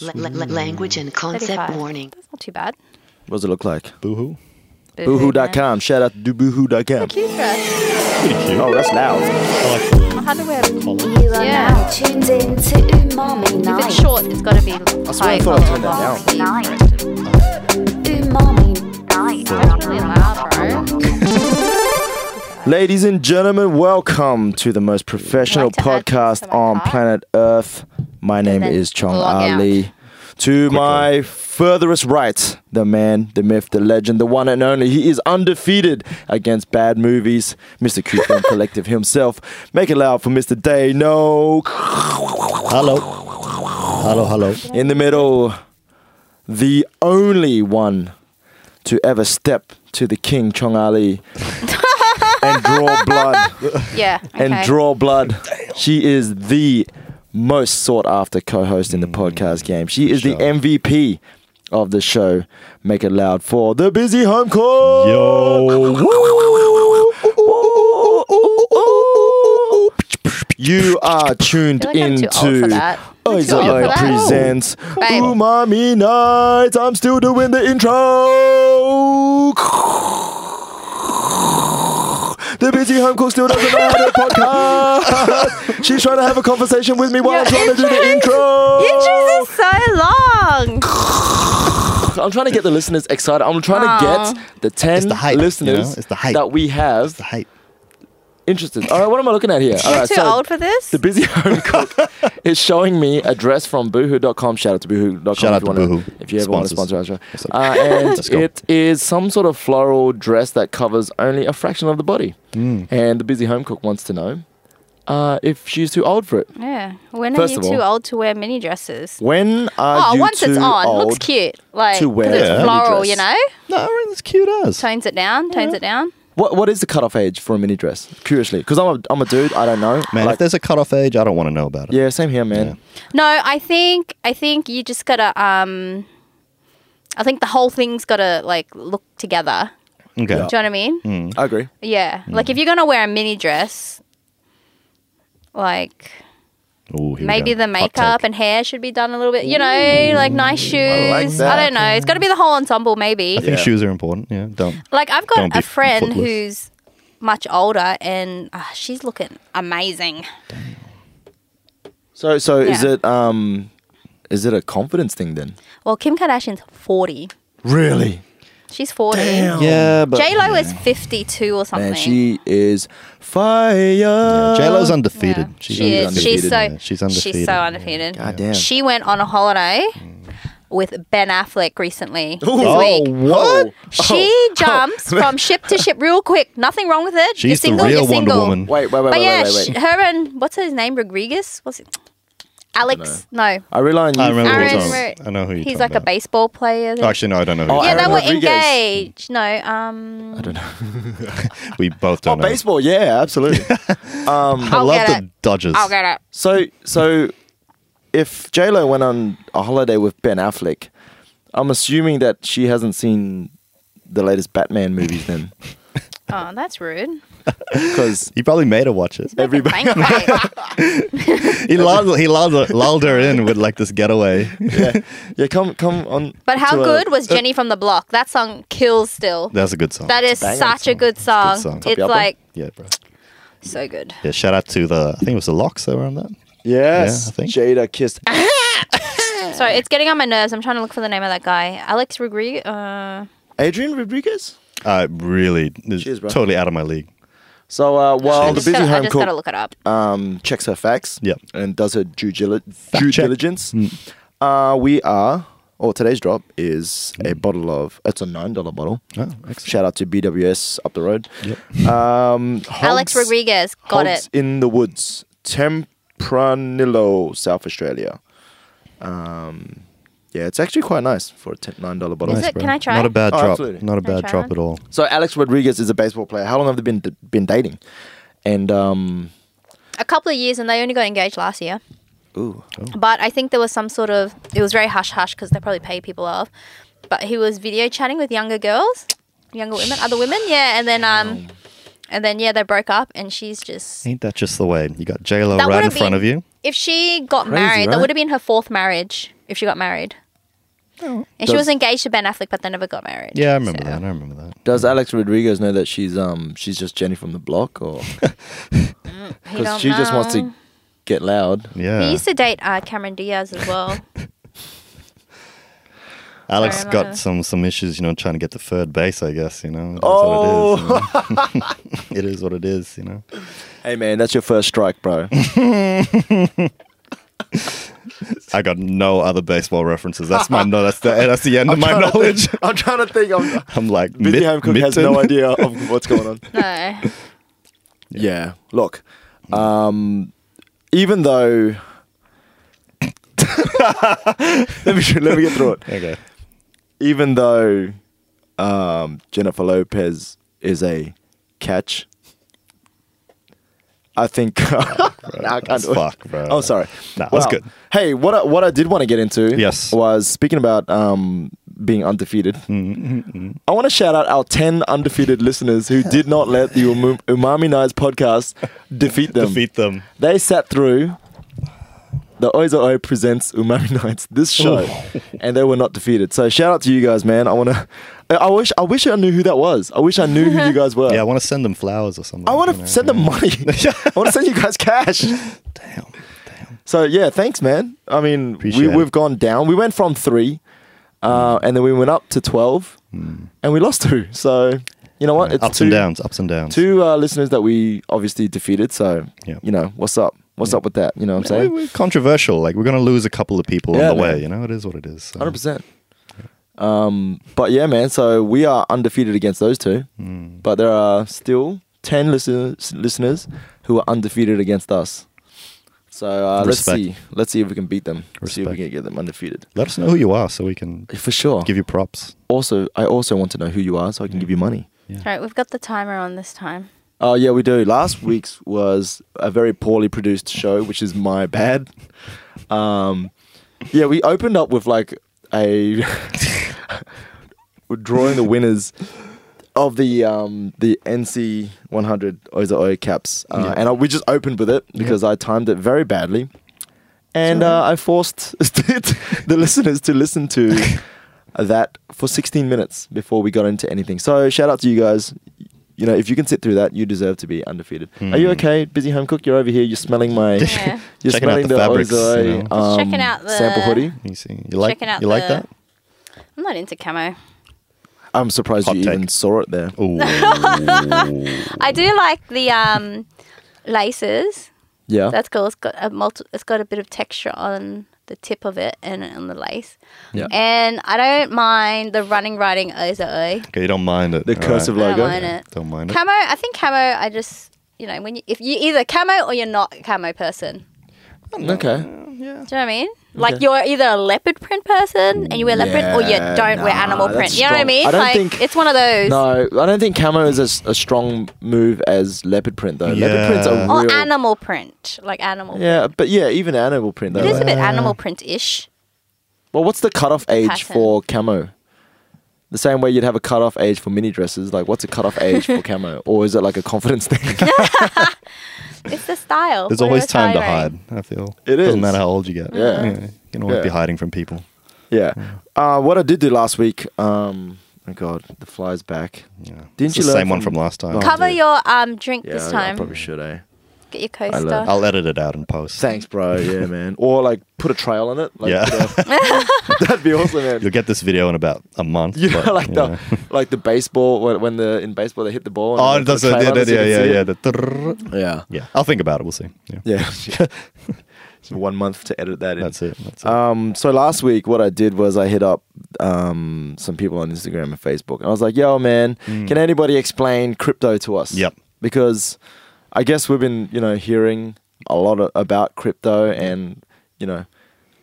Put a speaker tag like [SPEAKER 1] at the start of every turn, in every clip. [SPEAKER 1] La- la- la- language and concept
[SPEAKER 2] 35.
[SPEAKER 1] warning.
[SPEAKER 2] That's not too bad.
[SPEAKER 3] What does it look like?
[SPEAKER 4] Boohoo.
[SPEAKER 3] Boohoo.com. Shout out to boohoo.com.
[SPEAKER 2] Cute dress.
[SPEAKER 3] Oh, that's loud.
[SPEAKER 4] I like the
[SPEAKER 2] How do we?
[SPEAKER 4] collar.
[SPEAKER 5] You are
[SPEAKER 2] Yeah.
[SPEAKER 5] now tuned in to Umami
[SPEAKER 2] If it's
[SPEAKER 5] Night.
[SPEAKER 2] short, it's got to be
[SPEAKER 3] swear I
[SPEAKER 2] high
[SPEAKER 3] thought I turned that
[SPEAKER 2] long
[SPEAKER 3] down.
[SPEAKER 2] sleeve.
[SPEAKER 5] Umami
[SPEAKER 2] That's really loud, bro.
[SPEAKER 3] Ladies and gentlemen, welcome to the most professional
[SPEAKER 2] Like to add
[SPEAKER 3] podcast
[SPEAKER 2] things to my
[SPEAKER 3] on
[SPEAKER 2] cart?
[SPEAKER 3] planet Earth. My name
[SPEAKER 2] then
[SPEAKER 3] is Chong
[SPEAKER 2] log out.
[SPEAKER 3] Ali. To my furthest right, the man, the myth, the legend, the one and only. He is undefeated against bad movies. Mr. Q Film Collective himself. Make it loud for Mr. Day. No.
[SPEAKER 4] Hello. Hello, hello.
[SPEAKER 3] In the middle, the only one to ever step to the king, Chong Ali, and draw blood.
[SPEAKER 2] Yeah. Okay.
[SPEAKER 3] And draw blood. She is the most sought after co host in the podcast game. She is the
[SPEAKER 4] Sure.
[SPEAKER 3] MVP of the show. Make it loud for the busy home call.
[SPEAKER 4] Yo.
[SPEAKER 3] You are tuned
[SPEAKER 2] I feel like I'm
[SPEAKER 3] into
[SPEAKER 2] too old for that. I'm too old for
[SPEAKER 3] Oizai
[SPEAKER 2] that.
[SPEAKER 3] presents
[SPEAKER 2] Babe.
[SPEAKER 3] Umami Nights. I'm still doing the intro. The busy home cook still doesn't know how to podcast. She's trying to have a conversation with me while I'm trying to do the intro.
[SPEAKER 2] Intros is so long.
[SPEAKER 3] I'm trying to get the listeners excited. I'm trying to get the 10
[SPEAKER 4] the hype, you
[SPEAKER 3] listeners
[SPEAKER 4] know? It's the hype.
[SPEAKER 3] that we have
[SPEAKER 4] The hype.
[SPEAKER 3] interested. All right, what am I looking at here? All
[SPEAKER 2] You're
[SPEAKER 3] right,
[SPEAKER 2] too
[SPEAKER 3] so
[SPEAKER 2] old for this.
[SPEAKER 3] The busy home cook is showing me a dress from boohoo.com. Shout out to boohoo.com.
[SPEAKER 4] Shout
[SPEAKER 3] if you
[SPEAKER 4] out to
[SPEAKER 3] wanna-
[SPEAKER 4] Boohoo.
[SPEAKER 3] If you ever want to sponsor
[SPEAKER 4] Sponsors.
[SPEAKER 3] us. right?
[SPEAKER 4] What's up?
[SPEAKER 3] Uh, and
[SPEAKER 4] Let's go.
[SPEAKER 3] it is some sort of floral dress that covers only a fraction of the body.
[SPEAKER 4] Hmm.
[SPEAKER 3] And the busy home cook wants to know uh, if she's too old for it.
[SPEAKER 2] yeah. When
[SPEAKER 3] First
[SPEAKER 2] are you
[SPEAKER 3] of
[SPEAKER 2] too
[SPEAKER 3] all-
[SPEAKER 2] old to wear mini dresses?
[SPEAKER 3] When are
[SPEAKER 2] Oh,
[SPEAKER 3] you
[SPEAKER 2] once
[SPEAKER 3] too
[SPEAKER 2] it's on,
[SPEAKER 3] old?
[SPEAKER 2] looks cute. Like
[SPEAKER 3] to
[SPEAKER 2] 'cause
[SPEAKER 3] wear
[SPEAKER 2] it's
[SPEAKER 3] a mini
[SPEAKER 2] floral,
[SPEAKER 3] dress?
[SPEAKER 2] you know.
[SPEAKER 4] No, I reckon it's cute as.
[SPEAKER 2] Tones it down. Tones it down.
[SPEAKER 3] What, what is the cutoff age for a mini dress? Curiously, because I'm a, I'm a dude, I don't know.
[SPEAKER 4] Man,
[SPEAKER 3] Like-
[SPEAKER 4] if there's a cutoff age, I don't want to know about it.
[SPEAKER 3] yeah, same here, man.
[SPEAKER 2] No, I think I think you just gotta. um I think the whole thing's gotta like look together.
[SPEAKER 4] Okay.
[SPEAKER 2] Do you know what I mean?
[SPEAKER 3] I agree.
[SPEAKER 2] Yeah.
[SPEAKER 3] Mm.
[SPEAKER 2] Like if you're gonna wear a mini dress, like
[SPEAKER 4] Ooh, here we
[SPEAKER 2] maybe
[SPEAKER 4] go.
[SPEAKER 2] the
[SPEAKER 4] Hot
[SPEAKER 2] makeup
[SPEAKER 4] take.
[SPEAKER 2] and hair should be done a little bit. You know, like nice shoes.
[SPEAKER 3] like that.
[SPEAKER 2] don't know. It's got to be the whole ensemble, maybe.
[SPEAKER 4] I think
[SPEAKER 3] Yeah.
[SPEAKER 4] shoes are important. Yeah, don't.
[SPEAKER 2] Like I've
[SPEAKER 4] Don't
[SPEAKER 2] got
[SPEAKER 4] be
[SPEAKER 2] a friend
[SPEAKER 4] footless.
[SPEAKER 2] who's much older, and uh, she's looking amazing.
[SPEAKER 3] So, so is
[SPEAKER 2] Yeah.
[SPEAKER 3] it um, is it a confidence thing then?
[SPEAKER 2] Well, Kim Kardashian's forty.
[SPEAKER 3] Really?
[SPEAKER 2] She's forty.
[SPEAKER 4] Yeah, but
[SPEAKER 2] J Lo is fifty-two or something.
[SPEAKER 3] Man, she is fire.
[SPEAKER 4] J Lo's
[SPEAKER 2] Yeah.
[SPEAKER 4] undefeated. She's
[SPEAKER 2] she is.
[SPEAKER 4] undefeated.
[SPEAKER 2] She's so.
[SPEAKER 4] Yeah, she's undefeated.
[SPEAKER 2] She's so undefeated.
[SPEAKER 3] God damn.
[SPEAKER 2] She went on a holiday with Ben Affleck recently. This
[SPEAKER 4] Oh,
[SPEAKER 2] week.
[SPEAKER 4] what?
[SPEAKER 2] She
[SPEAKER 4] Oh.
[SPEAKER 2] jumps from ship to ship real quick. Nothing wrong with it.
[SPEAKER 4] She's
[SPEAKER 2] you're single,
[SPEAKER 4] the real
[SPEAKER 2] you're
[SPEAKER 4] Wonder
[SPEAKER 2] single.
[SPEAKER 4] Woman.
[SPEAKER 3] Wait, wait, wait,
[SPEAKER 2] But
[SPEAKER 3] wait,
[SPEAKER 2] yeah,
[SPEAKER 3] wait, wait.
[SPEAKER 2] sh- her and what's his name? Rodriguez? What's it? Alex? No.
[SPEAKER 3] I rely on you.
[SPEAKER 4] I remember
[SPEAKER 3] for
[SPEAKER 4] who
[SPEAKER 2] Aaron
[SPEAKER 4] you're
[SPEAKER 3] this.
[SPEAKER 4] talking
[SPEAKER 2] Ro-
[SPEAKER 4] about. I know who you're
[SPEAKER 2] He's
[SPEAKER 4] talking
[SPEAKER 2] like a
[SPEAKER 4] about.
[SPEAKER 2] baseball player.
[SPEAKER 4] Oh, Actually, no, I don't know. Who
[SPEAKER 3] Oh,
[SPEAKER 4] you're
[SPEAKER 2] yeah, they
[SPEAKER 3] Aaron
[SPEAKER 2] were
[SPEAKER 3] Rodriguez.
[SPEAKER 2] engaged. No, um,
[SPEAKER 3] I don't know.
[SPEAKER 4] talking about. we both
[SPEAKER 3] Oh,
[SPEAKER 4] don't know.
[SPEAKER 3] baseball. Yeah, absolutely.
[SPEAKER 4] I
[SPEAKER 2] I'll get
[SPEAKER 4] love the
[SPEAKER 2] it.
[SPEAKER 4] Dodgers.
[SPEAKER 2] I'll get it.
[SPEAKER 3] so, so if J Lo went on a holiday with Ben Affleck, I'm assuming that she hasn't seen the latest Batman movies then,
[SPEAKER 2] Oh, that's rude.
[SPEAKER 3] because
[SPEAKER 4] He probably made her watch it.
[SPEAKER 2] Everybody.
[SPEAKER 4] He lulled, he lulled, lulled her in with like this getaway.
[SPEAKER 3] yeah, come come on.
[SPEAKER 2] but how
[SPEAKER 3] to a-
[SPEAKER 2] good was Jenny from the Block? That song kills still.
[SPEAKER 4] That's a good song.
[SPEAKER 2] That is
[SPEAKER 3] banger
[SPEAKER 2] such a
[SPEAKER 3] song.
[SPEAKER 2] good song.
[SPEAKER 4] song.
[SPEAKER 2] It's
[SPEAKER 3] Yup.
[SPEAKER 2] like
[SPEAKER 4] yeah, bro.
[SPEAKER 2] so good.
[SPEAKER 4] Yeah, shout out to the I think it was the locks that were on that.
[SPEAKER 3] Yes,
[SPEAKER 4] Yeah, I think.
[SPEAKER 3] Jada kissed.
[SPEAKER 2] Sorry, it's getting on my nerves. I'm trying to look for the name of that guy. Alex Rodriguez. Uh,
[SPEAKER 3] Adrian Rodriguez.
[SPEAKER 4] I Uh, really it's
[SPEAKER 3] Cheers, bro.
[SPEAKER 4] totally out of my league.
[SPEAKER 3] So uh, while
[SPEAKER 2] I
[SPEAKER 3] the
[SPEAKER 2] just,
[SPEAKER 3] busy
[SPEAKER 2] gotta, I
[SPEAKER 3] home
[SPEAKER 2] just
[SPEAKER 3] cook
[SPEAKER 2] gotta look it up.
[SPEAKER 3] um, checks her facts
[SPEAKER 4] Yep.
[SPEAKER 3] and does her due, gili- due
[SPEAKER 4] check.
[SPEAKER 3] diligence.
[SPEAKER 2] Mm.
[SPEAKER 3] Uh, we are, or today's drop is a bottle of, it's a $9 bottle.
[SPEAKER 2] Ah,
[SPEAKER 4] Oh, excellent.
[SPEAKER 3] Shout out to BWS up the road.
[SPEAKER 4] Yep.
[SPEAKER 3] Um,
[SPEAKER 2] Mm. Alex
[SPEAKER 3] Hogs-
[SPEAKER 2] Rodriguez got
[SPEAKER 3] Hogs
[SPEAKER 2] it.
[SPEAKER 3] in the Woods, Tempranillo, South Australia. Um, yeah, it's actually quite nice for a ten- $9 bottle.
[SPEAKER 2] Is it- can I try?
[SPEAKER 4] Not a bad
[SPEAKER 3] Oh,
[SPEAKER 4] drop.
[SPEAKER 3] absolutely.
[SPEAKER 4] Not a
[SPEAKER 2] Can I
[SPEAKER 4] bad
[SPEAKER 2] try
[SPEAKER 4] drop
[SPEAKER 2] one?
[SPEAKER 4] at all.
[SPEAKER 3] So Alex Rodriguez is a baseball player. How long have they been been dating? And um,
[SPEAKER 2] A couple of years, and they only got engaged last year.
[SPEAKER 3] ooh,
[SPEAKER 2] But I think there was some sort of it was very hush hush because they probably pay people off. But he was video chatting with younger girls, younger women, other women, yeah. And then um, and then yeah, they broke up, and she's just
[SPEAKER 4] Ain't that just the way? You got J Lo
[SPEAKER 2] That
[SPEAKER 4] right in
[SPEAKER 2] would've
[SPEAKER 4] front
[SPEAKER 2] been-
[SPEAKER 4] of you.
[SPEAKER 2] if she got
[SPEAKER 3] Crazy,
[SPEAKER 2] married,
[SPEAKER 3] right?
[SPEAKER 2] that would have been her fourth marriage if she got married. And she
[SPEAKER 3] Does-
[SPEAKER 2] was engaged to Ben Affleck, but they never got married.
[SPEAKER 4] Yeah, I remember
[SPEAKER 2] so.
[SPEAKER 4] that. I remember that.
[SPEAKER 3] Does Alex Rodriguez know that she's um she's just Jenny from the block, or
[SPEAKER 2] He
[SPEAKER 3] because
[SPEAKER 2] don't
[SPEAKER 3] she just wants
[SPEAKER 2] know.
[SPEAKER 3] to get loud?
[SPEAKER 4] Yeah.
[SPEAKER 2] He used to date uh, Cameron Diaz as well.
[SPEAKER 4] Alex
[SPEAKER 2] Sorry,
[SPEAKER 4] got
[SPEAKER 2] Mama.
[SPEAKER 4] some some issues, you know, trying to get the third base, I guess, you know. That's what
[SPEAKER 3] Oh.
[SPEAKER 4] it is. You know? it is what it is, you know.
[SPEAKER 3] Hey man, that's your first strike, bro.
[SPEAKER 4] I got no other baseball references. That's my no that's the that's the end of my knowledge.
[SPEAKER 3] I'm trying to think. I'm,
[SPEAKER 4] I'm like
[SPEAKER 3] Busy
[SPEAKER 4] mid-
[SPEAKER 3] home cook has
[SPEAKER 4] mitten?
[SPEAKER 3] no idea of what's going on.
[SPEAKER 2] No.
[SPEAKER 3] Yeah. Look, um, even though. let, me, let me get through it.
[SPEAKER 4] Okay.
[SPEAKER 3] Even though um, Jennifer Lopez is a catch, I think. Nah, I can't
[SPEAKER 4] That's
[SPEAKER 3] do it.
[SPEAKER 4] fuck, bro.
[SPEAKER 3] Oh, sorry.
[SPEAKER 4] Nah, that's good.
[SPEAKER 3] Hey, what I, what I did want to get into
[SPEAKER 4] Yes. Mm,
[SPEAKER 3] was speaking about um, being undefeated. I want to shout out our 10 undefeated listeners who did not let the um- Umami Nights podcast defeat them.
[SPEAKER 4] Defeat them.
[SPEAKER 3] They sat through the Oizo O presents Umami Nights, this show, and they were not defeated. So shout out to you guys, man. I want to. I wish I wish I knew who that was. I wish I knew who you guys were.
[SPEAKER 4] Yeah, I want to send them flowers or something.
[SPEAKER 3] Uh, I want
[SPEAKER 4] you know.
[SPEAKER 3] to send them money. I want to send you guys cash.
[SPEAKER 4] Damn. Damn.
[SPEAKER 3] So yeah, thanks, man. I mean, we,
[SPEAKER 4] Appreciate it. Mm.
[SPEAKER 3] we've gone down. We went from three, uh, and then we went up to twelve, and we lost two. So you know what? It's
[SPEAKER 4] ups
[SPEAKER 3] two,
[SPEAKER 4] and downs, ups and downs.
[SPEAKER 3] Two uh, listeners that we obviously defeated. So
[SPEAKER 4] Yeah.
[SPEAKER 3] you know what's up? What's up with that? You know what I'm
[SPEAKER 4] We-
[SPEAKER 3] saying?
[SPEAKER 4] we're controversial. Like we're gonna lose a couple of people
[SPEAKER 3] Yeah,
[SPEAKER 4] on the
[SPEAKER 3] man.
[SPEAKER 4] way. You know, it is what it is. so.
[SPEAKER 3] Hundred percent. Um, but yeah, man. So we are undefeated against those two,
[SPEAKER 4] Hmm.
[SPEAKER 3] but there are still ten listeners listeners who are undefeated against us. So uh, let's
[SPEAKER 4] Respect.
[SPEAKER 3] see. Let's see if we can beat them. See if we
[SPEAKER 4] Respect.
[SPEAKER 3] can get them undefeated.
[SPEAKER 4] Let us know who you are so we can
[SPEAKER 3] For sure.
[SPEAKER 4] give Hmm. you props.
[SPEAKER 3] also I also want to know who you are so I can give you money.
[SPEAKER 2] All right, we've got the timer on this time.
[SPEAKER 3] Oh yeah, we do. Last week's was a very poorly produced show, which is my bad. Um, yeah, we opened up with like a we're drawing the winners of the um, the NC 100 Oza O caps, uh, and I, we just opened with it because I timed it very badly, and uh, I forced the listeners to listen to that for 16 minutes before we got into anything. So shout out to you guys. You know, if you can sit through that, you deserve to be undefeated. Are you okay, busy home cook? You're over here. You're smelling my.
[SPEAKER 2] Yeah.
[SPEAKER 3] You're
[SPEAKER 4] Checking out
[SPEAKER 3] smelling
[SPEAKER 4] the
[SPEAKER 3] the,
[SPEAKER 4] fabrics,
[SPEAKER 3] Ozoi,
[SPEAKER 4] you know. Just
[SPEAKER 3] um,
[SPEAKER 2] checking out the-
[SPEAKER 3] sample hoodie.
[SPEAKER 4] You see, you like
[SPEAKER 2] Checking out
[SPEAKER 4] you like
[SPEAKER 2] the-
[SPEAKER 4] that?
[SPEAKER 2] I'm not into camo.
[SPEAKER 3] I'm surprised
[SPEAKER 4] Hot
[SPEAKER 3] you even
[SPEAKER 4] take.
[SPEAKER 3] saw it there.
[SPEAKER 4] Oh,
[SPEAKER 2] I do like the um, laces.
[SPEAKER 3] Yeah.
[SPEAKER 2] That's cool. It's got a multi- It's got a bit of texture on the tip of it and on the lace.
[SPEAKER 3] Yeah.
[SPEAKER 2] And I don't mind the running writing Oza O.
[SPEAKER 4] okay, you don't mind it.
[SPEAKER 3] the
[SPEAKER 4] all
[SPEAKER 3] cursive
[SPEAKER 4] right.
[SPEAKER 2] I don't
[SPEAKER 3] logo.
[SPEAKER 2] mind it.
[SPEAKER 4] Don't mind it.
[SPEAKER 2] Camo. I think camo. I just you know when you if you either camo or you're not a camo person.
[SPEAKER 3] Okay.
[SPEAKER 2] Do you know what I mean? Like you're either a leopard print person and you wear leopard print, or you
[SPEAKER 3] Yeah,
[SPEAKER 2] don't wear
[SPEAKER 3] nah,
[SPEAKER 2] animal print.
[SPEAKER 3] that's
[SPEAKER 2] You know what I
[SPEAKER 3] strong.
[SPEAKER 2] mean?
[SPEAKER 3] I don't
[SPEAKER 2] like
[SPEAKER 3] think-
[SPEAKER 2] it's one of those.
[SPEAKER 3] No, I don't think camo is as a strong move as leopard print though. Leopard print's a
[SPEAKER 4] Yeah.
[SPEAKER 2] Or
[SPEAKER 3] real.
[SPEAKER 2] animal print, like animal.
[SPEAKER 3] yeah, but yeah, even animal print though.
[SPEAKER 2] It is a
[SPEAKER 3] right?
[SPEAKER 2] bit
[SPEAKER 4] uh,
[SPEAKER 2] animal print-ish.
[SPEAKER 3] Well, what's the cutoff age
[SPEAKER 2] Pattern.
[SPEAKER 3] for camo? The same way you'd have a cutoff age for mini dresses. Like, what's a cutoff age for camo? Or is it like a confidence thing?
[SPEAKER 2] It's the style.
[SPEAKER 4] There's
[SPEAKER 2] What
[SPEAKER 4] always
[SPEAKER 2] is
[SPEAKER 4] time to
[SPEAKER 2] high
[SPEAKER 4] hide.
[SPEAKER 2] rank?
[SPEAKER 4] I feel
[SPEAKER 3] It is.
[SPEAKER 4] Doesn't matter how old you get.
[SPEAKER 3] Yeah.
[SPEAKER 4] you can always be
[SPEAKER 3] Yeah.
[SPEAKER 4] hiding from people.
[SPEAKER 3] yeah. Uh, what I did do last week. Um, oh God, the fly's back.
[SPEAKER 4] Yeah.
[SPEAKER 3] Didn't
[SPEAKER 4] It's
[SPEAKER 3] you
[SPEAKER 4] the
[SPEAKER 3] learn
[SPEAKER 4] same one
[SPEAKER 3] from-
[SPEAKER 4] from last time?
[SPEAKER 3] Oh.
[SPEAKER 2] Cover
[SPEAKER 3] dude.
[SPEAKER 2] your um drink
[SPEAKER 3] Yeah,
[SPEAKER 2] this
[SPEAKER 3] I- I
[SPEAKER 2] time.
[SPEAKER 3] probably should. Eh.
[SPEAKER 2] Get your
[SPEAKER 3] learned.
[SPEAKER 2] coaster.
[SPEAKER 4] I'll edit it out in post.
[SPEAKER 3] Thanks, bro. Yeah, man. Or like put a trail on it. Like,
[SPEAKER 4] Yeah.
[SPEAKER 3] put a- that'd be awesome, man.
[SPEAKER 4] You'll get this video in about a month.
[SPEAKER 3] you know,
[SPEAKER 4] but,
[SPEAKER 3] like
[SPEAKER 4] you
[SPEAKER 3] the
[SPEAKER 4] know.
[SPEAKER 3] like the baseball when, when the in baseball they hit the ball.
[SPEAKER 4] Oh,
[SPEAKER 3] And
[SPEAKER 4] it does. Yeah, yeah, yeah, yeah, yeah. the trrrr.
[SPEAKER 3] yeah,
[SPEAKER 4] Yeah. I'll think about it. We'll see. Yeah.
[SPEAKER 3] yeah, So One month to edit that in.
[SPEAKER 4] That's it. That's it.
[SPEAKER 3] Um, so last week, what I did was I hit up um, some people on Instagram and Facebook, and I was like, "Yo, man, can anybody explain crypto to us?"
[SPEAKER 4] Mm. Yep.
[SPEAKER 3] Because I guess we've been, you know, hearing a lot a- about crypto, and you know,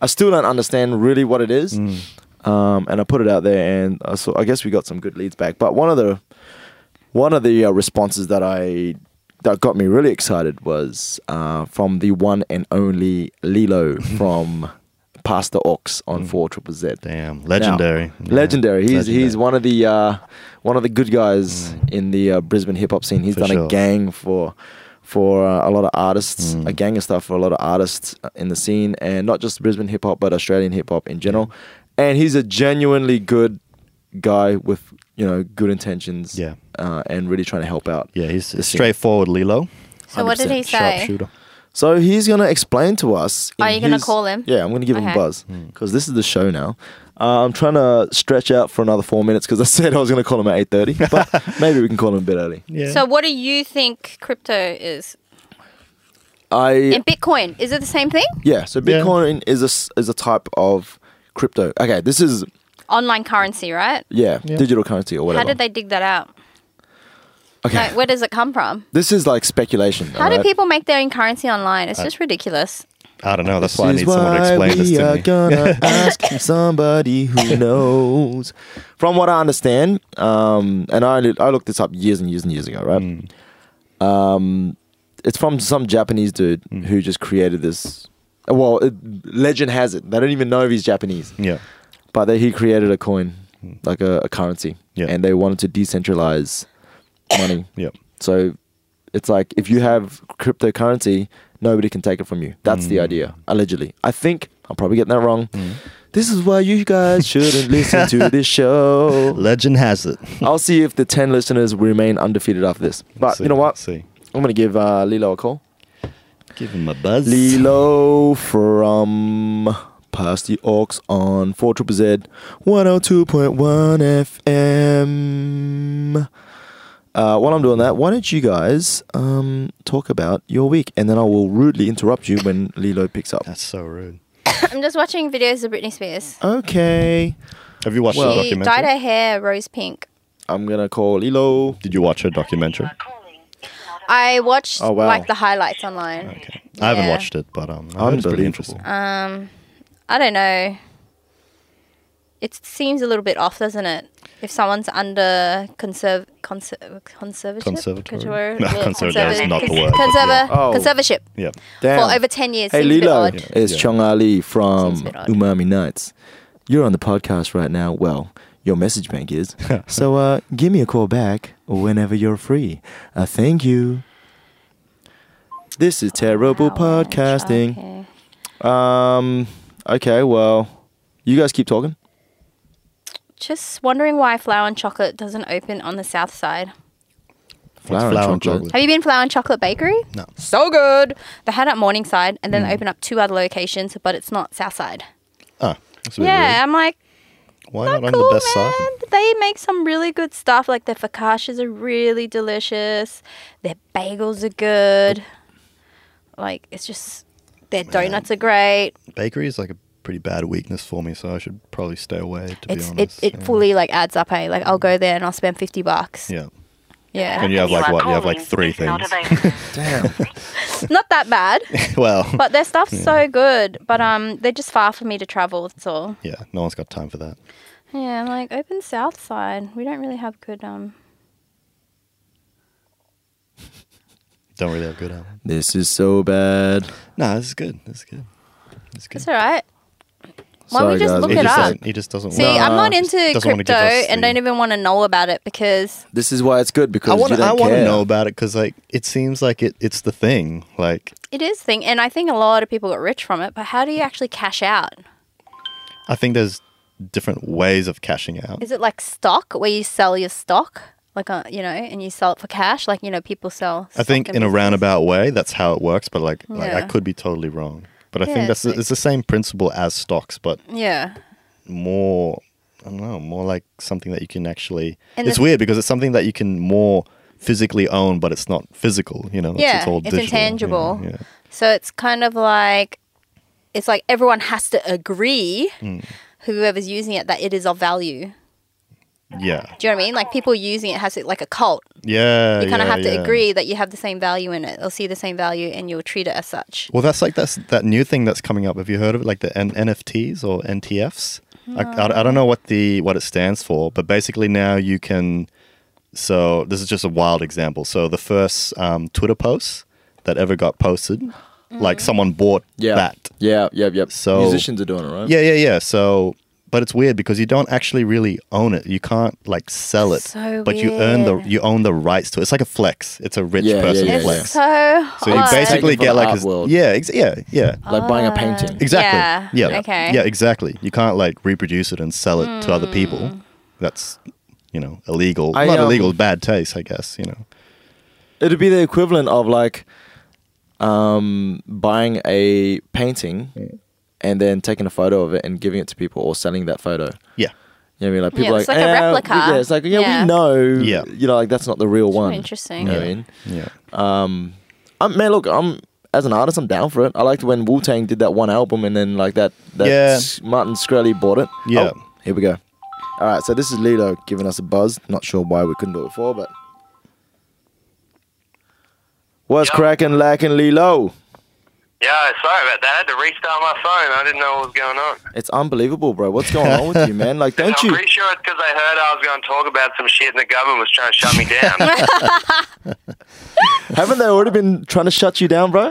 [SPEAKER 3] I still don't understand really what it is.
[SPEAKER 4] Mm.
[SPEAKER 3] Um, and I put it out there, and I saw, I guess we got some good leads back. But one of the one of the uh, responses that I that got me really excited was uh, from the one and only Lilo from Pastor Ox on Four Triple Z.
[SPEAKER 4] Damn. Legendary.
[SPEAKER 3] Now,
[SPEAKER 4] Yeah.
[SPEAKER 3] Legendary. He's he's
[SPEAKER 4] Legendary. Mm.
[SPEAKER 3] one of the uh, one of the good guys in the uh, Brisbane hip hop scene. He's
[SPEAKER 4] For
[SPEAKER 3] done a
[SPEAKER 4] sure. Mm.
[SPEAKER 3] gang for for uh, a lot of artists, a gang of stuff for a lot of artists uh, in the scene, and not just Brisbane hip hop, but Australian hip hop in general. And he's a genuinely good guy with you know good intentions,
[SPEAKER 4] Yeah.
[SPEAKER 3] uh, and really trying to help out.
[SPEAKER 4] Yeah, he's
[SPEAKER 3] the
[SPEAKER 4] a
[SPEAKER 3] scene.
[SPEAKER 4] straightforward Lilo.
[SPEAKER 2] So what did he say?
[SPEAKER 4] Sharpshooter.
[SPEAKER 3] So he's gonna explain to us.
[SPEAKER 2] Are
[SPEAKER 3] in
[SPEAKER 2] you gonna
[SPEAKER 3] his-
[SPEAKER 2] call him?
[SPEAKER 3] Yeah, I'm gonna give him a
[SPEAKER 2] Okay.
[SPEAKER 3] buzz because this is the show now. Uh, I'm trying to stretch out for another four minutes because I said I was gonna call him at eight thirty, but maybe we can call him a bit early.
[SPEAKER 4] Yeah.
[SPEAKER 2] So what do you think crypto is?
[SPEAKER 3] I
[SPEAKER 2] And Bitcoin, is it the same thing?
[SPEAKER 3] yeah. So
[SPEAKER 4] Yeah.
[SPEAKER 3] Bitcoin is a s- is a type of crypto. Okay, this is
[SPEAKER 2] Online currency, right?
[SPEAKER 3] yeah, digital currency or whatever.
[SPEAKER 2] How did they dig that out?
[SPEAKER 3] okay,
[SPEAKER 2] Like, where does it come from?
[SPEAKER 3] this is like speculation.
[SPEAKER 4] Uh,
[SPEAKER 2] How do
[SPEAKER 3] alright?
[SPEAKER 2] people make their own currency online? It's just ridiculous.
[SPEAKER 4] I don't know. That's why I
[SPEAKER 3] This
[SPEAKER 4] need
[SPEAKER 3] is
[SPEAKER 4] someone to
[SPEAKER 3] why
[SPEAKER 4] explain this
[SPEAKER 3] we are
[SPEAKER 4] to me.
[SPEAKER 3] gonna ask somebody who knows. From what I understand, um, and I I looked this up years and years and years ago, right?
[SPEAKER 4] Mm.
[SPEAKER 3] Um, it's from some Japanese dude
[SPEAKER 4] Mm.
[SPEAKER 3] who just created this. Well, it, legend has it they don't even know if he's Japanese,
[SPEAKER 4] Yeah.
[SPEAKER 3] but they, he created a coin, like a, a currency,
[SPEAKER 4] Mm. Yeah.
[SPEAKER 3] and they wanted to decentralize money.
[SPEAKER 4] Yeah.
[SPEAKER 3] So it's like if you have cryptocurrency, nobody can take it from you. That's the idea, allegedly. I think I'm probably getting that wrong. This is why you guys shouldn't listen to this show.
[SPEAKER 4] Legend has it.
[SPEAKER 3] I'll see if the 10 listeners remain undefeated after this. But
[SPEAKER 4] See,
[SPEAKER 3] you know what?
[SPEAKER 4] See.
[SPEAKER 3] I'm going to give uh, Lilo a call.
[SPEAKER 4] Give him a buzz.
[SPEAKER 3] Lilo from Past the Ox on 4 Triple Z 102.1 FM. Uh, while I'm doing that, why don't you guys um, talk about your week? And then I will rudely interrupt you when Lilo picks up.
[SPEAKER 4] That's so rude.
[SPEAKER 2] I'm just watching videos of Britney Spears.
[SPEAKER 3] Okay.
[SPEAKER 4] Have you watched
[SPEAKER 3] Well-
[SPEAKER 4] the
[SPEAKER 2] She dyed
[SPEAKER 4] documentary?
[SPEAKER 2] her hair rose pink.
[SPEAKER 3] I'm going to call Lilo.
[SPEAKER 4] Did you watch her documentary?
[SPEAKER 2] I watched
[SPEAKER 3] Oh, wow.
[SPEAKER 2] like the highlights online.
[SPEAKER 4] Okay. I haven't
[SPEAKER 2] Yeah.
[SPEAKER 4] watched it, but um, I heard it's
[SPEAKER 3] Unbelievable.
[SPEAKER 4] pretty interesting.
[SPEAKER 2] Um, I don't know. It seems a little bit off, doesn't it? If someone's under conserv conser- conservatorship,
[SPEAKER 4] Conservatory?
[SPEAKER 2] Conserva-
[SPEAKER 4] No,
[SPEAKER 2] yeah,
[SPEAKER 4] conserva- that's
[SPEAKER 2] conserva-
[SPEAKER 4] not the word, but
[SPEAKER 2] Conserva-
[SPEAKER 4] yeah.
[SPEAKER 3] Oh.
[SPEAKER 2] conservatorship
[SPEAKER 4] yeah.
[SPEAKER 3] Damn.
[SPEAKER 2] for over ten years.
[SPEAKER 3] hey,
[SPEAKER 2] seems a bit
[SPEAKER 3] Lilo.
[SPEAKER 2] odd.
[SPEAKER 3] It's
[SPEAKER 4] Yeah.
[SPEAKER 3] Chong Ali from
[SPEAKER 2] Seems a bit odd.
[SPEAKER 3] Umami Nights. You're on the podcast right now. Well, your message bank is. so uh, give me a call back whenever you're free. Uh, thank you. This is terrible
[SPEAKER 2] Wow,
[SPEAKER 3] podcasting.
[SPEAKER 2] Oh, okay.
[SPEAKER 3] Um. Okay. Well, you guys keep talking.
[SPEAKER 2] Just wondering why Flour and Chocolate doesn't open on the south side.
[SPEAKER 4] What's flour and chocolate?
[SPEAKER 2] Have you been Flour and Chocolate Bakery?
[SPEAKER 4] No.
[SPEAKER 2] So good. They had it at Morningside and then they opened up two other locations, but it's not south side.
[SPEAKER 4] Ah, that's a bit
[SPEAKER 2] yeah,
[SPEAKER 4] rude.
[SPEAKER 2] I'm like,
[SPEAKER 4] Why
[SPEAKER 2] not
[SPEAKER 4] not on
[SPEAKER 2] cool,
[SPEAKER 4] the best
[SPEAKER 2] man.
[SPEAKER 4] side?
[SPEAKER 2] They make some really good stuff. Like their focaccias are really delicious. Their bagels are good. Like it's just their donuts are great.
[SPEAKER 4] Bakery is like a pretty bad weakness for me, so I should probably stay away. To
[SPEAKER 2] it's
[SPEAKER 4] be honest,
[SPEAKER 2] it, it
[SPEAKER 4] yeah.
[SPEAKER 2] fully like adds up. Hey, like I'll go there and I'll spend fifty bucks.
[SPEAKER 4] Yeah,
[SPEAKER 2] Yeah,
[SPEAKER 4] and you have like what? You have like three things.
[SPEAKER 3] Damn.
[SPEAKER 2] not that bad,
[SPEAKER 4] well,
[SPEAKER 2] but their stuff's so good. But um, they're just far for me to travel. That's all.
[SPEAKER 4] yeah, no one's got time for that.
[SPEAKER 2] Yeah, I'm like open south side. We don't really have good um.
[SPEAKER 4] Don't really have good album.
[SPEAKER 3] this is so bad.
[SPEAKER 4] No, this is good. This is good. This is good.
[SPEAKER 2] It's all right. Why don't we
[SPEAKER 3] Sorry,
[SPEAKER 2] just
[SPEAKER 3] guys.
[SPEAKER 2] look
[SPEAKER 4] he
[SPEAKER 2] it up?
[SPEAKER 4] just doesn't. He just doesn't.
[SPEAKER 2] See,
[SPEAKER 4] want-
[SPEAKER 2] I'm not into
[SPEAKER 4] uh, doesn't wanna
[SPEAKER 2] crypto
[SPEAKER 4] give us
[SPEAKER 2] and
[SPEAKER 4] the-
[SPEAKER 2] don't even want to know about it because
[SPEAKER 3] This is why it's good because
[SPEAKER 4] I want.
[SPEAKER 3] you
[SPEAKER 4] to.
[SPEAKER 3] don't
[SPEAKER 4] I want to
[SPEAKER 3] care.
[SPEAKER 4] know about it because like it seems like it. It's the thing. Like
[SPEAKER 2] it is thing, and I think a lot of people got rich from it. But how do you actually cash out?
[SPEAKER 4] I think there's different ways of cashing out.
[SPEAKER 2] Is it like stock where you sell your stock, like uh, you know, and you sell it for cash? Like you know, people sell.
[SPEAKER 4] I
[SPEAKER 2] stock
[SPEAKER 4] think in a
[SPEAKER 2] business.
[SPEAKER 4] roundabout way, that's how it works. But like, like I
[SPEAKER 2] Yeah.
[SPEAKER 4] could be totally wrong. But I
[SPEAKER 2] Yeah,
[SPEAKER 4] think
[SPEAKER 2] it's
[SPEAKER 4] that's
[SPEAKER 2] like-
[SPEAKER 4] it's the same principle as stocks, but
[SPEAKER 2] Yeah,
[SPEAKER 4] more I don't know, more like something that you can actually.
[SPEAKER 2] And
[SPEAKER 4] it's
[SPEAKER 2] the-
[SPEAKER 4] weird because it's something that you can more physically own, but it's not physical. You know, it's,
[SPEAKER 2] yeah,
[SPEAKER 4] it's all digital. you know,
[SPEAKER 2] intangible.
[SPEAKER 4] yeah.
[SPEAKER 2] So it's kind of like, it's like everyone has to agree,
[SPEAKER 4] Hmm.
[SPEAKER 2] whoever's using it, that it is of value.
[SPEAKER 4] Yeah,
[SPEAKER 2] Do you know what I mean? Like people using it has to, like a cult.
[SPEAKER 4] yeah.
[SPEAKER 2] You kind of
[SPEAKER 4] Oh, yeah,
[SPEAKER 2] have to
[SPEAKER 4] yeah.
[SPEAKER 2] agree that you have the same value in it. They'll see the same value, and you'll treat it as such.
[SPEAKER 4] Well, that's like that's that new thing that's coming up. Have you heard of it? Like the N- NFTs or NTFs? I, I, I don't know what the what it stands for, but basically now you can. So this is just a wild example. So the first um, Twitter post that ever got posted,
[SPEAKER 2] Mm.
[SPEAKER 4] like someone bought
[SPEAKER 3] Yeah.
[SPEAKER 4] that.
[SPEAKER 3] Yeah. Yep. Yep.
[SPEAKER 4] So-
[SPEAKER 3] musicians are doing it, right?
[SPEAKER 4] Yeah, yeah, yeah. So but it's weird because you don't actually really own it. You can't like sell it,
[SPEAKER 2] So
[SPEAKER 4] but you earn the
[SPEAKER 2] weird.
[SPEAKER 4] you own the rights to it. It's like a flex. It's a rich
[SPEAKER 3] Yeah, yeah,
[SPEAKER 4] person
[SPEAKER 3] yeah, yeah.
[SPEAKER 4] flex.
[SPEAKER 2] It's so
[SPEAKER 4] So you
[SPEAKER 2] hard.
[SPEAKER 3] Taken
[SPEAKER 4] basically
[SPEAKER 3] from
[SPEAKER 4] get
[SPEAKER 3] the
[SPEAKER 4] like
[SPEAKER 3] art
[SPEAKER 4] a,
[SPEAKER 3] world.
[SPEAKER 4] yeah, ex- yeah, yeah.
[SPEAKER 3] like buying a
[SPEAKER 2] Oh.
[SPEAKER 3] painting.
[SPEAKER 4] Exactly.
[SPEAKER 2] Yeah,
[SPEAKER 4] Yeah.
[SPEAKER 2] okay.
[SPEAKER 4] Yeah, exactly. You can't like reproduce it and sell it to other
[SPEAKER 2] Hmm.
[SPEAKER 4] people. That's you know illegal.
[SPEAKER 3] I,
[SPEAKER 4] Not
[SPEAKER 3] um,
[SPEAKER 4] illegal. Bad taste, I guess. You know.
[SPEAKER 3] It'd be the equivalent of like um, buying a
[SPEAKER 4] Mm.
[SPEAKER 3] painting and then taking a photo of it and giving it to people or selling that photo.
[SPEAKER 4] Yeah.
[SPEAKER 3] You know what I mean? Like people
[SPEAKER 2] Yeah,
[SPEAKER 3] are
[SPEAKER 2] it's
[SPEAKER 3] like,
[SPEAKER 2] like a
[SPEAKER 3] "Ah, we-
[SPEAKER 2] replica."
[SPEAKER 3] Yeah, it's like yeah,
[SPEAKER 2] Yeah.
[SPEAKER 3] we know.
[SPEAKER 4] Yeah.
[SPEAKER 3] You know, like that's not the real one.
[SPEAKER 2] interesting.
[SPEAKER 3] You know what I mean?
[SPEAKER 4] Yeah.
[SPEAKER 3] I'm, man, look, I'm as an artist, I'm down for it. I liked when Wu Tang did that one album, and then like that, that
[SPEAKER 4] Yeah.
[SPEAKER 3] S- Martin Screlly bought it.
[SPEAKER 4] Yeah.
[SPEAKER 3] Oh, here we go. All right, so this is Lido giving us a buzz. Not sure why we couldn't do it before, but what's cracking, lacking, Lilo?
[SPEAKER 6] Yeah, sorry about that. I had to restart my phone. I didn't know what was going on.
[SPEAKER 3] It's unbelievable, bro. What's going on with you, man? Like, don't
[SPEAKER 6] I'm
[SPEAKER 3] you?
[SPEAKER 6] pretty sure it's because I heard I was going to talk about some shit and the government was trying to shut me down.
[SPEAKER 3] Haven't they already been trying to shut you down, bro?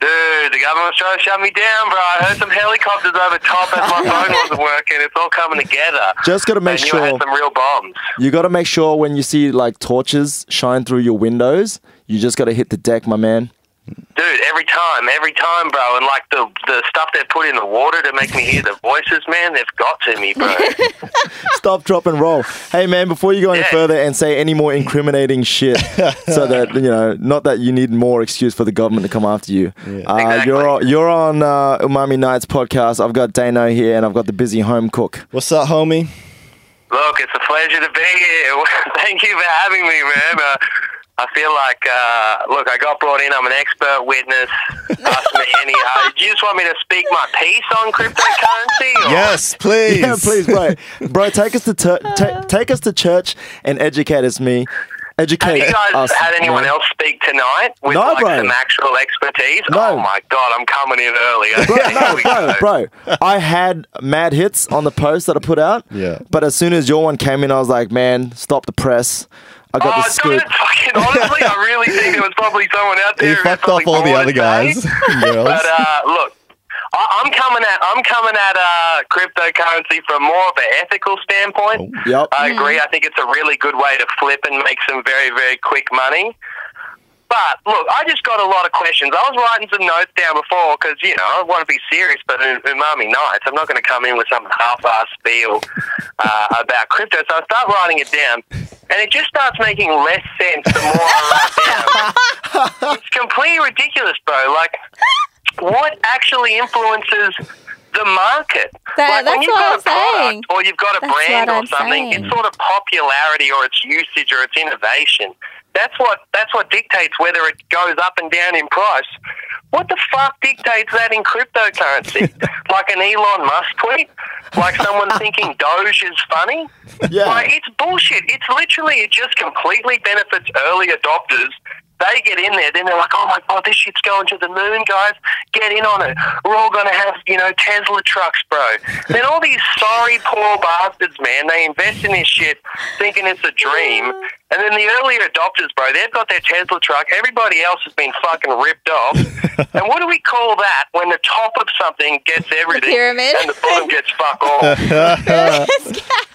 [SPEAKER 6] Dude, the government was trying to shut me down, bro. I heard some helicopters over top as my phone wasn't working. It's all coming together.
[SPEAKER 3] Just gotta make
[SPEAKER 6] I knew I
[SPEAKER 3] sure
[SPEAKER 6] had some real bombs.
[SPEAKER 3] you gotta make sure when you see like torches shine through your windows, you just gotta hit the deck, my man.
[SPEAKER 6] Dude, every time, every time, bro. And like the the stuff they put in the water to make me hear the voices, man, they've got to me, bro.
[SPEAKER 3] Stop, drop, and roll. Hey, man, before you go any
[SPEAKER 6] Yeah.
[SPEAKER 3] further and say any more incriminating shit, so that you know, not that you need more excuse for the government to come after you. Uh,
[SPEAKER 6] Exactly.
[SPEAKER 3] You're on, you're on uh, Umami Nights podcast. I've got Dano here, and I've got the busy home cook.
[SPEAKER 4] What's up, homie?
[SPEAKER 6] Look, it's a pleasure to be here. Thank you for having me, man. Uh, I feel like, uh, look, I got brought in. I'm an expert witness. Ask me any. Uh, do you just want me to speak my piece on cryptocurrency? or-
[SPEAKER 4] Yes, please.
[SPEAKER 3] Yeah, please, bro, bro, take us to tur- ta- take us to church and educate us, me.
[SPEAKER 6] Have
[SPEAKER 3] Educate
[SPEAKER 6] you guys
[SPEAKER 3] us.
[SPEAKER 6] had anyone
[SPEAKER 3] man.
[SPEAKER 6] else speak tonight with
[SPEAKER 3] No,
[SPEAKER 6] like,
[SPEAKER 3] bro.
[SPEAKER 6] some actual expertise?
[SPEAKER 3] No.
[SPEAKER 6] Oh my god, I'm coming in early. Okay,
[SPEAKER 3] Bro,
[SPEAKER 6] here
[SPEAKER 3] no,
[SPEAKER 6] we
[SPEAKER 3] bro,
[SPEAKER 6] go.
[SPEAKER 3] bro. I had mad hits on the post that I put out.
[SPEAKER 4] Yeah.
[SPEAKER 3] But as soon as your one came in, I was like, man, stop the press. I got
[SPEAKER 6] Oh,
[SPEAKER 3] the scoop.
[SPEAKER 6] don't fucking honestly, I really think there was probably someone out there.
[SPEAKER 4] He
[SPEAKER 6] who had
[SPEAKER 4] fucked off
[SPEAKER 6] something
[SPEAKER 4] all the
[SPEAKER 6] more to
[SPEAKER 4] other
[SPEAKER 6] say.
[SPEAKER 4] guys. and girls.
[SPEAKER 6] But uh, look, I, I'm coming at I'm coming at uh, cryptocurrency from more of an ethical standpoint.
[SPEAKER 4] Oh.
[SPEAKER 3] Yep.
[SPEAKER 6] I agree. I think it's a really good way to flip and make some very very quick money. But look, I just got a lot of questions. I was writing some notes down before because you know I want to be serious, but in Umami Nights, I'm not going to come in with some half-ass spiel uh, about crypto. So I start writing it down, and it just starts making less sense the more I write down it's completely ridiculous, bro. Like, what actually influences the market?
[SPEAKER 2] That-
[SPEAKER 6] like,
[SPEAKER 2] that's
[SPEAKER 6] when you've
[SPEAKER 2] what
[SPEAKER 6] got
[SPEAKER 2] I'm
[SPEAKER 6] a product
[SPEAKER 2] saying.
[SPEAKER 6] or you've got a
[SPEAKER 2] That's
[SPEAKER 6] brand
[SPEAKER 2] what
[SPEAKER 6] or
[SPEAKER 2] I'm
[SPEAKER 6] something,
[SPEAKER 2] saying.
[SPEAKER 6] its sort of popularity or its usage or its innovation. That's what that's what dictates whether it goes up and down in price. What the fuck dictates that in cryptocurrency? like an Elon Musk tweet? Like someone thinking Doge is funny?
[SPEAKER 3] Yeah.
[SPEAKER 6] Like, it's bullshit. It's literally, it just completely benefits early adopters. They get in there, then they're like, oh my God, this shit's going to the moon, guys. Get in on it. We're all going to have, you know, Tesla trucks, bro. then all these sorry, poor bastards, man, they invest in this shit thinking it's a dream. And then the earlier adopters, bro, they've got their Tesla truck. Everybody else has been fucking ripped off. and what do we call that when the top of something gets everything
[SPEAKER 2] pyramid.
[SPEAKER 6] and the bottom gets fuck all?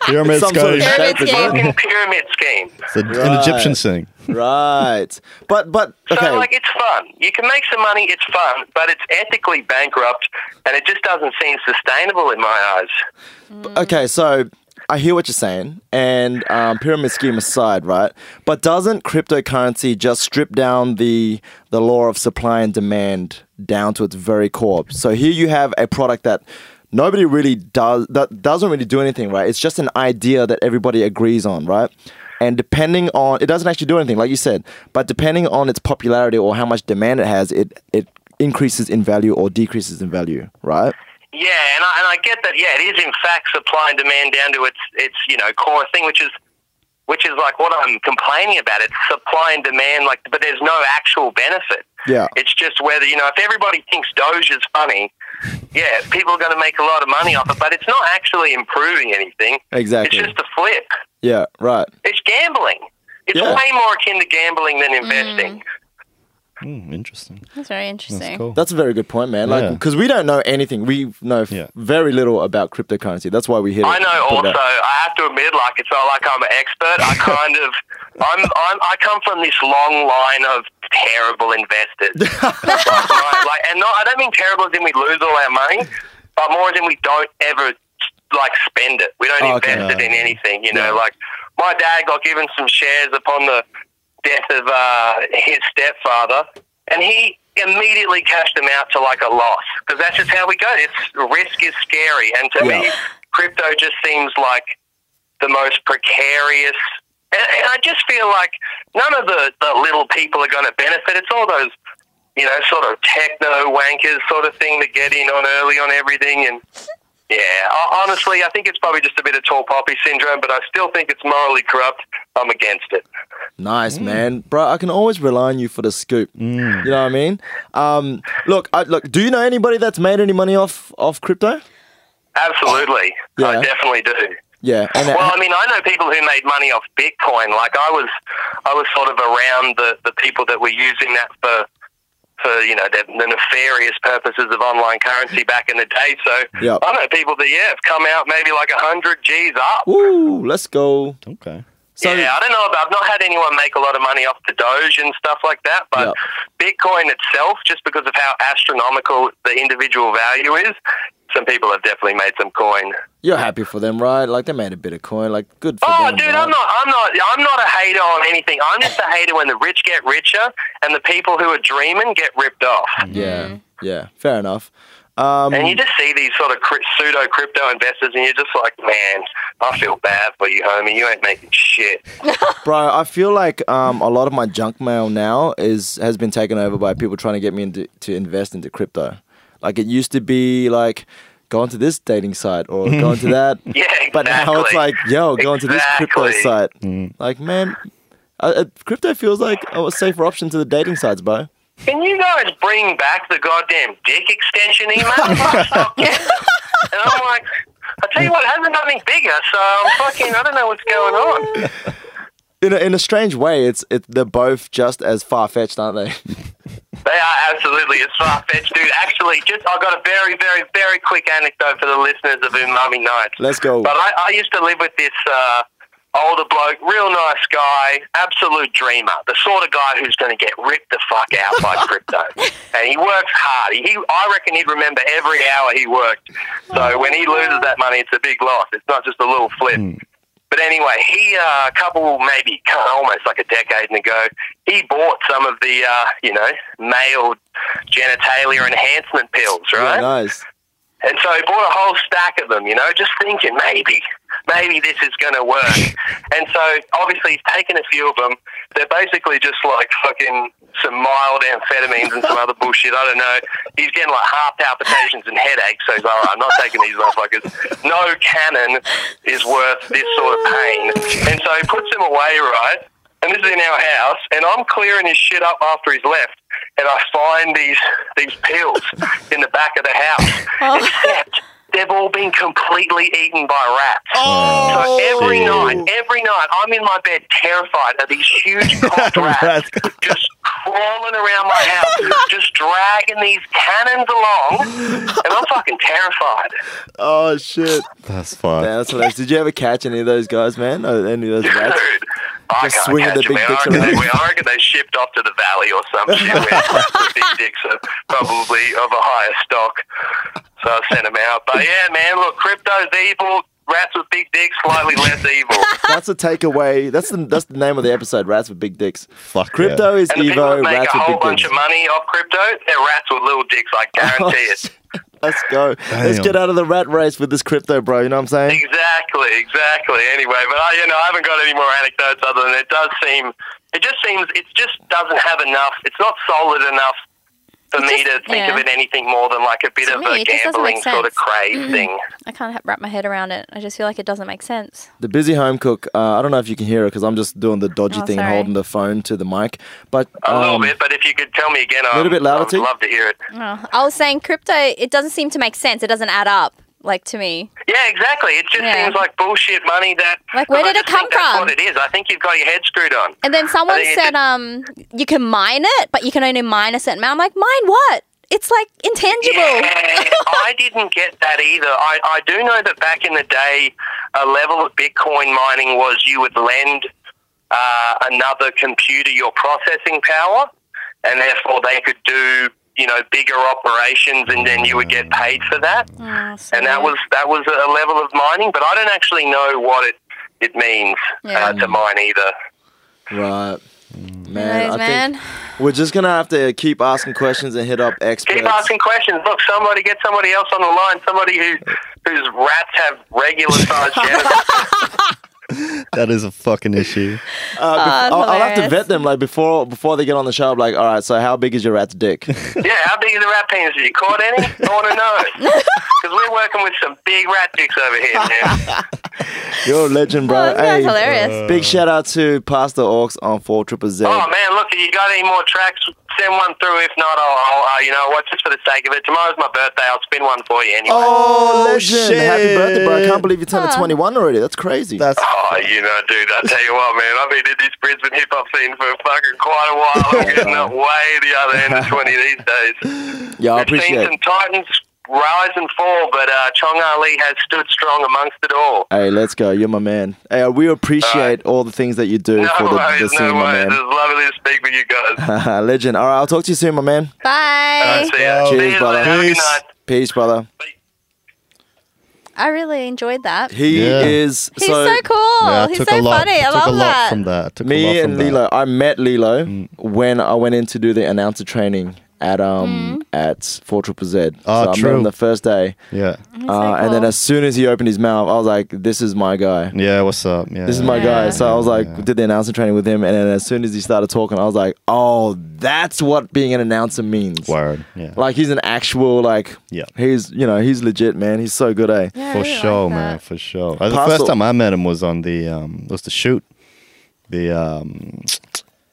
[SPEAKER 4] Pyramid
[SPEAKER 3] Some sort of
[SPEAKER 4] scheme.
[SPEAKER 2] Pyramid
[SPEAKER 3] shape as well.
[SPEAKER 2] scheme.
[SPEAKER 6] fucking pyramid scheme.
[SPEAKER 4] It's a- an Egyptian thing.
[SPEAKER 3] Right. But but
[SPEAKER 6] So,
[SPEAKER 3] okay.
[SPEAKER 6] like, it's fun. You can make some money, it's fun, but it's ethically bankrupt, and it just doesn't seem sustainable in my eyes.
[SPEAKER 3] Okay, so I hear what you're saying, and um, pyramid scheme aside, right? But doesn't cryptocurrency just strip down the the law of supply and demand down to its very core? So here you have a product that nobody really does that doesn't really do anything, right? It's just an idea that everybody agrees on, right? And depending on it doesn't actually do anything, like you said, but depending on its popularity or how much demand it has, it it increases in value or decreases in value, right?
[SPEAKER 6] Yeah, and I, and I get that. Yeah, it is in fact supply and demand down to its its you know core thing, which is which is like what I'm complaining about. It's supply and demand, like, but there's no actual benefit.
[SPEAKER 3] Yeah.
[SPEAKER 6] It's just whether you know if everybody thinks Doge is funny, yeah, people are going to make a lot of money off it, but it's not actually improving anything. It's
[SPEAKER 3] Exactly.
[SPEAKER 6] just a flip.
[SPEAKER 3] Yeah, right.
[SPEAKER 6] It's gambling. It's
[SPEAKER 3] Yeah.
[SPEAKER 6] way more akin to gambling than investing.
[SPEAKER 4] Mm, interesting.
[SPEAKER 2] That's very Hmm, interesting.
[SPEAKER 4] That's cool.
[SPEAKER 3] That's a very good point, man. Like,
[SPEAKER 4] Yeah.
[SPEAKER 3] because we don't know anything. We know f-
[SPEAKER 4] Yeah.
[SPEAKER 3] very little about cryptocurrency. That's why we hit.
[SPEAKER 6] I
[SPEAKER 3] it-
[SPEAKER 6] know.
[SPEAKER 3] put
[SPEAKER 6] Also,
[SPEAKER 3] it out.
[SPEAKER 6] I have to admit, like it's not like I'm an expert. I kind of, I'm, I'm, I come from this long line of terrible investors. like, my- like, and not, I don't mean terrible as in we lose all our money, but more as in we don't ever like spend it. We don't
[SPEAKER 3] Oh, okay.
[SPEAKER 6] invest it in anything. You know, like my dad got given some shares upon the death of uh, his stepfather, and he immediately cashed them out to like a loss because that's just how we go. It's risk is scary, and to me,
[SPEAKER 3] Yeah.
[SPEAKER 6] crypto just seems like the most precarious. And, and I just feel like none of the, the little people are going to benefit. It's all those, you know, sort of techno wankers sort of thing that get in on early on everything. And yeah, ho- honestly, I think it's probably just a bit of tall poppy syndrome, but I still think it's morally corrupt. I'm against it.
[SPEAKER 3] Nice,
[SPEAKER 4] Mm.
[SPEAKER 3] man, bro. I can always rely on you for the scoop. You know what I mean? Um, look, I, look. Do you know anybody that's made any money off off crypto?
[SPEAKER 6] Absolutely.
[SPEAKER 3] Yeah.
[SPEAKER 6] I definitely do.
[SPEAKER 3] Yeah, and uh,
[SPEAKER 6] Well, I mean, I know people who made money off Bitcoin. Like I was, I was sort of around the, the people that were using that for for you know the, the nefarious purposes of online currency back in the day. So
[SPEAKER 3] Yep.
[SPEAKER 6] I know people that yeah have come out maybe like a hundred G's up.
[SPEAKER 3] woo, let's go.
[SPEAKER 4] Okay.
[SPEAKER 3] So
[SPEAKER 6] yeah, I don't know about. I've not had anyone make a lot of money off the Doge and stuff like that, but
[SPEAKER 3] Yep.
[SPEAKER 6] Bitcoin itself, just because of how astronomical the individual value is, some people have definitely made some coin.
[SPEAKER 3] you're happy for them, right? Like they made a bit of coin. Like good for
[SPEAKER 6] Oh,
[SPEAKER 3] them.
[SPEAKER 6] dude,
[SPEAKER 3] right?
[SPEAKER 6] I'm not, I'm not, I'm not a hater on anything. I'm just a hater when the rich get richer and the people who are dreaming get ripped off.
[SPEAKER 3] Yeah,
[SPEAKER 4] Mm.
[SPEAKER 3] yeah. Fair enough. Um,
[SPEAKER 6] And you just see these sort of cri- pseudo crypto investors, and you're just like, man, I feel bad for you, homie. You ain't making shit.
[SPEAKER 3] Bro, I feel like um, a lot of my junk mail now is has been taken over by people trying to get me into, to invest into crypto. Like it used to be like go onto this dating site or go onto that.
[SPEAKER 6] Yeah, exactly.
[SPEAKER 3] But now it's like, yo, go onto this crypto
[SPEAKER 6] Exactly.
[SPEAKER 3] site. Like, man, uh, uh, crypto feels like a safer option to the dating sites, bro.
[SPEAKER 6] Can you guys bring back the goddamn dick extension email? and I'm like, I tell you what, it hasn't got any bigger, so I'm fucking, I don't know what's going on.
[SPEAKER 3] In a, in a strange way, it's it, they're both just as far fetched, aren't they?
[SPEAKER 6] They are absolutely as far fetched, dude. Actually, just I got a very, very, very quick anecdote for the listeners of Umami Nights.
[SPEAKER 3] Let's go.
[SPEAKER 6] But I, I used to live with this uh, older bloke, real nice guy, absolute dreamer, the sort of guy who's going to get ripped the fuck out by crypto. And he works hard. He, I reckon he'd remember every hour he worked. So when he loses that money, it's a big loss. It's not just a little flip. But anyway, he uh, a couple maybe almost like a decade ago, he bought some of the uh, you know male genitalia enhancement pills, right?
[SPEAKER 3] Yeah, nice.
[SPEAKER 6] And so he bought a whole stack of them, you know, just thinking maybe, maybe this is going to work. and so obviously he's taken a few of them. They're basically just like fucking some mild amphetamines and some other bullshit. I don't know. He's getting like heart palpitations and headaches. So he's like, all right, I'm not taking these motherfuckers. No cannon is worth this sort of pain. And so he puts them away, right? And this is in our house. And I'm clearing his shit up after he's left. And I find these these pills in the back of the house except they've all been completely eaten by rats. so every
[SPEAKER 4] shit.
[SPEAKER 6] night, every night, I'm in my bed terrified of these huge cocked rats just crawling around my house, just dragging these cannons along, and I'm fucking terrified.
[SPEAKER 3] Oh shit.
[SPEAKER 4] That's fun.
[SPEAKER 3] Man, that's hilarious. Did you ever catch any of those guys, man? Or any of those rats?
[SPEAKER 6] Dude. I
[SPEAKER 3] Just
[SPEAKER 6] can't
[SPEAKER 3] swinging
[SPEAKER 6] catch
[SPEAKER 3] the
[SPEAKER 6] them.
[SPEAKER 3] big
[SPEAKER 6] I
[SPEAKER 3] dicks
[SPEAKER 6] reckon, they,
[SPEAKER 3] around.
[SPEAKER 6] I reckon they shipped off to the valley or some shit where the big dicks are probably of a higher stock. So I sent them out. But yeah, man, look, crypto's evil. Rats with big dicks, slightly less evil.
[SPEAKER 3] That's a takeaway. That's the that's the name of the episode. Rats with big dicks.
[SPEAKER 4] Fuck
[SPEAKER 3] Crypto is
[SPEAKER 6] And the people
[SPEAKER 3] Evo.
[SPEAKER 6] that make
[SPEAKER 3] Rats
[SPEAKER 6] a
[SPEAKER 3] with
[SPEAKER 6] whole
[SPEAKER 3] big
[SPEAKER 6] bunch
[SPEAKER 3] dicks.
[SPEAKER 6] of money off crypto, they're rats with little dicks, I guarantee it.
[SPEAKER 3] Let's go. Let's
[SPEAKER 4] Damn.
[SPEAKER 3] get out of the rat race with this crypto, bro. You know what I'm saying?
[SPEAKER 6] Exactly, exactly. Anyway, but I, you know, I haven't got any more anecdotes other than it does seem, it just seems, it just doesn't have enough. It's not solid enough for
[SPEAKER 2] It
[SPEAKER 6] me
[SPEAKER 2] just-
[SPEAKER 6] to think
[SPEAKER 2] yeah.
[SPEAKER 6] of it anything more than like a bit
[SPEAKER 2] To
[SPEAKER 6] of
[SPEAKER 2] me,
[SPEAKER 6] a
[SPEAKER 2] it just doesn't
[SPEAKER 6] gambling
[SPEAKER 2] make
[SPEAKER 6] sort of
[SPEAKER 2] sense. Mm-hmm.
[SPEAKER 6] craze thing.
[SPEAKER 2] I can't ha- wrap my head around it. I just feel like it doesn't make sense.
[SPEAKER 3] The busy home cook. Uh, I don't know if you can hear it because I'm just doing the dodgy
[SPEAKER 2] Oh,
[SPEAKER 3] thing,
[SPEAKER 2] sorry.
[SPEAKER 3] holding the phone to the mic. But
[SPEAKER 6] A
[SPEAKER 3] um,
[SPEAKER 6] little bit, but if you could tell me again,
[SPEAKER 3] little
[SPEAKER 6] I'd,
[SPEAKER 3] bit louder,
[SPEAKER 6] I'd
[SPEAKER 3] T?
[SPEAKER 2] Uh,
[SPEAKER 6] love to hear it.
[SPEAKER 2] Oh, I was saying crypto, it doesn't seem to make sense. It doesn't add up. like to me.
[SPEAKER 6] Yeah, exactly. It just
[SPEAKER 2] Yeah.
[SPEAKER 6] seems like bullshit money that.
[SPEAKER 2] Like, where
[SPEAKER 6] but I
[SPEAKER 2] did it
[SPEAKER 6] just think
[SPEAKER 2] come
[SPEAKER 6] that's
[SPEAKER 2] from?
[SPEAKER 6] What it is, I think you've got your head screwed on.
[SPEAKER 2] And then someone
[SPEAKER 6] I think it
[SPEAKER 2] said, um, you can mine it, but you can only mine a certain amount. I'm like, mine what? It's like intangible.
[SPEAKER 6] Yeah, I didn't get that either. I, I do know that back in the day, a level of Bitcoin mining was you would lend uh, another computer your processing power, and therefore they could do you know bigger operations, and then you would get paid for that.
[SPEAKER 2] Oh, so
[SPEAKER 6] And that
[SPEAKER 2] weird.
[SPEAKER 6] was that was a level of mining, but I don't actually know what it it means
[SPEAKER 2] Yeah.
[SPEAKER 6] uh, to mine either.
[SPEAKER 3] Right. Man,
[SPEAKER 2] Anyways,
[SPEAKER 3] I
[SPEAKER 2] man.
[SPEAKER 3] think we're just gonna have to keep asking questions and hit up experts.
[SPEAKER 6] Keep asking questions. Look, somebody get somebody else on the line. Somebody who whose rats have regular sized genitals.
[SPEAKER 4] That is a fucking issue.
[SPEAKER 3] Uh, bef- I'll, I'll have to
[SPEAKER 2] hilarious.
[SPEAKER 3] vet them like before before they get on the show. I'm like, all right, so how big is your rat's dick?
[SPEAKER 6] Yeah, how big is the rat penis? Have you caught any? I want to know. Because we're working with some big rat dicks over here. Man.
[SPEAKER 3] You're a legend, bro.
[SPEAKER 2] Oh, that's hilarious.
[SPEAKER 3] uh, Big shout out to Pastor Orcs on four triple Z.
[SPEAKER 6] Oh man, look, if you got any more tracks, send one through. If not, I'll, I'll uh, you know what, just for the sake of it, tomorrow's my birthday. I'll spin one for you anyway. Oh,
[SPEAKER 3] Oh, legend! Happy birthday, bro! I can't
[SPEAKER 4] shit.
[SPEAKER 3] believe you turned 21 already. That's crazy.
[SPEAKER 4] That's
[SPEAKER 6] Oh, you know, dude, I tell you what, man, I've been in this Brisbane hip hop scene for fucking quite a while. I'm getting up way the other end of twenty these days.
[SPEAKER 3] yeah, I
[SPEAKER 6] We've seen
[SPEAKER 3] appreciate.
[SPEAKER 6] some
[SPEAKER 3] it.
[SPEAKER 6] titans rise and fall, but uh, Chong Ali has stood strong amongst it all.
[SPEAKER 3] Hey, let's go. You're my man. Hey, we appreciate all the things that you do
[SPEAKER 6] No
[SPEAKER 3] for the, the
[SPEAKER 6] worries,
[SPEAKER 3] scene,
[SPEAKER 6] no
[SPEAKER 3] my
[SPEAKER 6] worries. It was lovely to speak with you guys.
[SPEAKER 3] man. legend. All right, I'll talk to you soon, my man.
[SPEAKER 2] Bye.
[SPEAKER 6] See ya.
[SPEAKER 4] Cheers,
[SPEAKER 6] See you
[SPEAKER 3] brother.
[SPEAKER 6] later. Have a good
[SPEAKER 4] Peace.
[SPEAKER 6] night.
[SPEAKER 3] Peace, brother.
[SPEAKER 2] I really enjoyed that.
[SPEAKER 3] He
[SPEAKER 4] Yeah.
[SPEAKER 3] is
[SPEAKER 2] He's
[SPEAKER 3] so,
[SPEAKER 2] so, cool.
[SPEAKER 4] yeah, I
[SPEAKER 2] Oh, He's so
[SPEAKER 4] took a lot.
[SPEAKER 2] funny. I
[SPEAKER 4] took
[SPEAKER 2] love
[SPEAKER 4] a lot
[SPEAKER 2] that.
[SPEAKER 4] from that. Took a lot
[SPEAKER 3] Me
[SPEAKER 4] from
[SPEAKER 3] and
[SPEAKER 4] that. Mm.
[SPEAKER 3] Lilo, I met Lilo when I went in to do the announcer training at um
[SPEAKER 2] Mm.
[SPEAKER 3] at four triple Z. so
[SPEAKER 4] Ah,
[SPEAKER 3] I met
[SPEAKER 4] true.
[SPEAKER 3] him the first day,
[SPEAKER 4] Yeah,
[SPEAKER 3] uh, and then as soon as he opened his mouth, I was like, "This is my guy.
[SPEAKER 4] yeah. What's up? Yeah,
[SPEAKER 3] This is my guy."
[SPEAKER 2] Yeah.
[SPEAKER 3] So I was like, did the announcer training with him, and then as soon as he started talking, I was like, "Oh, that's what being an announcer means."
[SPEAKER 4] word. Yeah,
[SPEAKER 3] Like he's an actual like
[SPEAKER 4] Yeah.
[SPEAKER 3] he's you know he's legit man he's so good eh
[SPEAKER 2] Yeah, I
[SPEAKER 4] for
[SPEAKER 2] really like
[SPEAKER 4] sure,
[SPEAKER 2] that.
[SPEAKER 4] man, for sure. Uh, The
[SPEAKER 3] Parcel-
[SPEAKER 4] first time I met him was on the um, was the shoot, the um,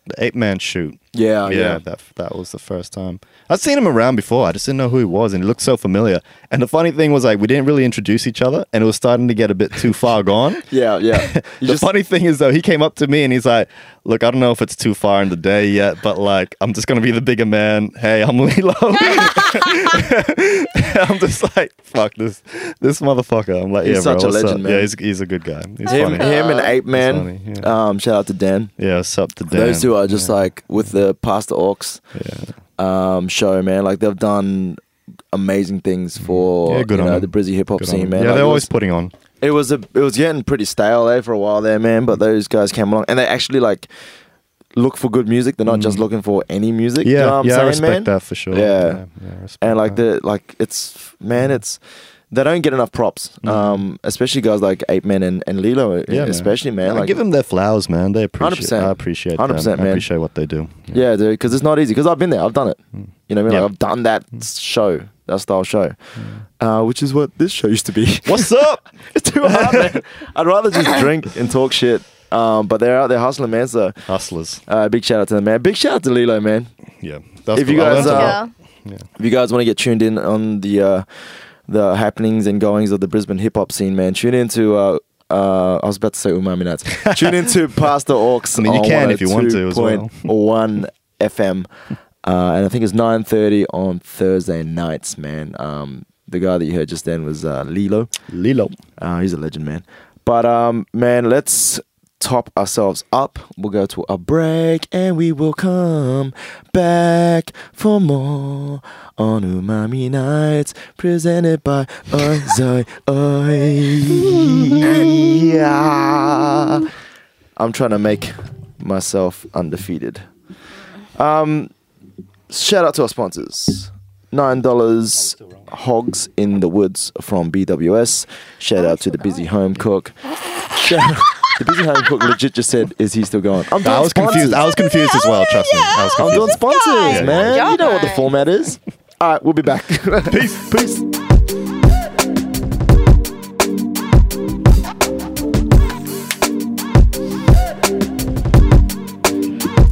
[SPEAKER 4] the eight man shoot.
[SPEAKER 3] yeah Oh, yeah,
[SPEAKER 4] that that was the first time I'd seen him around before. I just didn't know who he was, and he looked so familiar. And the funny thing was, like, we didn't really introduce each other, and it was starting to get a bit too far gone.
[SPEAKER 3] yeah yeah You
[SPEAKER 4] the
[SPEAKER 3] just-
[SPEAKER 4] funny thing is, though, he came up to me and he's like, "Look, I don't know if it's too far in the day yet, but like, I'm just gonna be the bigger man. Hey, I'm Lilo." I'm just like, "Fuck this, this motherfucker." I'm like,
[SPEAKER 3] He's
[SPEAKER 4] "Yeah, bro,
[SPEAKER 3] such a
[SPEAKER 4] what's
[SPEAKER 3] legend,
[SPEAKER 4] up?"
[SPEAKER 3] man.
[SPEAKER 4] Yeah, he's, he's a good guy. He's
[SPEAKER 3] him,
[SPEAKER 4] funny.
[SPEAKER 3] him and Ape Man.
[SPEAKER 4] funny, yeah.
[SPEAKER 3] Um, shout out to Dan.
[SPEAKER 4] Yeah, what's up to Dan?
[SPEAKER 3] Those two are just like with the Pastor Orcs um, show, man. Like they've done amazing things for
[SPEAKER 4] Yeah, good
[SPEAKER 3] you
[SPEAKER 4] on
[SPEAKER 3] know,
[SPEAKER 4] them.
[SPEAKER 3] the Brizzy hip hop
[SPEAKER 4] Good on
[SPEAKER 3] scene,
[SPEAKER 4] him.
[SPEAKER 3] man.
[SPEAKER 4] Yeah,
[SPEAKER 3] Like,
[SPEAKER 4] they're
[SPEAKER 3] it
[SPEAKER 4] always
[SPEAKER 3] was-
[SPEAKER 4] putting on.
[SPEAKER 3] it was a it was getting pretty stale there for a while there, man. But those guys came along and they actually like look for good music. They're not just looking for any music.
[SPEAKER 4] Mm. Yeah,
[SPEAKER 3] you know what I'm
[SPEAKER 4] yeah,
[SPEAKER 3] saying,
[SPEAKER 4] I respect
[SPEAKER 3] man?
[SPEAKER 4] that for sure.
[SPEAKER 3] Yeah.
[SPEAKER 4] yeah, I respect
[SPEAKER 3] and like
[SPEAKER 4] that.
[SPEAKER 3] the like it's man it's they don't get enough props um especially guys like ape man and, and lilo
[SPEAKER 4] Mm.
[SPEAKER 3] e,
[SPEAKER 4] Yeah, man.
[SPEAKER 3] especially man,
[SPEAKER 4] I
[SPEAKER 3] like
[SPEAKER 4] give them their flowers, man. They appreciate.
[SPEAKER 3] 100%.
[SPEAKER 4] I appreciate.
[SPEAKER 3] 100%,
[SPEAKER 4] them.
[SPEAKER 3] man.
[SPEAKER 4] I appreciate what they do.
[SPEAKER 3] yeah dude because it's not easy because i've been there i've done it you know what i mean
[SPEAKER 4] Mm. Yeah.
[SPEAKER 3] like,
[SPEAKER 4] Mm.
[SPEAKER 3] i've done that show that style show uh which is what this show used to be
[SPEAKER 4] What's up?
[SPEAKER 3] it's too hard man i'd rather just drink and talk shit um but they're out there hustling man so
[SPEAKER 4] Hustlers.
[SPEAKER 3] uh, big shout out to them, man. Big shout out to Lilo, man.
[SPEAKER 4] Yeah. That's
[SPEAKER 3] If you
[SPEAKER 4] cool. I
[SPEAKER 3] guys,
[SPEAKER 4] learned a
[SPEAKER 3] uh,
[SPEAKER 4] lot.
[SPEAKER 2] Yeah.
[SPEAKER 3] If you guys want to get tuned in on the uh, the happenings and goings of the Brisbane hip hop scene, man, tune into. Uh, uh, I was about to say Umami Nights. tune into Pastor Orcs.
[SPEAKER 4] I mean, you
[SPEAKER 3] on
[SPEAKER 4] can if you want to as well.
[SPEAKER 3] 102.1 FM, uh, and I think it's nine thirty on Thursday nights, man. Um, the guy that you heard just then was uh, Lilo.
[SPEAKER 4] Lilo.
[SPEAKER 3] Uh, he's a legend, man. But um, man, let's top ourselves up. We'll go to a break and we will come back for more on Umami Nights, presented by Ozoi Oi. Yeah. I'm trying to make myself undefeated. Um, shout out to our sponsors. Nine dollars hogs in the woods from BWS. Shout out to the busy home cook. Shout out- the busy home cook legit just said, "Is he still going?" I'm doing
[SPEAKER 4] I was
[SPEAKER 3] sponsors.
[SPEAKER 4] confused. I was confused as well. Trust me. I was
[SPEAKER 3] I'm doing
[SPEAKER 4] confused.
[SPEAKER 3] sponsors,
[SPEAKER 4] guy.
[SPEAKER 3] man.
[SPEAKER 2] Yeah,
[SPEAKER 3] you know what the
[SPEAKER 2] yeah.
[SPEAKER 3] format is. All right, we'll be back. Peace. Peace.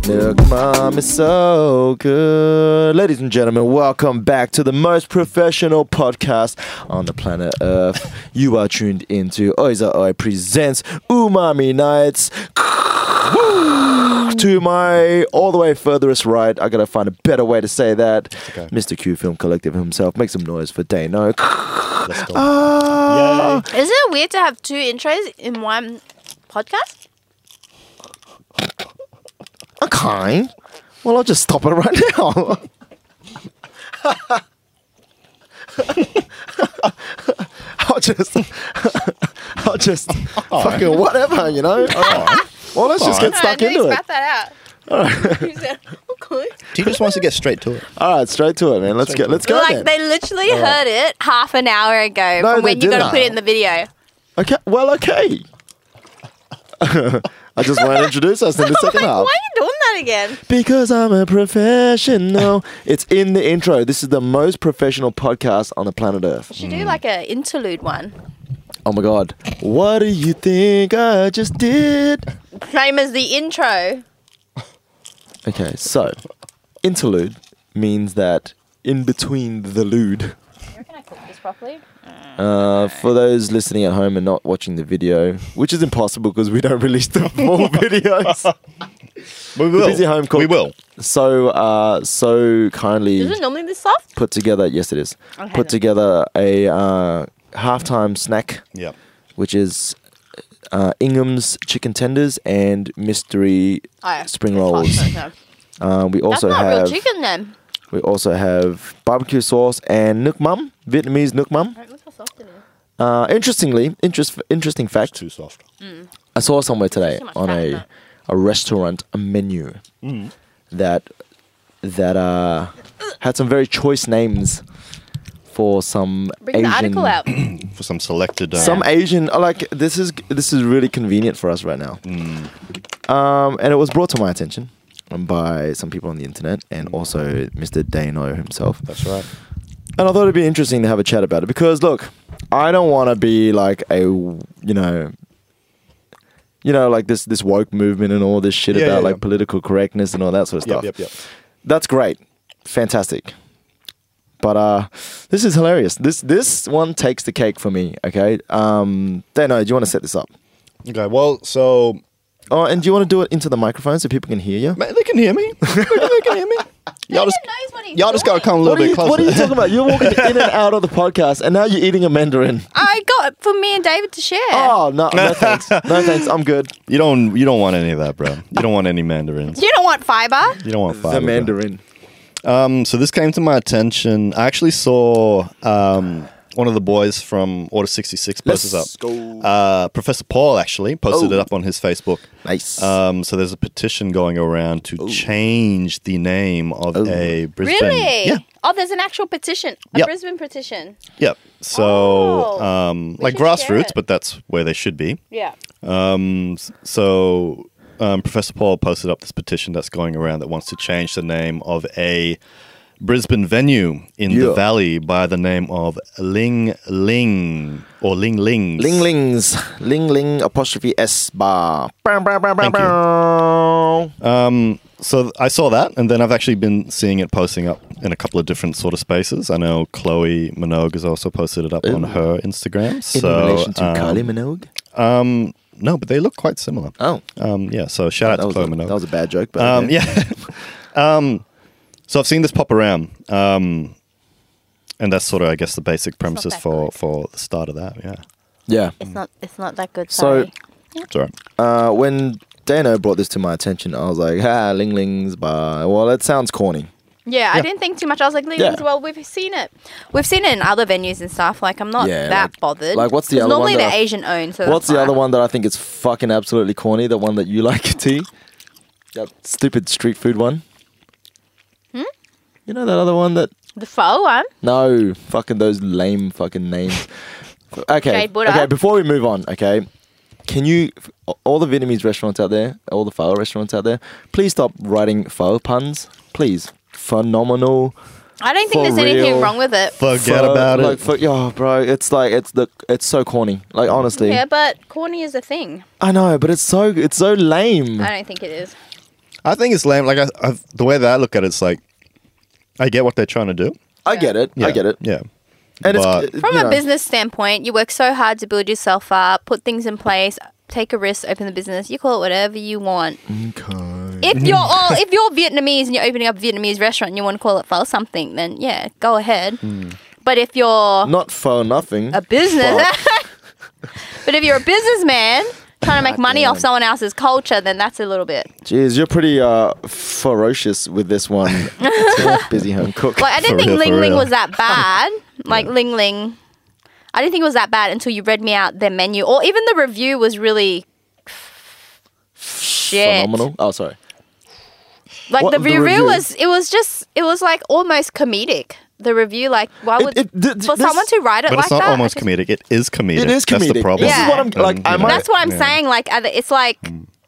[SPEAKER 3] Look, mom is so good. Ladies and gentlemen, welcome back to the most professional podcast on the planet Earth. You are tuned into Oiza Oi presents Umami Nights. To my all the way furthest right, I gotta find a better way to say that.
[SPEAKER 4] okay.
[SPEAKER 3] Mr. Q Film Collective himself, make some noise for Dano.
[SPEAKER 4] Let's go.
[SPEAKER 3] Ah.
[SPEAKER 2] Isn't it weird to have two intros in one podcast?
[SPEAKER 3] Okay. Well, I'll just stop it right now. I'll just, I'll just fucking whatever, you know. Well, let's just get stuck into it.
[SPEAKER 2] that out. He said, "Okay."
[SPEAKER 4] He just wants to get straight to it.
[SPEAKER 3] All right, straight to it, man. Let's get, let's go.
[SPEAKER 2] Like
[SPEAKER 3] then.
[SPEAKER 2] they literally heard it half an hour ago
[SPEAKER 3] No,
[SPEAKER 2] from
[SPEAKER 3] they
[SPEAKER 2] when you got to
[SPEAKER 3] didn't.
[SPEAKER 2] put it in the video.
[SPEAKER 3] Okay. Well, okay. I just want to introduce us in the second
[SPEAKER 2] Like, why are
[SPEAKER 3] half.
[SPEAKER 2] you doing that again?
[SPEAKER 3] Because I'm a professional. it's in the intro. This is the most professional podcast on the planet Earth.
[SPEAKER 2] Should do like an interlude one.
[SPEAKER 3] Oh my god. What do you think I just did?
[SPEAKER 2] Same as the intro.
[SPEAKER 3] Okay, so interlude means that in between the lude.
[SPEAKER 2] Can I cook this properly?
[SPEAKER 3] Uh, for those listening at home and not watching the video, which is impossible because we don't release the full videos.
[SPEAKER 4] We will.
[SPEAKER 3] busy home cook.
[SPEAKER 4] We will.
[SPEAKER 3] So, uh, so kindly.
[SPEAKER 2] Is it normally this soft?
[SPEAKER 3] put together yes it is
[SPEAKER 2] Okay,
[SPEAKER 3] put
[SPEAKER 2] then.
[SPEAKER 3] together a uh, halftime snack
[SPEAKER 4] Yeah.
[SPEAKER 3] which is uh, ingham's chicken tenders and mystery
[SPEAKER 2] Oh,
[SPEAKER 3] spring
[SPEAKER 2] it's
[SPEAKER 3] rolls
[SPEAKER 2] hot, no, no.
[SPEAKER 3] um, we
[SPEAKER 2] That's
[SPEAKER 3] also
[SPEAKER 2] not
[SPEAKER 3] have
[SPEAKER 2] real chicken then.
[SPEAKER 3] we also have barbecue sauce and nook mum vietnamese nook mum
[SPEAKER 2] Look how soft it is.
[SPEAKER 3] uh, interestingly interest, interesting fact
[SPEAKER 4] Too soft.
[SPEAKER 3] I saw somewhere today
[SPEAKER 2] too much
[SPEAKER 3] on
[SPEAKER 2] fat in
[SPEAKER 3] a
[SPEAKER 2] that.
[SPEAKER 3] a restaurant a menu that that uh had some very choice names for some
[SPEAKER 2] Bring
[SPEAKER 3] Asian
[SPEAKER 2] the article out.
[SPEAKER 4] For some selected. Um,
[SPEAKER 3] some Asian oh, like this is this is really convenient for us right now.
[SPEAKER 4] mm,
[SPEAKER 3] Um, and it was brought to my attention by some people on the internet and also Mr. Dano himself.
[SPEAKER 4] That's right.
[SPEAKER 3] And I thought it'd be interesting to have a chat about it because look, I don't want to be like a you know, you know, like this this woke movement and all this shit
[SPEAKER 4] Yeah,
[SPEAKER 3] about
[SPEAKER 4] yeah,
[SPEAKER 3] like
[SPEAKER 4] yeah.
[SPEAKER 3] political correctness and all that sort of
[SPEAKER 4] Yep,
[SPEAKER 3] stuff.
[SPEAKER 4] yep, yep.
[SPEAKER 3] That's great, fantastic. But uh, this is hilarious. This this one takes the cake for me. Okay, um, Dano, do you want to set this up?
[SPEAKER 4] Okay. Well, so
[SPEAKER 3] Oh, and do you want to do it into the microphone so people can hear you?
[SPEAKER 4] Man, they can hear me. they, can, they can hear me. Y'all just,
[SPEAKER 2] knows what he's
[SPEAKER 4] y'all just gotta
[SPEAKER 2] doing.
[SPEAKER 4] come a little
[SPEAKER 3] What are,
[SPEAKER 4] bit
[SPEAKER 3] you,
[SPEAKER 4] closer.
[SPEAKER 3] what are you talking about? You're walking in and out of the podcast, and now you're eating a mandarin.
[SPEAKER 2] I got it for me and David to share.
[SPEAKER 3] Oh no, no thanks, no thanks. I'm good.
[SPEAKER 4] You don't. You don't want any of that, bro. You don't want any mandarins.
[SPEAKER 2] You don't want fiber.
[SPEAKER 4] You don't want fiber.
[SPEAKER 3] the
[SPEAKER 4] bro.
[SPEAKER 3] mandarin.
[SPEAKER 4] Um, so this came to my attention. I actually saw um, one of the boys from Order 66 post this up.
[SPEAKER 3] Let's go.
[SPEAKER 4] Uh, Professor Paul actually posted
[SPEAKER 3] Oh.
[SPEAKER 4] it up on his Facebook.
[SPEAKER 3] Nice.
[SPEAKER 4] Um, so there's a petition going around to
[SPEAKER 3] Oh.
[SPEAKER 4] change the name of a Brisbane.
[SPEAKER 2] Really?
[SPEAKER 4] Yeah.
[SPEAKER 2] Oh, there's an actual petition, a
[SPEAKER 4] Yep.
[SPEAKER 2] Brisbane petition.
[SPEAKER 4] Yep. So
[SPEAKER 2] Oh.
[SPEAKER 4] um,
[SPEAKER 2] We should
[SPEAKER 4] like
[SPEAKER 2] share
[SPEAKER 4] grassroots,
[SPEAKER 2] it.
[SPEAKER 4] but that's where they should be.
[SPEAKER 2] Yeah.
[SPEAKER 4] Um, s- so um, Professor Paul posted up this petition that's going around that wants to change the name of a Brisbane venue in
[SPEAKER 3] Yeah.
[SPEAKER 4] the valley by the name of Ling Ling or Ling Lings.
[SPEAKER 3] Ling Ling's Ling Ling apostrophe S bar. Bow, bow, bow, bow,
[SPEAKER 4] Thank you.
[SPEAKER 3] bow.
[SPEAKER 4] So th- I saw that, and then I've actually been seeing it posting up in a couple of different sort of spaces. I know Chloe Minogue has also posted it up on her Instagram.
[SPEAKER 3] In
[SPEAKER 4] so
[SPEAKER 3] relation to
[SPEAKER 4] um,
[SPEAKER 3] Kylie Minogue.
[SPEAKER 4] no, but they look quite similar.
[SPEAKER 3] Oh,
[SPEAKER 4] Um, yeah. So shout
[SPEAKER 3] that
[SPEAKER 4] out to
[SPEAKER 3] was,
[SPEAKER 4] Chloe
[SPEAKER 3] a,
[SPEAKER 4] Minogue.
[SPEAKER 3] that was a bad joke. But
[SPEAKER 4] Um,
[SPEAKER 3] okay.
[SPEAKER 4] yeah. um, so I've seen this pop around, um, and that's sort of, I guess, the basic premises
[SPEAKER 2] that
[SPEAKER 4] for for the start of that. Yeah,
[SPEAKER 3] yeah.
[SPEAKER 2] It's not. It's not that good.
[SPEAKER 3] So-
[SPEAKER 2] Sorry.
[SPEAKER 4] it's all right.
[SPEAKER 3] Uh, when Dano brought this to my attention, I was like, "Ha, Ling Ling's bar." Well, that sounds corny.
[SPEAKER 2] yeah, I didn't think too much. I was like, Lee,
[SPEAKER 3] Yeah.
[SPEAKER 2] well, we've seen it. We've seen it in other venues and stuff. Like, I'm not
[SPEAKER 3] Yeah,
[SPEAKER 2] that
[SPEAKER 3] like-
[SPEAKER 2] bothered.
[SPEAKER 3] like, what's the
[SPEAKER 2] 'Cause
[SPEAKER 3] other one
[SPEAKER 2] normally
[SPEAKER 3] that
[SPEAKER 2] they're
[SPEAKER 3] I-
[SPEAKER 2] Asian owned. So
[SPEAKER 3] What's
[SPEAKER 2] that's
[SPEAKER 3] the other
[SPEAKER 2] fine.
[SPEAKER 3] one that I think is fucking absolutely corny? The one that you like, T. That stupid street food one. Hmm.
[SPEAKER 2] Hmm?
[SPEAKER 3] You know that other one that
[SPEAKER 2] The faux one.
[SPEAKER 3] No, fucking those lame fucking names. okay,
[SPEAKER 2] Jade Buddha.
[SPEAKER 3] okay. Before we move on, okay, can you all the Vietnamese restaurants out there, all the pho restaurants out there, please stop writing pho puns, please. Phenomenal.
[SPEAKER 2] I don't
[SPEAKER 3] For
[SPEAKER 2] think there's anything
[SPEAKER 3] real.
[SPEAKER 2] wrong with it.
[SPEAKER 4] Forget
[SPEAKER 3] pho,
[SPEAKER 4] about
[SPEAKER 3] like,
[SPEAKER 4] it.
[SPEAKER 3] Pho, oh, bro, it's like it's the it's so corny. Like honestly,
[SPEAKER 2] Yeah, but corny is a thing.
[SPEAKER 3] I know, but it's so it's so lame.
[SPEAKER 2] I don't think it is.
[SPEAKER 4] I think it's lame. Like I, I've, the way that I look at it, it's like I get what they're trying to do.
[SPEAKER 3] I get it.
[SPEAKER 4] Yeah.
[SPEAKER 3] I get it.
[SPEAKER 4] Yeah.
[SPEAKER 3] And
[SPEAKER 4] But-
[SPEAKER 3] it's
[SPEAKER 2] From
[SPEAKER 3] you
[SPEAKER 2] a
[SPEAKER 3] know,
[SPEAKER 2] business standpoint, you work so hard to build yourself up, put things in place, take a risk, open the business. You call it whatever you want.
[SPEAKER 3] Mm.
[SPEAKER 2] If you're all, if you're Vietnamese and you're opening up a Vietnamese restaurant and you want to call it pho something, then yeah, go ahead. But if you're
[SPEAKER 3] Mm. Not for nothing.
[SPEAKER 2] a business,
[SPEAKER 3] Fuck.
[SPEAKER 2] but if you're a businessman trying to make money off
[SPEAKER 3] Goddamn.
[SPEAKER 2] someone else's culture, then that's a little bit.
[SPEAKER 3] Jeez, you're pretty uh, ferocious with this one. It's a busy home cook.
[SPEAKER 2] Like I didn't
[SPEAKER 4] For
[SPEAKER 2] think
[SPEAKER 4] real, for
[SPEAKER 2] Ling Ling
[SPEAKER 4] real.
[SPEAKER 2] was that bad. Like Ling Ling, I didn't think it was that bad until you read me out their menu, or even the review was really shit.
[SPEAKER 3] Phenomenal. Oh, sorry.
[SPEAKER 2] Like
[SPEAKER 3] What-
[SPEAKER 2] the,
[SPEAKER 3] the
[SPEAKER 2] review
[SPEAKER 3] review?
[SPEAKER 2] was, it was just, it was like almost comedic. The review, like, why
[SPEAKER 3] It-
[SPEAKER 2] would
[SPEAKER 3] it- th- th-
[SPEAKER 2] for
[SPEAKER 3] this-
[SPEAKER 2] someone to write it
[SPEAKER 4] But
[SPEAKER 2] like
[SPEAKER 4] it's not
[SPEAKER 2] that? I
[SPEAKER 4] almost
[SPEAKER 2] just-
[SPEAKER 4] comedic. It is comedic.
[SPEAKER 3] It is
[SPEAKER 4] That's
[SPEAKER 3] comedic.
[SPEAKER 4] the problem. Um,
[SPEAKER 2] This is what I'm-
[SPEAKER 3] like, I might-
[SPEAKER 2] That's what I'm
[SPEAKER 4] yeah.
[SPEAKER 2] saying. Like, are they, it's like,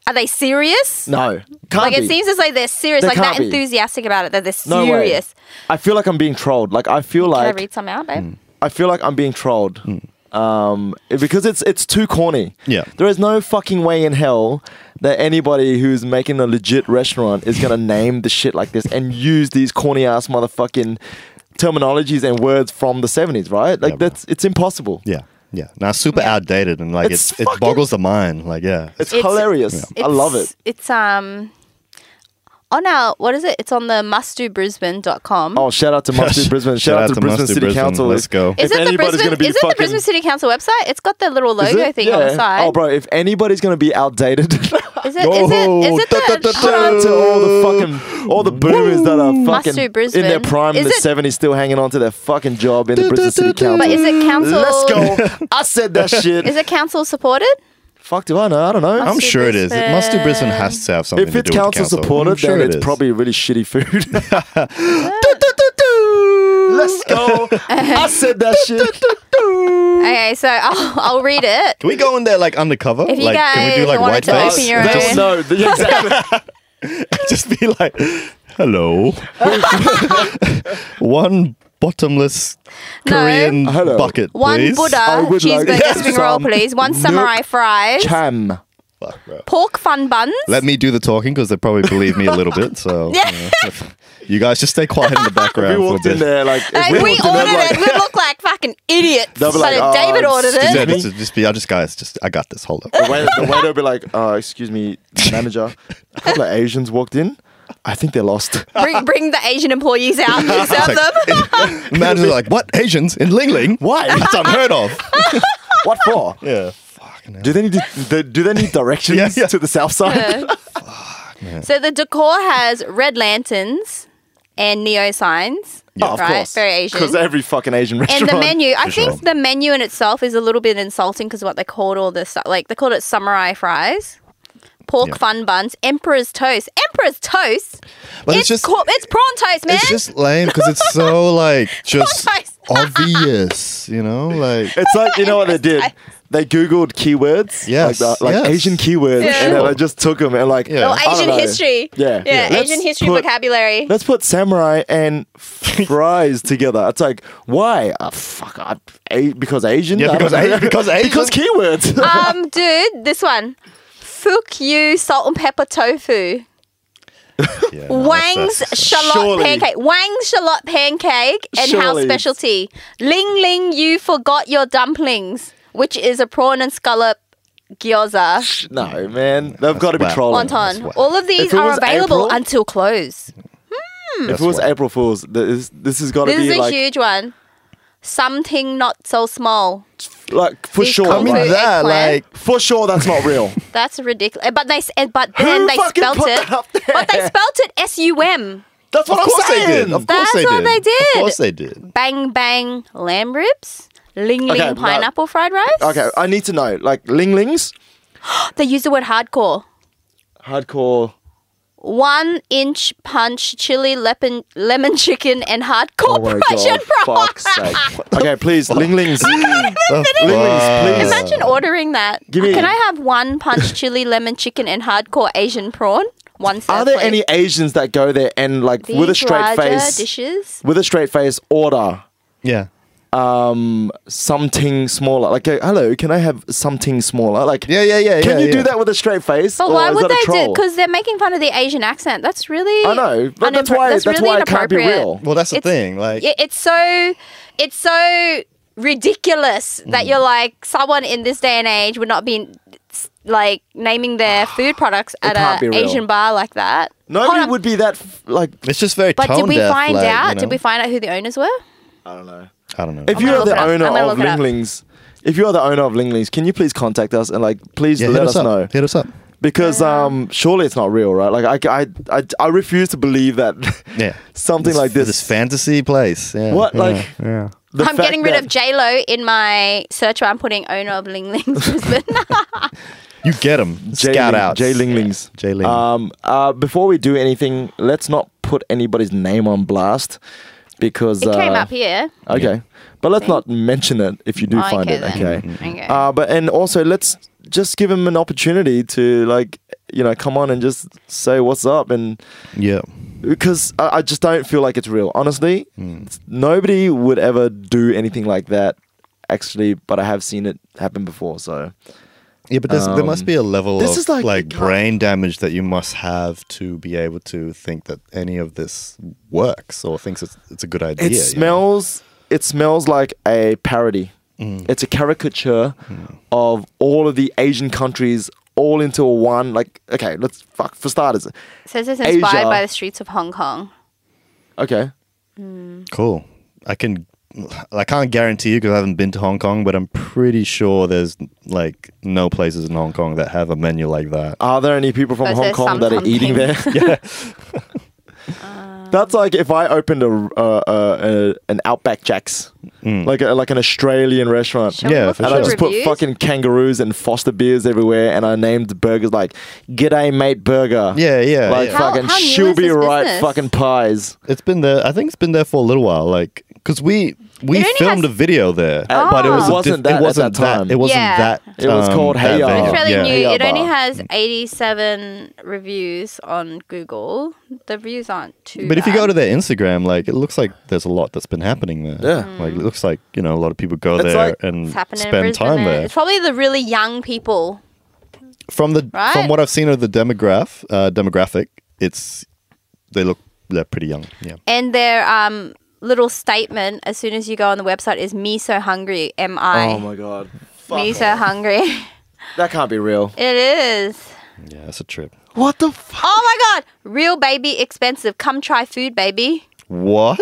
[SPEAKER 2] are they serious?
[SPEAKER 3] Mm. No. Can't
[SPEAKER 2] like, it
[SPEAKER 3] be.
[SPEAKER 2] seems as though they're serious,
[SPEAKER 3] They
[SPEAKER 2] like that
[SPEAKER 3] can't be.
[SPEAKER 2] enthusiastic about it, that they're
[SPEAKER 3] no way.
[SPEAKER 2] serious.
[SPEAKER 3] I feel like I'm being trolled. Like I feel
[SPEAKER 2] Can I
[SPEAKER 3] like mm.
[SPEAKER 2] read some out, babe?
[SPEAKER 3] I feel like I'm being trolled. Um, because it's it's too corny.
[SPEAKER 4] Hmm. Yeah.
[SPEAKER 3] There is no fucking way in hell that anybody who's making a legit restaurant is gonna name the shit like this and use these corny ass motherfucking terminologies and words from the seventies, right? Like
[SPEAKER 4] Yeah, bro.
[SPEAKER 3] that's it's impossible.
[SPEAKER 4] Yeah. Yeah. Now super outdated and like
[SPEAKER 3] It's
[SPEAKER 4] it's, it
[SPEAKER 3] fucking-
[SPEAKER 4] boggles the mind. Like yeah.
[SPEAKER 3] It's,
[SPEAKER 2] It's-
[SPEAKER 3] hilarious. I love it.
[SPEAKER 2] It's um on our what is it? It's on the mustdobrisbane.com.
[SPEAKER 3] Oh, shout out to Must Do Brisbane. Shout, out to, Brisbane
[SPEAKER 4] Must Do
[SPEAKER 3] City
[SPEAKER 4] Brisbane.
[SPEAKER 3] Council.
[SPEAKER 4] Let's go.
[SPEAKER 2] is
[SPEAKER 3] if
[SPEAKER 2] it the
[SPEAKER 3] anybody's
[SPEAKER 2] Brisbane?
[SPEAKER 3] gonna be
[SPEAKER 2] Is it the
[SPEAKER 3] fucking-
[SPEAKER 2] Brisbane City Council website? It's got the little
[SPEAKER 3] Is
[SPEAKER 2] logo
[SPEAKER 3] it?
[SPEAKER 2] thing on
[SPEAKER 3] Yeah.
[SPEAKER 2] the side.
[SPEAKER 3] Oh, bro, if anybody's gonna be outdated,
[SPEAKER 2] Is it? Is it? Is it
[SPEAKER 4] Yo,
[SPEAKER 2] the?
[SPEAKER 4] da,
[SPEAKER 2] hold
[SPEAKER 3] shout out
[SPEAKER 2] on.
[SPEAKER 3] to all the fucking all the boomers that are
[SPEAKER 2] Must do
[SPEAKER 3] fucking in
[SPEAKER 2] Brisbane.
[SPEAKER 3] their prime in
[SPEAKER 2] Is
[SPEAKER 3] their
[SPEAKER 2] it-
[SPEAKER 3] seventies, still hanging on to their fucking job in the Brisbane City Council.
[SPEAKER 2] But is it council?
[SPEAKER 3] Let's go. I said that shit.
[SPEAKER 2] Is it council supported?
[SPEAKER 3] Fuck, do I know? I don't know.
[SPEAKER 4] I'm
[SPEAKER 2] Must do
[SPEAKER 4] sure it is. It must do Brisbane
[SPEAKER 2] Brisbane.
[SPEAKER 4] has to have something
[SPEAKER 3] if
[SPEAKER 4] to
[SPEAKER 3] it's
[SPEAKER 4] do with
[SPEAKER 3] council
[SPEAKER 4] the council.
[SPEAKER 3] supported,
[SPEAKER 4] I'm sure
[SPEAKER 3] then
[SPEAKER 4] it
[SPEAKER 3] it's
[SPEAKER 4] is.
[SPEAKER 3] probably really shitty food. Do, do, do, do. Let's go. I said that shit.
[SPEAKER 2] Okay, so I'll, I'll read it.
[SPEAKER 4] Can we go in there like undercover?
[SPEAKER 2] If you
[SPEAKER 4] like, can we
[SPEAKER 2] guys
[SPEAKER 4] do like
[SPEAKER 2] wanted
[SPEAKER 4] white
[SPEAKER 2] to
[SPEAKER 4] face?
[SPEAKER 2] open your
[SPEAKER 4] And
[SPEAKER 2] own-
[SPEAKER 4] just,
[SPEAKER 3] No, the- yeah, exactly.
[SPEAKER 4] just be like, hello. One bottomless
[SPEAKER 2] No.
[SPEAKER 4] Korean
[SPEAKER 3] Hello.
[SPEAKER 4] bucket,
[SPEAKER 2] One
[SPEAKER 4] please.
[SPEAKER 3] I
[SPEAKER 2] Buddha
[SPEAKER 3] would like
[SPEAKER 2] cheeseburger
[SPEAKER 3] to
[SPEAKER 2] spring
[SPEAKER 3] have
[SPEAKER 2] roll,
[SPEAKER 3] some
[SPEAKER 2] please. One samurai
[SPEAKER 3] milk
[SPEAKER 2] fries.
[SPEAKER 3] Cham.
[SPEAKER 4] Fuck, bro.
[SPEAKER 2] Pork fun buns.
[SPEAKER 4] Let me do the talking because they probably believe me a little bit. So
[SPEAKER 2] Yeah.
[SPEAKER 4] you, know, you guys just stay quiet in the background.
[SPEAKER 3] We
[SPEAKER 4] for a
[SPEAKER 3] walked in
[SPEAKER 4] bit.
[SPEAKER 3] there like if
[SPEAKER 2] Like, we,
[SPEAKER 3] walked in there,
[SPEAKER 2] ordered
[SPEAKER 3] like-
[SPEAKER 2] it. We look like fucking idiots.
[SPEAKER 3] They'll
[SPEAKER 2] But
[SPEAKER 3] be like,
[SPEAKER 2] if
[SPEAKER 3] "Oh,
[SPEAKER 2] David ordered
[SPEAKER 3] excuse
[SPEAKER 4] Yeah,
[SPEAKER 2] it.
[SPEAKER 4] just, just be. I just guys, just I got this. Hold up.
[SPEAKER 3] The, wait, the waiter will be like, uh, excuse me, manager, a couple of Asians walked in. I think they're lost.
[SPEAKER 2] Bring, bring the Asian employees out and serve them.
[SPEAKER 4] Imagine like what Asians in Ling Ling?
[SPEAKER 3] Why?
[SPEAKER 4] That's unheard of.
[SPEAKER 3] What for?
[SPEAKER 4] Yeah.
[SPEAKER 3] Do they need to, do they need directions
[SPEAKER 4] Yeah, yeah.
[SPEAKER 3] to the south side?
[SPEAKER 2] so the decor has red lanterns and neo signs.
[SPEAKER 3] Oh, of
[SPEAKER 2] right?
[SPEAKER 3] course.
[SPEAKER 2] Very Asian.
[SPEAKER 3] Because every fucking Asian
[SPEAKER 2] and
[SPEAKER 3] restaurant.
[SPEAKER 2] the menu, I
[SPEAKER 4] For
[SPEAKER 2] think
[SPEAKER 4] sure.
[SPEAKER 2] the menu in itself is a little bit insulting because what they called all this stuff, like they called it samurai fries, pork
[SPEAKER 4] Yeah.
[SPEAKER 2] fun buns, emperor's toast, emperor's toast.
[SPEAKER 4] But
[SPEAKER 2] it's
[SPEAKER 4] it's just-
[SPEAKER 2] cor- it's prawn toast, man.
[SPEAKER 4] It's just lame because it's so like just
[SPEAKER 2] Nice.
[SPEAKER 4] obvious, you know? Like
[SPEAKER 3] It's like, you know what they did? They Googled keywords.
[SPEAKER 4] Yes,
[SPEAKER 3] Like, the, like
[SPEAKER 4] yes.
[SPEAKER 3] Asian keywords.
[SPEAKER 2] Yeah.
[SPEAKER 3] And then
[SPEAKER 4] Sure.
[SPEAKER 3] they just took them and like.
[SPEAKER 4] Yeah.
[SPEAKER 2] oh,
[SPEAKER 4] I
[SPEAKER 3] don't
[SPEAKER 2] Asian
[SPEAKER 3] know.
[SPEAKER 2] history.
[SPEAKER 3] Yeah.
[SPEAKER 2] yeah,
[SPEAKER 3] Let's
[SPEAKER 2] Asian history
[SPEAKER 3] put-
[SPEAKER 2] vocabulary.
[SPEAKER 3] Let's put samurai and fries together. It's like, why? Ah, fuck, I, a, because Asian?
[SPEAKER 4] Yeah,
[SPEAKER 3] I don't
[SPEAKER 4] because
[SPEAKER 3] know.
[SPEAKER 4] A- because Asian.
[SPEAKER 3] Because keywords.
[SPEAKER 2] um, dude, this one. Fuck you, salt and pepper tofu.
[SPEAKER 4] yeah, no, that's-
[SPEAKER 2] Wang's
[SPEAKER 4] that's-
[SPEAKER 2] shallot
[SPEAKER 3] Surely.
[SPEAKER 2] pancake. Wang's shallot pancake and house
[SPEAKER 3] Surely.
[SPEAKER 2] specialty. Ling Ling, you forgot your dumplings, which is a prawn and scallop gyoza.
[SPEAKER 3] no, man. They've got to be
[SPEAKER 4] whack.
[SPEAKER 3] trolling.
[SPEAKER 4] that's
[SPEAKER 2] Wonton.
[SPEAKER 4] whack.
[SPEAKER 2] All of
[SPEAKER 3] If
[SPEAKER 2] these
[SPEAKER 3] it
[SPEAKER 2] are
[SPEAKER 3] was
[SPEAKER 2] available
[SPEAKER 3] April-
[SPEAKER 2] until close.
[SPEAKER 3] If
[SPEAKER 4] that's
[SPEAKER 3] it was
[SPEAKER 4] whack.
[SPEAKER 3] April Fool's, this, this has got to
[SPEAKER 2] This
[SPEAKER 3] be
[SPEAKER 2] is a
[SPEAKER 3] like,
[SPEAKER 2] huge one. Something not so small.
[SPEAKER 3] like for
[SPEAKER 2] These
[SPEAKER 3] sure.
[SPEAKER 4] I mean
[SPEAKER 3] right?
[SPEAKER 2] Eggplant.
[SPEAKER 4] that like
[SPEAKER 3] for sure, that's not real.
[SPEAKER 2] That's ridiculous. But they, s- eh, but then they
[SPEAKER 3] fucking
[SPEAKER 2] spelt
[SPEAKER 3] put
[SPEAKER 2] it.
[SPEAKER 3] that up there?
[SPEAKER 2] But they spelt it S U M.
[SPEAKER 3] That's what
[SPEAKER 4] of course
[SPEAKER 3] I'm
[SPEAKER 4] they
[SPEAKER 3] saying.
[SPEAKER 4] did. Of course
[SPEAKER 2] That's
[SPEAKER 4] they did.
[SPEAKER 2] what they did.
[SPEAKER 4] Of course they did.
[SPEAKER 2] Bang bang lamb ribs. Ling ling
[SPEAKER 3] Okay, no.
[SPEAKER 2] pineapple fried rice.
[SPEAKER 3] Okay, I need to know. Like Ling Ling's
[SPEAKER 2] They use the word hardcore.
[SPEAKER 3] hardcore.
[SPEAKER 2] one inch punch chili lemon lemon chicken and hardcore
[SPEAKER 3] Oh my
[SPEAKER 2] Persian
[SPEAKER 3] god!
[SPEAKER 2] fries.
[SPEAKER 3] Fuck's sake. Okay, please, Ling Ling's. Ling Ling's, please.
[SPEAKER 2] Imagine ordering that.
[SPEAKER 3] Give me-
[SPEAKER 2] Can I have one punch chili lemon chicken and hardcore Asian prawn? One serve,
[SPEAKER 3] Are there
[SPEAKER 2] please.
[SPEAKER 3] any Asians that go there and like
[SPEAKER 2] These
[SPEAKER 3] with a straight
[SPEAKER 2] larger
[SPEAKER 3] face,
[SPEAKER 2] dishes?
[SPEAKER 3] with a straight face, order
[SPEAKER 4] Yeah.
[SPEAKER 3] um, something smaller. Like, uh, hello, can I have something smaller? Like,
[SPEAKER 4] Yeah, yeah, yeah,
[SPEAKER 3] Can
[SPEAKER 4] yeah,
[SPEAKER 3] you do
[SPEAKER 4] yeah.
[SPEAKER 3] that with a straight face?
[SPEAKER 2] But
[SPEAKER 3] or
[SPEAKER 2] why
[SPEAKER 3] is
[SPEAKER 2] would
[SPEAKER 3] that a
[SPEAKER 2] they do?
[SPEAKER 3] troll?
[SPEAKER 2] Because they're making fun of the Asian accent. That's really
[SPEAKER 3] I know, but that's
[SPEAKER 2] unimpro-
[SPEAKER 3] why- that's
[SPEAKER 2] really
[SPEAKER 3] why it can't be
[SPEAKER 2] inappropriate.
[SPEAKER 3] real.
[SPEAKER 4] Well, that's the
[SPEAKER 2] It's-
[SPEAKER 4] thing. Like,
[SPEAKER 2] Yeah, it's so it's so ridiculous that
[SPEAKER 3] Mm.
[SPEAKER 2] you're like someone in this day and age would not be like naming their food products at
[SPEAKER 3] can't be
[SPEAKER 2] an
[SPEAKER 3] real.
[SPEAKER 2] Asian bar like that. Hold
[SPEAKER 3] Nobody
[SPEAKER 2] on.
[SPEAKER 3] would be that f- like.
[SPEAKER 4] it's just very.
[SPEAKER 2] But did
[SPEAKER 4] tone
[SPEAKER 2] we
[SPEAKER 4] deaf,
[SPEAKER 2] find
[SPEAKER 4] like, you
[SPEAKER 2] out? Did
[SPEAKER 4] know?
[SPEAKER 2] we find out who the owners were?
[SPEAKER 3] I don't know.
[SPEAKER 4] I don't know.
[SPEAKER 3] If
[SPEAKER 2] I'm
[SPEAKER 3] you
[SPEAKER 2] gonna
[SPEAKER 3] are the
[SPEAKER 2] look it up.
[SPEAKER 3] owner
[SPEAKER 2] I'm gonna
[SPEAKER 3] of
[SPEAKER 2] look it up.
[SPEAKER 3] Linglings, if you are the owner of Linglings, can you please contact us and like please
[SPEAKER 4] yeah, hit
[SPEAKER 3] let
[SPEAKER 4] us,
[SPEAKER 3] us
[SPEAKER 4] up.
[SPEAKER 3] know
[SPEAKER 4] Hit us up.
[SPEAKER 3] because um surely it's not real, right? Like I I I, I refuse to believe that.
[SPEAKER 4] Yeah.
[SPEAKER 3] Something like this.
[SPEAKER 4] This fantasy place. Yeah.
[SPEAKER 3] What,
[SPEAKER 4] yeah,
[SPEAKER 3] like-
[SPEAKER 4] Yeah.
[SPEAKER 3] the
[SPEAKER 2] I'm
[SPEAKER 3] fact
[SPEAKER 2] getting rid
[SPEAKER 3] that-
[SPEAKER 2] of J Lo in my search bar. I'm putting owner of Ling Ling's husband.
[SPEAKER 4] You get them.
[SPEAKER 3] J
[SPEAKER 4] Scout
[SPEAKER 3] Ling-
[SPEAKER 4] out.
[SPEAKER 3] J Linglings.
[SPEAKER 4] J Ling.
[SPEAKER 3] Um, uh, before we do anything, let's not put anybody's name on blast because
[SPEAKER 2] it came
[SPEAKER 3] uh,
[SPEAKER 2] up here.
[SPEAKER 3] Okay, but let's not mention it if you do
[SPEAKER 2] Oh,
[SPEAKER 3] find
[SPEAKER 2] okay
[SPEAKER 3] it.
[SPEAKER 2] then.
[SPEAKER 3] Okay.
[SPEAKER 2] Okay.
[SPEAKER 3] Uh, but and also let's just give him an opportunity to like you know come on and just say what's up and
[SPEAKER 4] yeah.
[SPEAKER 3] because I, I just don't feel like it's real. Honestly,
[SPEAKER 4] Hmm.
[SPEAKER 3] It's- nobody would ever do anything like that. Actually, but I have seen it happen before. So
[SPEAKER 4] Yeah, but there's, there must be a level
[SPEAKER 3] Um, this
[SPEAKER 4] of
[SPEAKER 3] is like-
[SPEAKER 4] like,
[SPEAKER 3] it can't-
[SPEAKER 4] brain damage that you must have to be able to think that any of this works or thinks it's, it's a good idea.
[SPEAKER 3] it
[SPEAKER 4] you know?
[SPEAKER 3] smells. It smells like a parody.
[SPEAKER 4] Mm.
[SPEAKER 3] It's a caricature of all of the Asian countries all into one. Like, okay, let's fuck for starters.
[SPEAKER 2] Says it's inspired
[SPEAKER 3] Asia.
[SPEAKER 2] by the streets of Hong Kong.
[SPEAKER 3] Okay,
[SPEAKER 4] Cool. I can. I can't guarantee you because I haven't been to Hong Kong, but I'm pretty sure there's like no places in Hong Kong that have a menu like that.
[SPEAKER 3] Are there any people from
[SPEAKER 2] Those
[SPEAKER 3] Hong
[SPEAKER 2] are
[SPEAKER 3] Kong
[SPEAKER 2] some
[SPEAKER 3] that are eating there? That's like if I opened a, uh, uh, a an Outback Jacks,
[SPEAKER 4] Mm.
[SPEAKER 3] like a, like an Australian restaurant,
[SPEAKER 2] Shall
[SPEAKER 4] Yeah,
[SPEAKER 2] we look
[SPEAKER 4] for
[SPEAKER 2] at
[SPEAKER 3] and
[SPEAKER 2] the
[SPEAKER 3] I just
[SPEAKER 2] reviews?
[SPEAKER 3] put fucking kangaroos and Foster beers everywhere, and I named the burgers like "G'day Mate Burger."
[SPEAKER 4] Yeah, yeah,
[SPEAKER 3] like
[SPEAKER 4] yeah.
[SPEAKER 2] How-
[SPEAKER 3] fucking
[SPEAKER 2] how new
[SPEAKER 3] she'll
[SPEAKER 2] is
[SPEAKER 3] be
[SPEAKER 2] this
[SPEAKER 3] right
[SPEAKER 2] business?
[SPEAKER 3] fucking pies.
[SPEAKER 4] It's been there. I think it's been there for a little while. Like because we we
[SPEAKER 2] It only
[SPEAKER 4] filmed
[SPEAKER 2] has-
[SPEAKER 4] a video there,
[SPEAKER 3] Uh,
[SPEAKER 4] but it was
[SPEAKER 3] It
[SPEAKER 4] a
[SPEAKER 3] wasn't that
[SPEAKER 4] diff-
[SPEAKER 3] at
[SPEAKER 4] it wasn't
[SPEAKER 3] that time.
[SPEAKER 4] It wasn't
[SPEAKER 2] Yeah.
[SPEAKER 4] that.
[SPEAKER 3] It was
[SPEAKER 4] um,
[SPEAKER 3] called
[SPEAKER 4] that
[SPEAKER 3] Hey Ya.
[SPEAKER 4] venue.
[SPEAKER 2] It's really
[SPEAKER 4] yeah.
[SPEAKER 2] new.
[SPEAKER 3] Oh, Yeah,
[SPEAKER 2] It
[SPEAKER 3] but-
[SPEAKER 2] only has 87 reviews on Google. The views aren't too.
[SPEAKER 4] But if you go
[SPEAKER 2] bad.
[SPEAKER 4] to their Instagram, like it looks like there's a lot that's been happening there.
[SPEAKER 3] Yeah.
[SPEAKER 4] like it looks like you know a lot of people go
[SPEAKER 3] It's
[SPEAKER 4] there
[SPEAKER 3] like-
[SPEAKER 4] and
[SPEAKER 2] it's Mm. happening in
[SPEAKER 4] spend
[SPEAKER 2] Brisbane.
[SPEAKER 4] time
[SPEAKER 2] man.
[SPEAKER 4] there.
[SPEAKER 2] It's probably the really young people.
[SPEAKER 4] from the
[SPEAKER 2] Right?
[SPEAKER 4] from what I've seen of the demograph uh, demographic, it's they look they're pretty young. Yeah,
[SPEAKER 2] And their um, little statement as soon as you go on the website is "Me so hungry, am I?
[SPEAKER 3] Oh my god,
[SPEAKER 2] Me
[SPEAKER 3] fuck
[SPEAKER 2] so hungry."
[SPEAKER 3] that can't be real.
[SPEAKER 2] it is.
[SPEAKER 4] yeah, that's a trip.
[SPEAKER 3] What the fuck?
[SPEAKER 2] Oh my god! Real baby expensive. Come try food, baby.
[SPEAKER 4] What?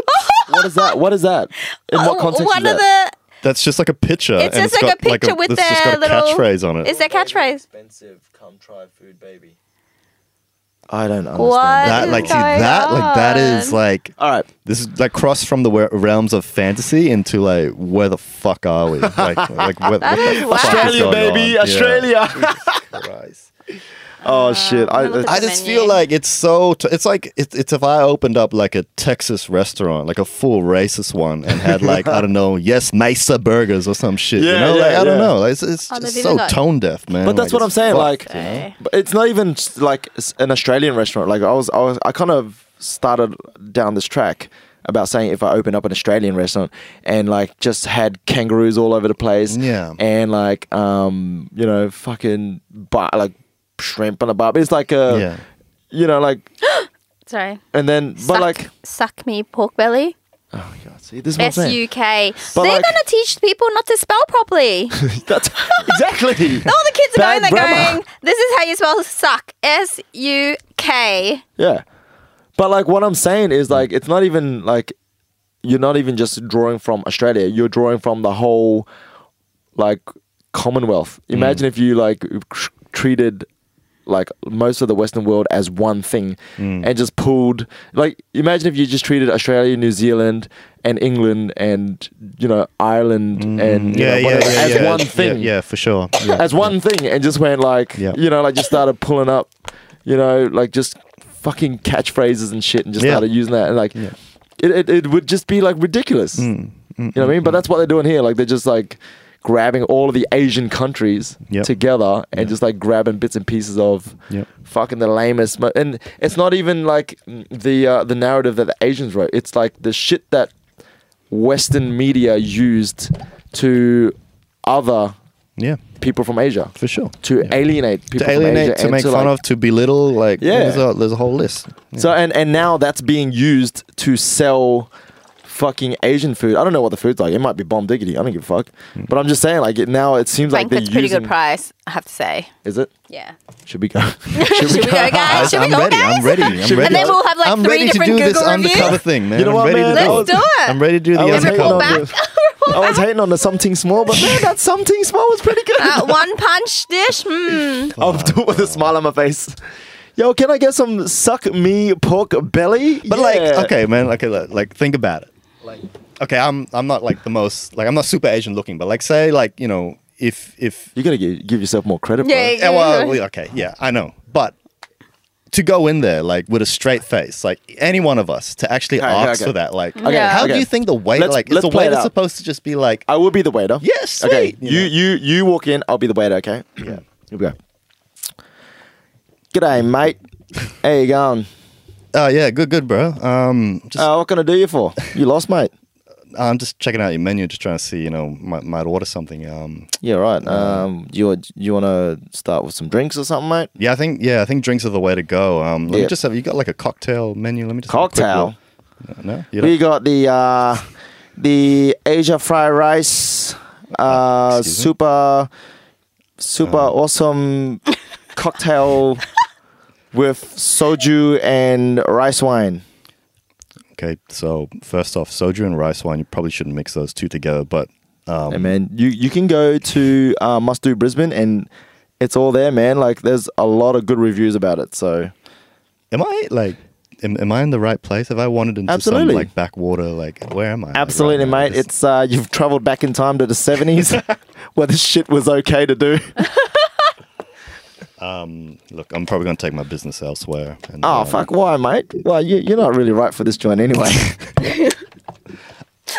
[SPEAKER 3] what is that? What is that? In what
[SPEAKER 2] Oh,
[SPEAKER 3] context
[SPEAKER 2] One
[SPEAKER 3] is
[SPEAKER 2] of
[SPEAKER 3] that?
[SPEAKER 2] the
[SPEAKER 4] That's just like a picture.
[SPEAKER 2] It's
[SPEAKER 4] and
[SPEAKER 2] just like a picture with
[SPEAKER 4] it's just
[SPEAKER 2] their
[SPEAKER 4] got a
[SPEAKER 2] little-
[SPEAKER 4] catchphrase on it.
[SPEAKER 2] is their catchphrase.
[SPEAKER 3] Expensive, come try food, baby. I don't understand.
[SPEAKER 2] What
[SPEAKER 4] that
[SPEAKER 2] is
[SPEAKER 4] like see
[SPEAKER 2] going
[SPEAKER 4] that like that is
[SPEAKER 2] on?
[SPEAKER 4] like
[SPEAKER 3] All right.
[SPEAKER 4] this is like cross from the wer- realms of fantasy into like where the fuck are we? Like like where, what
[SPEAKER 2] is
[SPEAKER 4] the
[SPEAKER 2] wild.
[SPEAKER 4] fuck is
[SPEAKER 3] Australia,
[SPEAKER 4] going on?
[SPEAKER 3] baby,
[SPEAKER 4] Yeah.
[SPEAKER 3] Australia.
[SPEAKER 4] Christ.
[SPEAKER 3] oh shit! I,
[SPEAKER 2] I'm gonna look
[SPEAKER 4] I
[SPEAKER 2] the
[SPEAKER 4] just
[SPEAKER 2] menu.
[SPEAKER 4] feel like it's so. T- it's like it's, it's if I opened up like a Texas restaurant, like a full racist one, and had like I don't know, yes Mesa burgers or some shit.
[SPEAKER 3] Yeah,
[SPEAKER 4] you know, like
[SPEAKER 3] yeah,
[SPEAKER 4] I don't
[SPEAKER 3] yeah.
[SPEAKER 4] know. Like, it's it's
[SPEAKER 2] Oh, they've
[SPEAKER 4] just
[SPEAKER 2] even
[SPEAKER 4] so
[SPEAKER 2] got-
[SPEAKER 4] tone deaf, man.
[SPEAKER 3] but that's what I'm
[SPEAKER 4] it's
[SPEAKER 3] saying. Like,
[SPEAKER 4] fucked.
[SPEAKER 2] know?
[SPEAKER 3] but it's not even s- like s- an Australian restaurant. Like I was, I was, I kind of started down this track about saying if I open up an Australian restaurant and like just had kangaroos all over the place.
[SPEAKER 4] Yeah.
[SPEAKER 3] And like, um, you know, fucking bar, like shrimp on a bar. It's like a,
[SPEAKER 4] yeah,
[SPEAKER 3] you know, like,
[SPEAKER 2] Sorry.
[SPEAKER 3] and then, but
[SPEAKER 2] suck,
[SPEAKER 3] like,
[SPEAKER 2] suck me pork belly.
[SPEAKER 3] oh god, see, this is what I'm
[SPEAKER 2] Best
[SPEAKER 3] saying.
[SPEAKER 2] UK.
[SPEAKER 3] But
[SPEAKER 2] They're
[SPEAKER 3] like-
[SPEAKER 2] gonna teach people not to spell properly.
[SPEAKER 3] That's exactly.
[SPEAKER 2] All the kids are
[SPEAKER 3] Bad
[SPEAKER 2] going there
[SPEAKER 3] grammar.
[SPEAKER 2] going, this is how you spell suck. S U K.
[SPEAKER 3] Yeah. But like what I'm saying is like it's not even like you're not even just drawing from Australia. You're drawing from the whole like Commonwealth.
[SPEAKER 4] Mm.
[SPEAKER 3] Imagine if you like tr- treated like most of the Western world as one thing
[SPEAKER 4] Mm.
[SPEAKER 3] and just pulled like imagine if you just treated Australia, New Zealand and England and you know Ireland and mm, you
[SPEAKER 4] Mm. yeah,
[SPEAKER 3] know,
[SPEAKER 4] yeah,
[SPEAKER 3] whatever,
[SPEAKER 4] yeah,
[SPEAKER 3] as
[SPEAKER 4] yeah,
[SPEAKER 3] one
[SPEAKER 4] yeah,
[SPEAKER 3] thing
[SPEAKER 4] Yeah, for sure. Yeah.
[SPEAKER 3] as one thing and just went like
[SPEAKER 4] Yeah.
[SPEAKER 3] you know like just started pulling up you know like just fucking catchphrases and shit and just
[SPEAKER 4] Yeah. Mm.
[SPEAKER 3] started using that and like it, it, it would just be like ridiculous you know what i mean but that's what they're doing here like they're just like grabbing all of the asian countries
[SPEAKER 4] Yep.
[SPEAKER 3] together and just like grabbing bits and pieces of
[SPEAKER 4] Yep.
[SPEAKER 3] fucking the lamest mo- and it's not even like the uh, the narrative that the asians wrote it's like the shit that Western media used to other
[SPEAKER 4] Yeah,
[SPEAKER 3] people from Asia
[SPEAKER 4] for sure.
[SPEAKER 3] to alienate people
[SPEAKER 4] to
[SPEAKER 3] from Asia
[SPEAKER 4] alienate, to
[SPEAKER 3] and
[SPEAKER 4] make fun
[SPEAKER 3] like-
[SPEAKER 4] of, to belittle, like
[SPEAKER 3] Yeah.
[SPEAKER 4] there's, a, there's a whole list. Yeah.
[SPEAKER 3] So and and now that's being used to sell fucking Asian food. I don't know what the food's like. It might be bomb diggity. I don't give a fuck. But I'm just saying, like it, now it seems like
[SPEAKER 2] Frankfurt's
[SPEAKER 3] they're
[SPEAKER 2] pretty
[SPEAKER 3] using.
[SPEAKER 2] good price, I have to say.
[SPEAKER 3] Is it?
[SPEAKER 2] Yeah.
[SPEAKER 3] Should we go?
[SPEAKER 2] Should we go, guys? Should we
[SPEAKER 4] I'm
[SPEAKER 2] go,
[SPEAKER 4] ready.
[SPEAKER 2] guys?
[SPEAKER 4] I'm ready. I'm ready.
[SPEAKER 2] And then we'll have like
[SPEAKER 4] I'm
[SPEAKER 2] three
[SPEAKER 4] ready to
[SPEAKER 2] different
[SPEAKER 4] do
[SPEAKER 2] Google
[SPEAKER 4] this
[SPEAKER 2] reviews.
[SPEAKER 4] undercover thing, man.
[SPEAKER 3] You know
[SPEAKER 4] I'm
[SPEAKER 3] what,
[SPEAKER 4] ready
[SPEAKER 3] man?
[SPEAKER 2] Let's
[SPEAKER 4] to do
[SPEAKER 3] I'll-
[SPEAKER 4] it.
[SPEAKER 2] do it.
[SPEAKER 4] I'm ready to do the
[SPEAKER 3] I was
[SPEAKER 2] Everyone
[SPEAKER 3] hating
[SPEAKER 4] undercover.
[SPEAKER 3] on
[SPEAKER 2] back.
[SPEAKER 3] the, I was hating on the something small, but man, that something small was pretty good.
[SPEAKER 2] That Uh, one punch dish. Hmm.
[SPEAKER 3] I'm doing with a smile on my face. Yo, can I get some suck me pork belly?
[SPEAKER 4] But like, okay, man, okay, look, like think about it. Like, okay, I'm I'm not like the most like I'm not super Asian looking, but like say like you know if if
[SPEAKER 3] you gotta give, give yourself more credit.
[SPEAKER 2] Yeah,
[SPEAKER 3] bro.
[SPEAKER 2] yeah.
[SPEAKER 4] yeah, well we- okay yeah I know, but to go in there like with a straight face, like any one of us to actually
[SPEAKER 3] Okay, okay,
[SPEAKER 4] ask
[SPEAKER 3] okay.
[SPEAKER 4] for that, like
[SPEAKER 2] Okay,
[SPEAKER 4] how do
[SPEAKER 3] okay.
[SPEAKER 4] you think the waiter
[SPEAKER 3] Let's-
[SPEAKER 4] like is
[SPEAKER 3] let's
[SPEAKER 4] the
[SPEAKER 3] play it
[SPEAKER 4] waiter
[SPEAKER 3] out. Uh,
[SPEAKER 4] supposed to just be like
[SPEAKER 3] I will be the waiter.
[SPEAKER 4] Yes,
[SPEAKER 3] Okay.
[SPEAKER 4] sweet.
[SPEAKER 3] You you you walk in. I'll be the waiter. Okay. Yeah. Here we go. G'day, mate. How you going?
[SPEAKER 4] oh yeah good good bro um just
[SPEAKER 3] Uh, what can I do you for? You lost, mate.
[SPEAKER 4] I'm just checking out your menu just trying to see you know might might order something um
[SPEAKER 3] Yeah, right. Um, you you want to start with some drinks or something, mate?
[SPEAKER 4] Yeah, I think yeah, I think drinks are the way to go. Um, let
[SPEAKER 3] Yeah.
[SPEAKER 4] me just have you got like a cocktail menu. Let me just have a quick
[SPEAKER 3] Cocktail.
[SPEAKER 4] look. No, you
[SPEAKER 3] We
[SPEAKER 4] don't.
[SPEAKER 3] got the uh, the Asia fried rice, uh,
[SPEAKER 4] excuse me?
[SPEAKER 3] super super awesome cocktail with soju and rice wine.
[SPEAKER 4] Okay, so first off, soju and rice wine. You probably shouldn't mix those two together, but um,
[SPEAKER 3] Hey man, you you can go to uh, Must Do Brisbane and it's all there, man. Like there's a lot of good reviews about it. So
[SPEAKER 4] am I like? Am, am I in the right place? Have I wandered into
[SPEAKER 3] Absolutely.
[SPEAKER 4] some like backwater? Like, where am I? like, right
[SPEAKER 3] absolutely,
[SPEAKER 4] now?
[SPEAKER 3] mate.
[SPEAKER 4] This-
[SPEAKER 3] It's uh, you've travelled back in time to the seventies where this shit was okay to do.
[SPEAKER 4] look. I'm probably gonna take my business elsewhere. And,
[SPEAKER 3] Oh
[SPEAKER 4] um,
[SPEAKER 3] fuck, why, mate? Well, you, you're not really right for this joint anyway.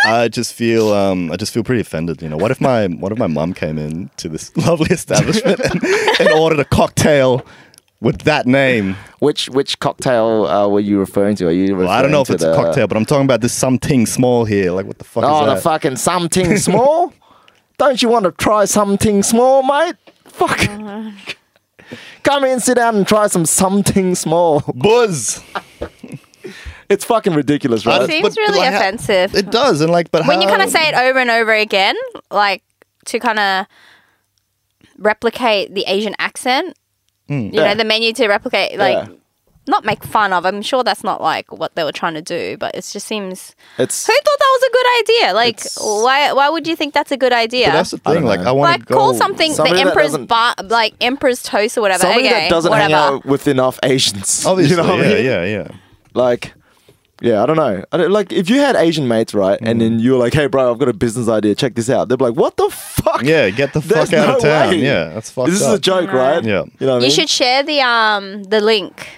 [SPEAKER 4] I just feel um, I just feel pretty offended. You know, what if my what if my mum came in to this lovely establishment and, and ordered a cocktail with that name?
[SPEAKER 3] which which cocktail uh, were you referring to? Are you?
[SPEAKER 4] Well, I don't know if
[SPEAKER 3] referring
[SPEAKER 4] it's
[SPEAKER 3] to
[SPEAKER 4] a
[SPEAKER 3] the-
[SPEAKER 4] cocktail, uh, but I'm talking about this something small here. Like, what the fuck
[SPEAKER 3] Oh,
[SPEAKER 4] is that?
[SPEAKER 3] the fucking something small. Don't you want to try something small, mate? Fuck. Come in, sit down, and try some something small.
[SPEAKER 4] Buzz.
[SPEAKER 3] It's fucking ridiculous,
[SPEAKER 4] I
[SPEAKER 3] right?
[SPEAKER 4] don't-
[SPEAKER 2] Seems
[SPEAKER 4] but- but
[SPEAKER 2] really
[SPEAKER 4] like, how-
[SPEAKER 2] offensive.
[SPEAKER 4] It does, and like, but
[SPEAKER 2] when you
[SPEAKER 4] how-
[SPEAKER 2] kind
[SPEAKER 3] Um,
[SPEAKER 2] of say it over and over again, like to kind of replicate the Asian accent, you
[SPEAKER 3] Mm, Yeah.
[SPEAKER 2] know, the menu to replicate, like
[SPEAKER 3] Yeah.
[SPEAKER 2] not make fun of. I'm sure that's not like what they were trying to do, but it just seems.
[SPEAKER 3] It's
[SPEAKER 2] Who thought that was a good idea? Like,
[SPEAKER 3] It's-
[SPEAKER 2] why? Why would you think that's a good idea?
[SPEAKER 4] but that's the
[SPEAKER 3] I don't
[SPEAKER 4] thing. Like,
[SPEAKER 3] know.
[SPEAKER 4] I want
[SPEAKER 2] like
[SPEAKER 4] to go.
[SPEAKER 2] call something the
[SPEAKER 3] Somebody that
[SPEAKER 2] emperor's
[SPEAKER 3] doesn't-
[SPEAKER 2] bar, like emperor's toast or whatever.
[SPEAKER 3] somebody
[SPEAKER 2] okay,
[SPEAKER 3] that doesn't
[SPEAKER 2] whatever.
[SPEAKER 3] hang out with enough Asians. you
[SPEAKER 4] Obviously,
[SPEAKER 3] know what I
[SPEAKER 4] yeah,
[SPEAKER 3] mean?
[SPEAKER 4] yeah, yeah.
[SPEAKER 3] Like, yeah, I don't know. I don't, like, if you had Asian mates, right, and
[SPEAKER 4] Mm.
[SPEAKER 3] then you were like, "Hey, bro, I've got a business idea. Check this out." They'd be like, "What the fuck?"
[SPEAKER 4] Yeah, get the
[SPEAKER 3] There's
[SPEAKER 4] fuck out of
[SPEAKER 3] no
[SPEAKER 4] town.
[SPEAKER 3] way.
[SPEAKER 4] Yeah, that's fucked
[SPEAKER 3] This is
[SPEAKER 4] up.
[SPEAKER 3] a joke, right?
[SPEAKER 4] Yeah.
[SPEAKER 3] You know what I
[SPEAKER 2] You
[SPEAKER 3] mean?
[SPEAKER 2] should share the um the link.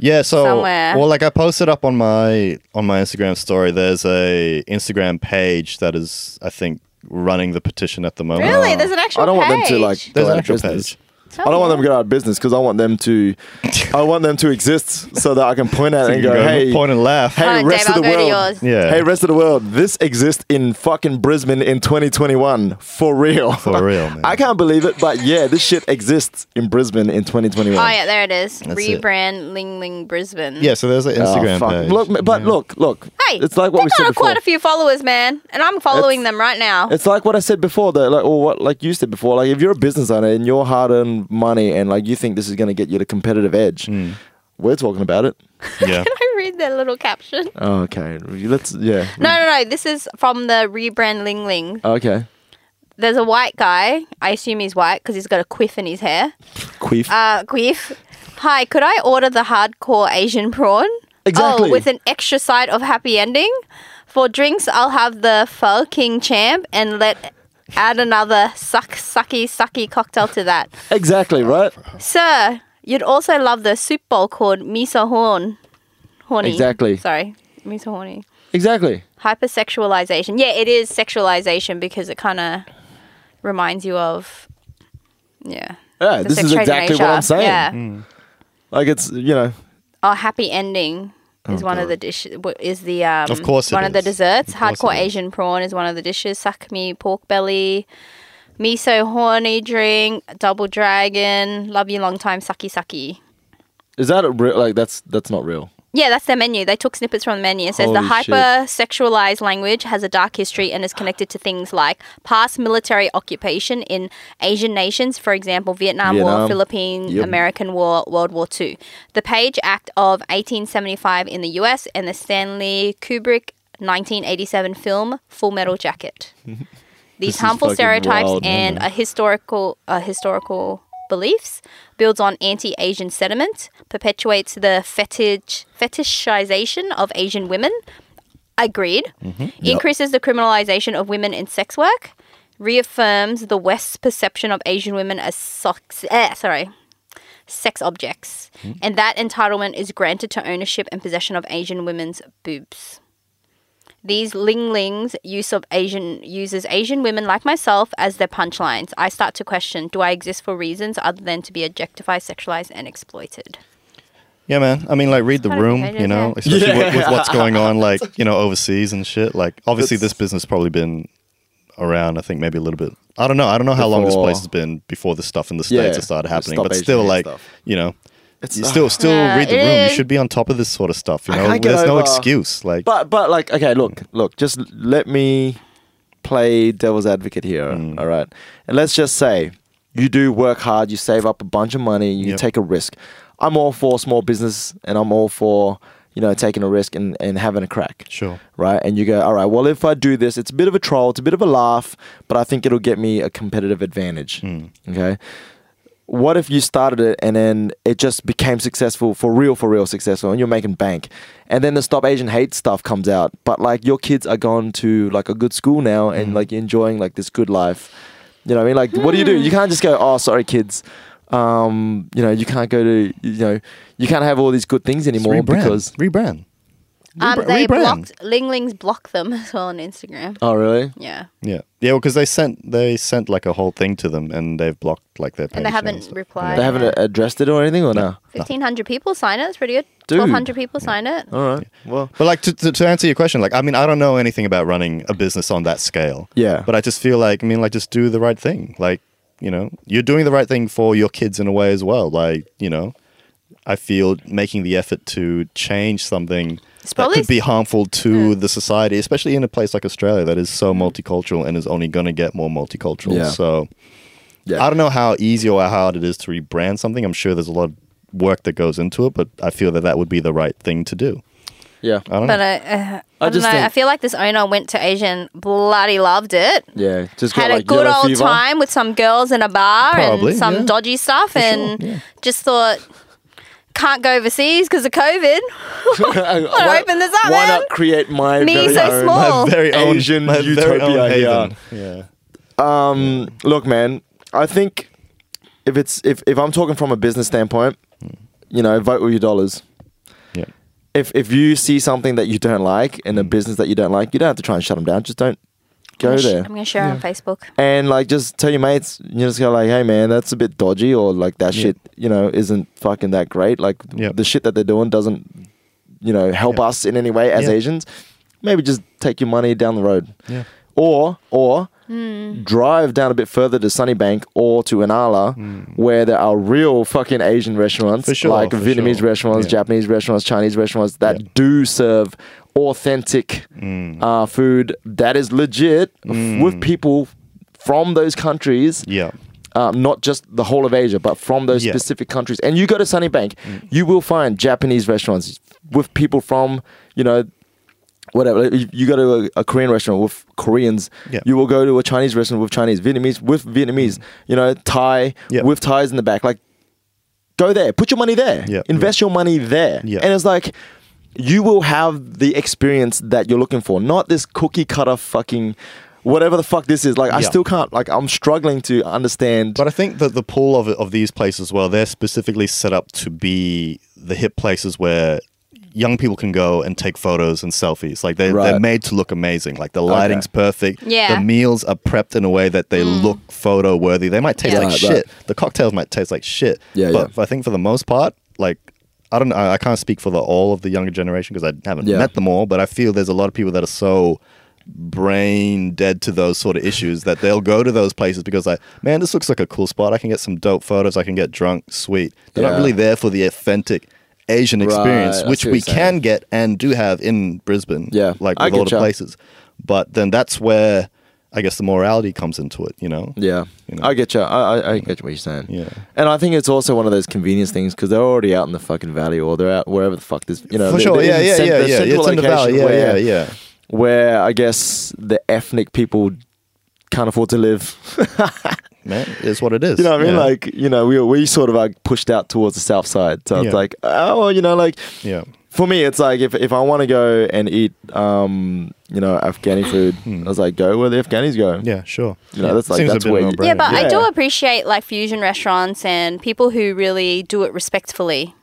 [SPEAKER 4] Yeah, so
[SPEAKER 2] Somewhere.
[SPEAKER 4] well, like I posted up on my on my Instagram story. There's a Instagram page that is, I think, running the petition at the moment.
[SPEAKER 2] Really, there's an actual.
[SPEAKER 3] Oh. I don't
[SPEAKER 2] page.
[SPEAKER 3] want them to like go
[SPEAKER 4] There's an
[SPEAKER 3] out of
[SPEAKER 4] actual
[SPEAKER 3] business.
[SPEAKER 4] page.
[SPEAKER 2] Oh,
[SPEAKER 3] I don't want
[SPEAKER 2] yeah.
[SPEAKER 3] them to go out of business because I want them to, I want them to exist so that I can point at it
[SPEAKER 4] You
[SPEAKER 3] and go,
[SPEAKER 4] go,
[SPEAKER 3] hey,
[SPEAKER 4] point and laugh.
[SPEAKER 3] hey,
[SPEAKER 2] Come on,
[SPEAKER 3] rest
[SPEAKER 2] Dave,
[SPEAKER 3] of the
[SPEAKER 2] I'll go to
[SPEAKER 3] world,
[SPEAKER 2] yours.
[SPEAKER 4] Yeah.
[SPEAKER 3] hey, rest of the world, this exists in fucking Brisbane in 2021 for real,
[SPEAKER 4] For real, man.
[SPEAKER 3] I can't believe it, but yeah, this shit exists in Brisbane in 2021.
[SPEAKER 2] Oh yeah, there it is.
[SPEAKER 4] it.
[SPEAKER 2] Rebrand Ling Ling Brisbane.
[SPEAKER 4] Yeah, so there's an
[SPEAKER 3] Oh,
[SPEAKER 4] Instagram
[SPEAKER 3] fuck.
[SPEAKER 4] page.
[SPEAKER 3] Look, but look, look.
[SPEAKER 2] Hey,
[SPEAKER 3] it's like what
[SPEAKER 2] they've
[SPEAKER 3] we said
[SPEAKER 2] got
[SPEAKER 3] before.
[SPEAKER 2] quite a few followers, man, and I'm following them right now.
[SPEAKER 3] It's like what I said before, though, like or what like you said before. Like if you're a business owner and your hard-earned money, and like you think this is going to get you the competitive edge, we're talking about it.
[SPEAKER 4] yeah.
[SPEAKER 2] Can I read their little caption?
[SPEAKER 3] Oh, okay, let's yeah.
[SPEAKER 2] No, no, no. This is from the rebrand Ling Ling.
[SPEAKER 3] Okay,
[SPEAKER 2] There's a white guy. I assume he's white because he's got a quiff in his hair.
[SPEAKER 3] queef.
[SPEAKER 2] Uh, quiff. Hi, could I order the hardcore Asian prawn?
[SPEAKER 3] Exactly.
[SPEAKER 2] Oh, with an extra side of happy ending. For drinks, I'll have the Pho King Champ and let add another suck sucky sucky cocktail to that.
[SPEAKER 3] exactly right.
[SPEAKER 2] Sir, you'd also love the soup bowl called miso horn. Horny.
[SPEAKER 3] Exactly.
[SPEAKER 2] Sorry, miso horny.
[SPEAKER 3] Exactly.
[SPEAKER 2] Hypersexualization. Yeah, it is sexualization because it kind of reminds you of, yeah.
[SPEAKER 3] Yeah,
[SPEAKER 2] the
[SPEAKER 3] Uh, this
[SPEAKER 2] sex
[SPEAKER 3] is
[SPEAKER 2] trade in
[SPEAKER 4] Hmm.
[SPEAKER 3] exactly what
[SPEAKER 2] Asia.
[SPEAKER 3] I'm saying.
[SPEAKER 2] Yeah.
[SPEAKER 3] Like it's you know
[SPEAKER 2] Oh, happy ending. is one of the dishes. Is the um,
[SPEAKER 4] Of course it
[SPEAKER 2] one of the
[SPEAKER 4] is.
[SPEAKER 2] desserts.
[SPEAKER 4] Of course
[SPEAKER 2] Hardcore
[SPEAKER 4] it is.
[SPEAKER 2] Asian prawn is one of the dishes. Sakmi pork belly, miso horny drink, double dragon. Love you long time. Saki saki.
[SPEAKER 3] Is that a re- like that's that's not real?
[SPEAKER 2] Yeah, that's their menu. They took snippets from the menu. It says the
[SPEAKER 3] Holy shit.
[SPEAKER 2] hyper-sexualized language has a dark history and is connected to things like past military occupation in Asian nations, for example, Vietnam, War,
[SPEAKER 3] Vietnam.
[SPEAKER 2] Philippine,
[SPEAKER 3] Yep.
[SPEAKER 2] American War, World War II. The Page Act of 1875 in the US and the Stanley Kubrick 1987 film Full Metal Jacket.
[SPEAKER 3] This
[SPEAKER 2] These
[SPEAKER 3] is
[SPEAKER 2] harmful
[SPEAKER 3] fucking
[SPEAKER 2] stereotypes
[SPEAKER 3] wild,
[SPEAKER 2] and
[SPEAKER 3] man.
[SPEAKER 2] a historical uh, historical beliefs builds on anti-Asian sentiment, perpetuates the fetish fetishization of Asian women. Agreed.
[SPEAKER 3] Mm-hmm.
[SPEAKER 2] Increases the criminalization of women in sex work. Reaffirms the West's perception of Asian women as sex, eh, sorry, sex objects,
[SPEAKER 3] Hmm.
[SPEAKER 2] and that entitlement is granted to ownership and possession of Asian women's boobs. These Ling Ling's use of Asian uses Asian women like myself as their punchlines. I start to question: Do I exist for reasons other than to be objectified, sexualized, and exploited?
[SPEAKER 4] Yeah, man. I mean, like, read the
[SPEAKER 2] kind of
[SPEAKER 4] room,
[SPEAKER 2] behavior,
[SPEAKER 4] you know,
[SPEAKER 2] yeah.
[SPEAKER 4] especially with, with what's going on, like, you know, overseas and shit. Like, obviously, this business probably been around, I think, maybe a little bit. I don't know. I don't know how long this
[SPEAKER 3] Before-
[SPEAKER 4] place has been before the stuff in the
[SPEAKER 3] Yeah,
[SPEAKER 4] States has started
[SPEAKER 3] the
[SPEAKER 4] happening,
[SPEAKER 3] Stop
[SPEAKER 4] but
[SPEAKER 3] Asian
[SPEAKER 4] still,
[SPEAKER 3] Hate
[SPEAKER 4] like,
[SPEAKER 3] stuff.
[SPEAKER 4] you know,
[SPEAKER 3] It's-
[SPEAKER 4] you still, still
[SPEAKER 2] Yeah,
[SPEAKER 4] read the
[SPEAKER 2] it
[SPEAKER 4] room. You
[SPEAKER 2] is.
[SPEAKER 4] should be on top of this sort of stuff, you
[SPEAKER 3] I
[SPEAKER 4] know?
[SPEAKER 3] can't get
[SPEAKER 4] There's no
[SPEAKER 3] over-
[SPEAKER 4] excuse. Like,
[SPEAKER 3] But but like okay, look, look, just let me play devil's advocate here.
[SPEAKER 4] Mm.
[SPEAKER 3] All right, and let's just say you do work hard, you save up a bunch of money, you
[SPEAKER 4] Yep.
[SPEAKER 3] take a risk. I'm all for small business, and I'm all for you know taking a risk and, and having a crack.
[SPEAKER 4] Sure.
[SPEAKER 3] Right, and you go, all right. Well, if I do this, it's a bit of a troll, it's a bit of a laugh, but I think it'll get me a competitive advantage. Okay what if you started it and then it just became successful for real, for real successful, and you're making bank, and then the stop Asian hate stuff comes out, but like your kids are gone to like a good school now and like enjoying like this good life, you know what I mean? Like, what do you do? You can't just go, oh, sorry, kids, um, you know, you can't go to, you know, you can't have all these good things
[SPEAKER 4] just
[SPEAKER 3] anymore
[SPEAKER 4] rebrand.
[SPEAKER 3] because.
[SPEAKER 4] rebrand.
[SPEAKER 2] Um,
[SPEAKER 4] Rebra-
[SPEAKER 2] they
[SPEAKER 4] rebrand.
[SPEAKER 2] blocked Ling Ling's block them as well on Instagram.
[SPEAKER 3] Oh really?
[SPEAKER 2] Yeah,
[SPEAKER 4] Yeah, yeah, because they sent they sent like a whole thing to them, and they've blocked like their page
[SPEAKER 2] and they haven't
[SPEAKER 4] stuff.
[SPEAKER 2] replied.
[SPEAKER 3] They haven't uh, addressed it or anything, or no?
[SPEAKER 2] Fifteen hundred people sign it. That's pretty good.
[SPEAKER 3] Dude.
[SPEAKER 2] Twelve hundred people sign it.
[SPEAKER 3] All right. Well,
[SPEAKER 4] But like to, to, to answer your question, like I mean, I don't know anything about running a business on that scale.
[SPEAKER 3] Yeah.
[SPEAKER 4] But I just feel like I mean, like just do the right thing. Like you know, you're doing the right thing for your kids in a way as well. Like you know, I feel making the effort to change something that
[SPEAKER 2] probably-
[SPEAKER 4] could be harmful to the society, especially in a place like Australia that is so multicultural and is only going to get more multicultural.
[SPEAKER 3] Yeah.
[SPEAKER 4] So
[SPEAKER 3] yeah.
[SPEAKER 4] I don't know how easy or how hard it is to rebrand something. I'm sure there's a lot of work that goes into it, but I feel that that would be the right thing to do.
[SPEAKER 3] yeah.
[SPEAKER 4] I don't
[SPEAKER 2] But
[SPEAKER 4] know.
[SPEAKER 2] I, uh, I,
[SPEAKER 3] I
[SPEAKER 2] don't
[SPEAKER 3] just
[SPEAKER 2] know.
[SPEAKER 3] think-
[SPEAKER 2] I feel like this owner went to Asia and bloody loved it.
[SPEAKER 3] Yeah. Just got
[SPEAKER 2] had
[SPEAKER 3] like
[SPEAKER 2] a good
[SPEAKER 3] yellow
[SPEAKER 2] old
[SPEAKER 3] fever.
[SPEAKER 2] time with some girls in a bar
[SPEAKER 4] Probably,
[SPEAKER 2] and some
[SPEAKER 4] yeah.
[SPEAKER 2] dodgy stuff and
[SPEAKER 4] yeah.
[SPEAKER 2] just thought can't go overseas because of covid
[SPEAKER 3] Why-
[SPEAKER 2] open this up,
[SPEAKER 3] Why
[SPEAKER 2] man.
[SPEAKER 3] not create my
[SPEAKER 2] Me
[SPEAKER 3] very
[SPEAKER 2] so
[SPEAKER 3] own-
[SPEAKER 2] small.
[SPEAKER 4] my very own
[SPEAKER 3] Asian
[SPEAKER 4] my very own
[SPEAKER 3] utopia here.
[SPEAKER 4] haven. Yeah.
[SPEAKER 3] Um, look, man, I think if it's if, if I'm talking from a business standpoint, you know, vote with your dollars.
[SPEAKER 4] Yeah.
[SPEAKER 3] If if you see something that you don't like in a
[SPEAKER 2] Mm.
[SPEAKER 3] business that you don't like, you don't have to try and shut them down. Just don't go
[SPEAKER 2] I'm, gonna sh-
[SPEAKER 3] there.
[SPEAKER 2] I'm gonna share on facebook
[SPEAKER 3] and like, just tell your mates. You just go like, "Hey, man, that's a bit dodgy," or like that shit, you know, isn't fucking that great. Like
[SPEAKER 4] Yeah.
[SPEAKER 3] the shit that they're doing doesn't, you know, help
[SPEAKER 4] Yeah.
[SPEAKER 3] us in any way as
[SPEAKER 4] Yeah.
[SPEAKER 3] Asians. Maybe just take your money down the road
[SPEAKER 4] Yeah.
[SPEAKER 3] or or drive down a bit further to Sunnybank or to Inala, where there are real fucking Asian restaurants,
[SPEAKER 4] Hmm. For sure,
[SPEAKER 3] like
[SPEAKER 4] for
[SPEAKER 3] Vietnamese
[SPEAKER 4] sure.
[SPEAKER 3] restaurants,
[SPEAKER 4] Yeah.
[SPEAKER 3] Japanese restaurants, Chinese restaurants that do serve authentic
[SPEAKER 4] Hmm.
[SPEAKER 3] uh, food that is legit f- with people from those countries.
[SPEAKER 4] Yeah.
[SPEAKER 3] Uh, not just the whole of Asia, but from those
[SPEAKER 4] Yeah. Mm.
[SPEAKER 3] specific countries. And you go to Sunnybank, you will find Japanese restaurants with people from, you know, whatever. Like, You you go to a, a Korean restaurant with Koreans.
[SPEAKER 4] Yeah. Mm.
[SPEAKER 3] You will go to a Chinese restaurant with Chinese, Vietnamese with Vietnamese. You know, Thai
[SPEAKER 4] Yeah.
[SPEAKER 3] with Thais in the back. Like, go there. Put your money there.
[SPEAKER 4] Yeah.
[SPEAKER 3] Invest your money there.
[SPEAKER 4] Yeah.
[SPEAKER 3] And it's like. You will have the experience that you're looking for, not this cookie cutter fucking whatever the fuck this is. Like, I
[SPEAKER 4] Yeah.
[SPEAKER 3] still can't, like, I'm struggling to understand.
[SPEAKER 4] But I think that the pull of of these places as well, they're specifically set up to be the hip places where young people can go and take photos and selfies. Like they
[SPEAKER 3] Right.
[SPEAKER 4] they're made to look amazing. Like the lighting's perfect.
[SPEAKER 2] Yeah.
[SPEAKER 4] The meals are prepped in a way that they look photo worthy. They might taste
[SPEAKER 2] Yeah.
[SPEAKER 4] like
[SPEAKER 3] Right,
[SPEAKER 4] shit.
[SPEAKER 3] right.
[SPEAKER 4] The cocktails might taste like shit.
[SPEAKER 3] Yeah,
[SPEAKER 4] but I think for the most part, like I don't know. I I can't speak for the all of the younger generation because I haven't
[SPEAKER 3] Yeah.
[SPEAKER 4] met them all, but I feel there's a lot of people that are so brain dead to those sort of issues that they'll go to those places because like, man, this looks like a cool spot. I can get some dope photos. I can get drunk. Sweet. They're
[SPEAKER 3] Yeah.
[SPEAKER 4] not really there for the authentic Asian
[SPEAKER 3] Right,
[SPEAKER 4] experience,
[SPEAKER 3] I
[SPEAKER 4] which
[SPEAKER 3] see what
[SPEAKER 4] we
[SPEAKER 3] you're saying.
[SPEAKER 4] can get and do have in Brisbane.
[SPEAKER 3] Yeah,
[SPEAKER 4] like
[SPEAKER 3] I
[SPEAKER 4] with all
[SPEAKER 3] getcha.
[SPEAKER 4] the places. But then that's where I guess the morality comes into it. You know.
[SPEAKER 3] Yeah,
[SPEAKER 4] You know?
[SPEAKER 3] I get you. I, I, I get what you're saying.
[SPEAKER 4] Yeah.
[SPEAKER 3] and I think it's also one of those convenience things because they're already out in the fucking valley or they're out wherever the fuck this. You know,
[SPEAKER 4] for
[SPEAKER 3] they-
[SPEAKER 4] sure.
[SPEAKER 3] they're
[SPEAKER 4] Yeah,
[SPEAKER 3] in
[SPEAKER 4] yeah,
[SPEAKER 3] cen-
[SPEAKER 4] yeah,
[SPEAKER 3] the
[SPEAKER 4] yeah.
[SPEAKER 3] central
[SPEAKER 4] It's in the
[SPEAKER 3] location
[SPEAKER 4] valley. Yeah,
[SPEAKER 3] where-
[SPEAKER 4] yeah, yeah.
[SPEAKER 3] Where I guess the ethnic people can't afford to live.
[SPEAKER 4] Man, it's what it is.
[SPEAKER 3] You know what I mean?
[SPEAKER 4] Yeah.
[SPEAKER 3] Like you know, we we sort of are pushed out towards the south side, so it's
[SPEAKER 4] Yeah.
[SPEAKER 3] like oh, well, you know, like
[SPEAKER 4] yeah,
[SPEAKER 3] for me, it's like if, if I want to go and eat, um, you know, Afghani food, I was like, go where the Afghanis go.
[SPEAKER 4] Hmm. yeah, sure.
[SPEAKER 3] You know,
[SPEAKER 4] Yeah.
[SPEAKER 3] that's like-
[SPEAKER 4] Seems a
[SPEAKER 3] that's
[SPEAKER 4] bit
[SPEAKER 3] where you-
[SPEAKER 4] no-brainer.
[SPEAKER 2] Yeah, but I do
[SPEAKER 3] Yeah.
[SPEAKER 2] appreciate like fusion restaurants and people who really do it respectfully.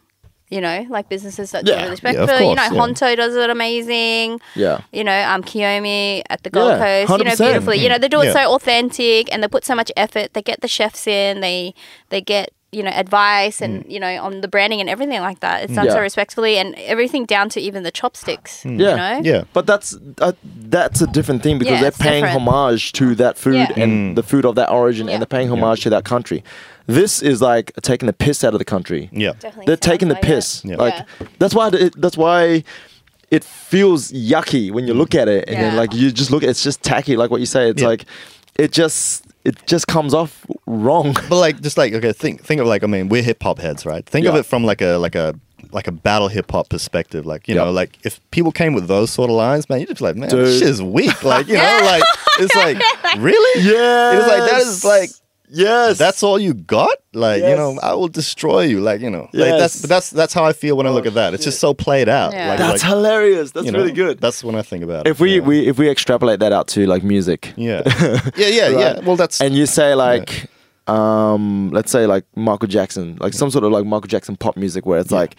[SPEAKER 2] You know, like businesses that do
[SPEAKER 3] Yeah.
[SPEAKER 2] it
[SPEAKER 4] Yeah, of
[SPEAKER 2] respectfully. you know,
[SPEAKER 4] course, yeah.
[SPEAKER 2] Honto does it amazing.
[SPEAKER 3] Yeah.
[SPEAKER 2] You know, um, Kiyomi at the Gold
[SPEAKER 3] Yeah,
[SPEAKER 2] Coast. You know,
[SPEAKER 3] 100%.
[SPEAKER 2] beautifully. You know, they do it
[SPEAKER 4] Yeah.
[SPEAKER 2] so authentic and they put so much effort. They get the chefs in. They they get you know advice and you know on the branding and everything like that. It's done
[SPEAKER 3] Mm. Yeah. Mm.
[SPEAKER 2] so respectfully and everything down to even the chopsticks.
[SPEAKER 3] Yeah.
[SPEAKER 2] You know?
[SPEAKER 4] yeah,
[SPEAKER 3] But that's uh, that's a different thing because
[SPEAKER 2] Yeah,
[SPEAKER 3] they're
[SPEAKER 2] it's
[SPEAKER 3] paying
[SPEAKER 2] different.
[SPEAKER 3] homage to that food
[SPEAKER 2] Yeah.
[SPEAKER 4] Hmm.
[SPEAKER 3] and the food of that origin,
[SPEAKER 2] Yeah.
[SPEAKER 3] and they're paying homage to that country. This is like taking the piss out of the country.
[SPEAKER 4] yeah,
[SPEAKER 2] Definitely
[SPEAKER 3] they're
[SPEAKER 2] sounds
[SPEAKER 3] taking the
[SPEAKER 2] like it.
[SPEAKER 3] piss.
[SPEAKER 4] Yeah.
[SPEAKER 3] Like
[SPEAKER 2] Yeah.
[SPEAKER 3] that's why it, that's why it feels yucky when you look at it, and then
[SPEAKER 2] Yeah.
[SPEAKER 3] like you just look, it's just tacky. Like what you say, it's
[SPEAKER 4] Hmm. Yeah.
[SPEAKER 3] like it just it just comes off wrong.
[SPEAKER 4] But like, just like okay, think think of like I mean, we're hip hop heads, right? Think of
[SPEAKER 3] Yeah.
[SPEAKER 4] it from like a like a like a battle hip hop perspective. Like you
[SPEAKER 3] Yeah.
[SPEAKER 4] know, like if people came with those sort of lines, man, you just be like, man,
[SPEAKER 3] Dude.
[SPEAKER 4] this shit is weak. Like you know, like it's like really,
[SPEAKER 3] Yeah,
[SPEAKER 4] It was like, that is like-
[SPEAKER 3] yes,
[SPEAKER 4] that's all you got like you know
[SPEAKER 3] Yes.
[SPEAKER 4] i will destroy you like you know like
[SPEAKER 3] Yes. Oh,
[SPEAKER 4] that's but that's that's how i feel when i look at that it's just so played out
[SPEAKER 2] Yeah.
[SPEAKER 4] like,
[SPEAKER 3] that's
[SPEAKER 4] like,
[SPEAKER 3] hilarious. That's
[SPEAKER 4] you know,
[SPEAKER 3] really good.
[SPEAKER 4] that's when i think about it
[SPEAKER 3] if we,
[SPEAKER 4] yeah.
[SPEAKER 3] we if we extrapolate that out to like music,
[SPEAKER 4] yeah yeah yeah yeah
[SPEAKER 3] Right.
[SPEAKER 4] well that's
[SPEAKER 3] and you say like um let's say like michael jackson like some sort of like michael jackson pop music where it's like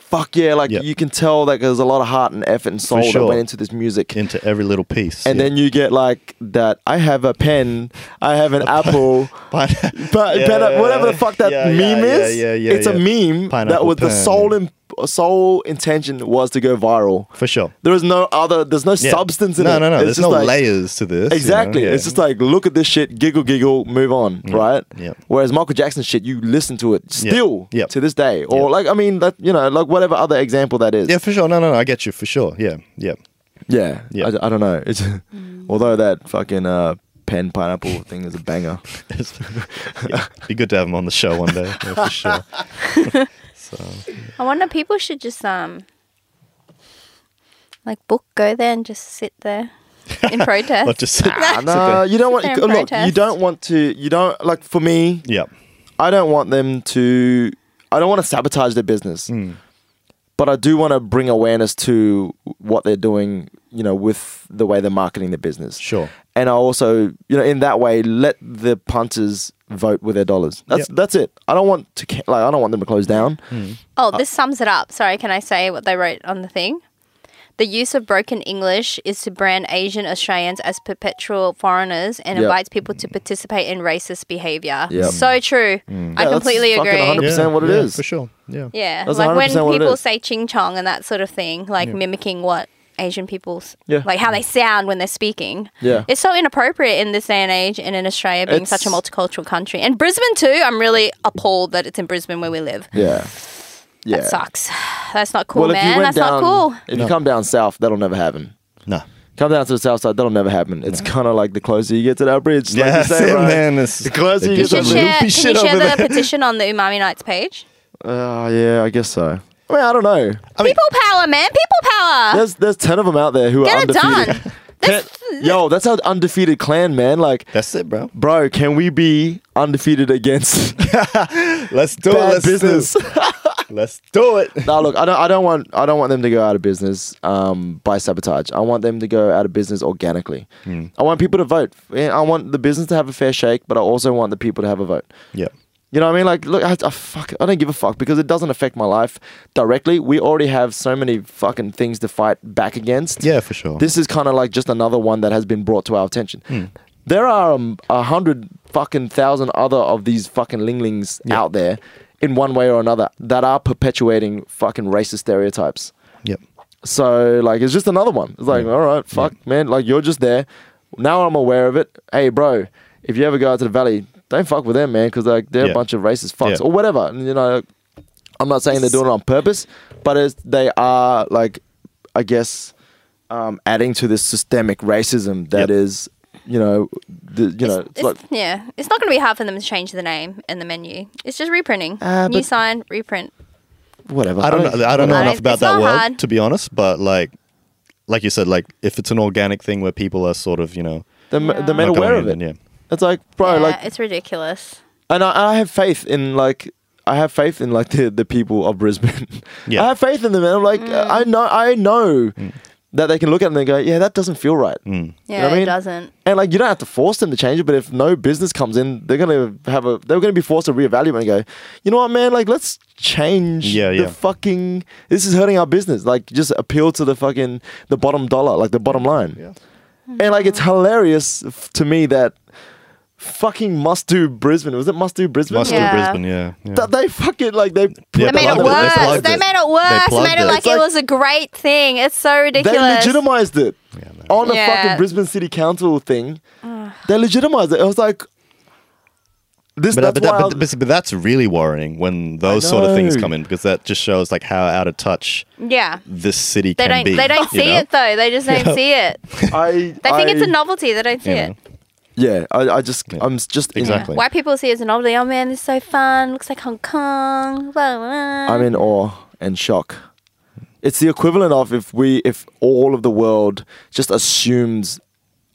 [SPEAKER 3] fuck yeah like
[SPEAKER 4] Yeah.
[SPEAKER 3] you can tell like there's a lot of heart and effort and soul that
[SPEAKER 4] sure.
[SPEAKER 3] went into this music
[SPEAKER 4] into every little piece
[SPEAKER 3] and
[SPEAKER 4] yeah.
[SPEAKER 3] then you get like that i have a pen i have an apple
[SPEAKER 4] Pine-
[SPEAKER 3] but
[SPEAKER 4] Yeah,
[SPEAKER 3] but, uh, whatever the
[SPEAKER 4] yeah,
[SPEAKER 3] fuck that
[SPEAKER 4] yeah,
[SPEAKER 3] meme
[SPEAKER 4] yeah,
[SPEAKER 3] is
[SPEAKER 4] yeah, yeah,
[SPEAKER 3] it's a
[SPEAKER 4] yeah.
[SPEAKER 3] meme that
[SPEAKER 4] Pineapple
[SPEAKER 3] was the
[SPEAKER 4] pen.
[SPEAKER 3] sole imp- sole intention was to go viral
[SPEAKER 4] for sure
[SPEAKER 3] there is no other there's no
[SPEAKER 4] Yeah.
[SPEAKER 3] substance in
[SPEAKER 4] no,
[SPEAKER 3] it
[SPEAKER 4] No, no,
[SPEAKER 3] It's
[SPEAKER 4] There's
[SPEAKER 3] just
[SPEAKER 4] no
[SPEAKER 3] like-
[SPEAKER 4] layers to this. you know?
[SPEAKER 3] Exactly.
[SPEAKER 4] Yeah.
[SPEAKER 3] It's just like look at this shit, giggle, giggle, move on, right?
[SPEAKER 4] yeah.
[SPEAKER 3] Whereas Michael Jackson shit, you listen to it still
[SPEAKER 4] yeah.
[SPEAKER 3] to this day, or
[SPEAKER 4] Yeah.
[SPEAKER 3] like I mean, that you know, like whatever other example that is.
[SPEAKER 4] yeah, for sure. No, no, no. I get you for sure. Yeah, yeah.
[SPEAKER 3] Yeah,
[SPEAKER 4] Yeah.
[SPEAKER 3] I, I don't know. It's although that fucking uh, pen pineapple thing is a banger.
[SPEAKER 4] It's- yeah. Be good to have him on the show one day. Yeah, for sure.
[SPEAKER 2] I wonder people should just um like book go there and just sit there in protest.
[SPEAKER 4] But just
[SPEAKER 3] Ah, no, you don't want.
[SPEAKER 2] Sit there and
[SPEAKER 3] look, you
[SPEAKER 2] protest.
[SPEAKER 3] don't want to. You don't like. For me,
[SPEAKER 4] yeah,
[SPEAKER 3] I don't want them to. I don't want to sabotage their business,
[SPEAKER 4] Hmm.
[SPEAKER 3] but I do want to bring awareness to what they're doing. You know, with the way they're marketing their business.
[SPEAKER 4] Sure.
[SPEAKER 3] And I also, you know, in that way, let the punters vote with their dollars. That's
[SPEAKER 4] Yep. Hmm.
[SPEAKER 3] that's it. I don't want to ca- like. I don't want them to close down.
[SPEAKER 2] oh,
[SPEAKER 3] Uh,
[SPEAKER 2] this sums it up. Sorry, can I say what they wrote on the thing? The use of broken English is to brand Asian Australians as perpetual foreigners and
[SPEAKER 3] Yep.
[SPEAKER 2] invites people to participate in racist behavior.
[SPEAKER 3] Yep. Mm.
[SPEAKER 2] So true. I
[SPEAKER 3] Yeah, that's
[SPEAKER 2] completely
[SPEAKER 3] fucking
[SPEAKER 2] agree.
[SPEAKER 3] 100%
[SPEAKER 4] yeah,
[SPEAKER 3] what it
[SPEAKER 4] it is
[SPEAKER 3] is.
[SPEAKER 4] for sure. Yeah,
[SPEAKER 2] Yeah,
[SPEAKER 3] That's
[SPEAKER 2] like when
[SPEAKER 3] 100% what it
[SPEAKER 2] people
[SPEAKER 3] is.
[SPEAKER 2] say ching chong and that sort of thing, like mimicking what Asian people's,
[SPEAKER 3] Yeah.
[SPEAKER 2] like how they sound when they're speaking.
[SPEAKER 3] Yeah.
[SPEAKER 2] It's so inappropriate in this day and age and in Australia being such a
[SPEAKER 3] It's-
[SPEAKER 2] multicultural country. And Brisbane too, I'm really appalled that it's in Brisbane where we live.
[SPEAKER 3] Yeah. Yeah.
[SPEAKER 2] That sucks. That's not cool, man. That's not
[SPEAKER 3] down,
[SPEAKER 2] cool.
[SPEAKER 3] if you come down south, that'll never happen.
[SPEAKER 4] no.
[SPEAKER 3] Come down to the south side, that'll never happen. It's kind of like the closer you get to that bridge. like
[SPEAKER 4] Yeah,
[SPEAKER 3] you say,
[SPEAKER 4] same,
[SPEAKER 3] right?
[SPEAKER 4] man. It's-
[SPEAKER 3] the closer
[SPEAKER 4] They
[SPEAKER 3] you
[SPEAKER 2] You
[SPEAKER 3] get
[SPEAKER 4] There's
[SPEAKER 2] should
[SPEAKER 3] to
[SPEAKER 4] some
[SPEAKER 2] share,
[SPEAKER 4] loopy
[SPEAKER 2] can you
[SPEAKER 4] shit
[SPEAKER 2] share
[SPEAKER 4] over
[SPEAKER 2] the
[SPEAKER 4] there.
[SPEAKER 2] petition on the Umami Nights page?
[SPEAKER 3] Oh, yeah, I guess so. I mean, I don't know.
[SPEAKER 4] I mean,
[SPEAKER 2] People power, man. People power.
[SPEAKER 3] There's there's ten of them out there who
[SPEAKER 2] Uh, Get
[SPEAKER 3] are
[SPEAKER 2] it
[SPEAKER 3] undefeated.
[SPEAKER 2] done.
[SPEAKER 3] Can't- Yo, that's our undefeated clan, man. Like,
[SPEAKER 4] that's it, bro.
[SPEAKER 3] bro, can we be undefeated against
[SPEAKER 4] Let's do it.
[SPEAKER 3] bad
[SPEAKER 4] Let's
[SPEAKER 3] business?
[SPEAKER 4] Do it. Let's do it.
[SPEAKER 3] no, look, I don't, I don't want, I don't want them to go out of business um, by sabotage. I want them to go out of business organically.
[SPEAKER 4] Hmm.
[SPEAKER 3] I want people to vote. I want the business to have a fair shake, but I also want the people to have a vote.
[SPEAKER 4] Yeah,
[SPEAKER 3] You know what I mean? Like, look, I, I fuck, I don't give a fuck because it doesn't affect my life directly. We already have so many fucking things to fight back against.
[SPEAKER 4] yeah, for sure.
[SPEAKER 3] This is kind of like just another one that has been brought to our attention. There are um, a hundred fucking thousand other of these fucking linglings out there. in one way or another that are perpetuating fucking racist stereotypes.
[SPEAKER 4] Yep.
[SPEAKER 3] So like it's just another one. It's like, all right, fuck, man. Like you're just there. Now I'm aware of it. Hey, bro, if you ever go out to the valley, don't fuck with them, man, because like they're a
[SPEAKER 4] Yeah.
[SPEAKER 3] bunch of racist fucks
[SPEAKER 4] Yeah.
[SPEAKER 3] or whatever. And, you know, I'm not saying they're doing it on purpose, but it's, they are like, I guess, um, adding to this systemic racism that
[SPEAKER 4] Yep.
[SPEAKER 3] is, you know, the, you know, it's,
[SPEAKER 2] It's-
[SPEAKER 3] like
[SPEAKER 2] yeah, it's not going to be hard for them to change the name and the menu. It's just reprinting.
[SPEAKER 3] Uh,
[SPEAKER 2] New
[SPEAKER 3] but-
[SPEAKER 2] sign, reprint.
[SPEAKER 3] whatever.
[SPEAKER 4] I don't know. I don't know
[SPEAKER 2] I
[SPEAKER 4] enough
[SPEAKER 2] don't-
[SPEAKER 4] about
[SPEAKER 2] it's
[SPEAKER 4] that
[SPEAKER 2] not
[SPEAKER 4] world
[SPEAKER 2] hard.
[SPEAKER 4] to be honest. But like, like you said, like if it's an organic thing where people are sort of, you know,
[SPEAKER 3] They're, they're made
[SPEAKER 4] not
[SPEAKER 3] aware
[SPEAKER 4] going
[SPEAKER 3] of
[SPEAKER 4] in,
[SPEAKER 3] it.
[SPEAKER 4] then, yeah.
[SPEAKER 3] It's like, bro,
[SPEAKER 2] yeah,
[SPEAKER 3] Oh, like
[SPEAKER 2] it's ridiculous.
[SPEAKER 3] and I, I have faith in like I have faith in like the, the people of Brisbane. I
[SPEAKER 4] Yeah.
[SPEAKER 3] have faith in them, and I'm like I know I know that they can look at them and go, yeah, that doesn't feel right.
[SPEAKER 2] Yeah,
[SPEAKER 3] what I mean?
[SPEAKER 2] it doesn't.
[SPEAKER 3] And like you don't have to force them to change it, but if no business comes in, they're gonna have a they're gonna be forced to reevaluate and go, you know what, man, like let's change
[SPEAKER 4] Yeah,
[SPEAKER 3] the
[SPEAKER 4] yeah.
[SPEAKER 3] fucking this is hurting our business. Like just appeal to the fucking the bottom dollar, like the bottom line.
[SPEAKER 4] Yeah.
[SPEAKER 3] And like it's hilarious f- to me that fucking must do Brisbane. Was it must do Brisbane?
[SPEAKER 4] Must
[SPEAKER 2] Yeah.
[SPEAKER 4] do Brisbane, yeah. yeah.
[SPEAKER 3] that they fucking like they
[SPEAKER 4] Yeah,
[SPEAKER 2] They
[SPEAKER 4] They
[SPEAKER 2] made it
[SPEAKER 4] plugged it. They
[SPEAKER 2] worse.
[SPEAKER 4] plugged
[SPEAKER 2] They
[SPEAKER 4] it.
[SPEAKER 2] made it
[SPEAKER 4] They
[SPEAKER 2] worse. They
[SPEAKER 4] plugged
[SPEAKER 2] made it
[SPEAKER 4] it.
[SPEAKER 2] like
[SPEAKER 3] It's
[SPEAKER 2] it
[SPEAKER 3] like-
[SPEAKER 2] was a great thing. It's so
[SPEAKER 3] they
[SPEAKER 2] ridiculous.
[SPEAKER 3] legitimized it on a
[SPEAKER 2] Yeah.
[SPEAKER 3] fucking Brisbane City Council thing. they legitimized it. I was like, this.
[SPEAKER 4] But,
[SPEAKER 3] that's
[SPEAKER 4] but, that-
[SPEAKER 3] why I-
[SPEAKER 4] but, but, but that's really worrying when those sort of things
[SPEAKER 3] know.
[SPEAKER 4] come in because that just shows like how out of touch
[SPEAKER 2] yeah.
[SPEAKER 4] this city
[SPEAKER 2] They
[SPEAKER 4] can
[SPEAKER 2] don't.
[SPEAKER 4] be.
[SPEAKER 2] They don't
[SPEAKER 4] you
[SPEAKER 2] see
[SPEAKER 4] know?
[SPEAKER 2] it though. They just don't see it.
[SPEAKER 3] I
[SPEAKER 2] They think it's
[SPEAKER 3] I-
[SPEAKER 2] a novelty. They don't see
[SPEAKER 4] You
[SPEAKER 2] it.
[SPEAKER 4] know.
[SPEAKER 3] Yeah, I, I just I'm just in-
[SPEAKER 4] Exactly.
[SPEAKER 2] Why people see it as a novelty? Oh man, this is so fun. Looks like Hong Kong. Blah blah.
[SPEAKER 3] I'm in awe and shock. It's the equivalent of if we if all of the world just assumes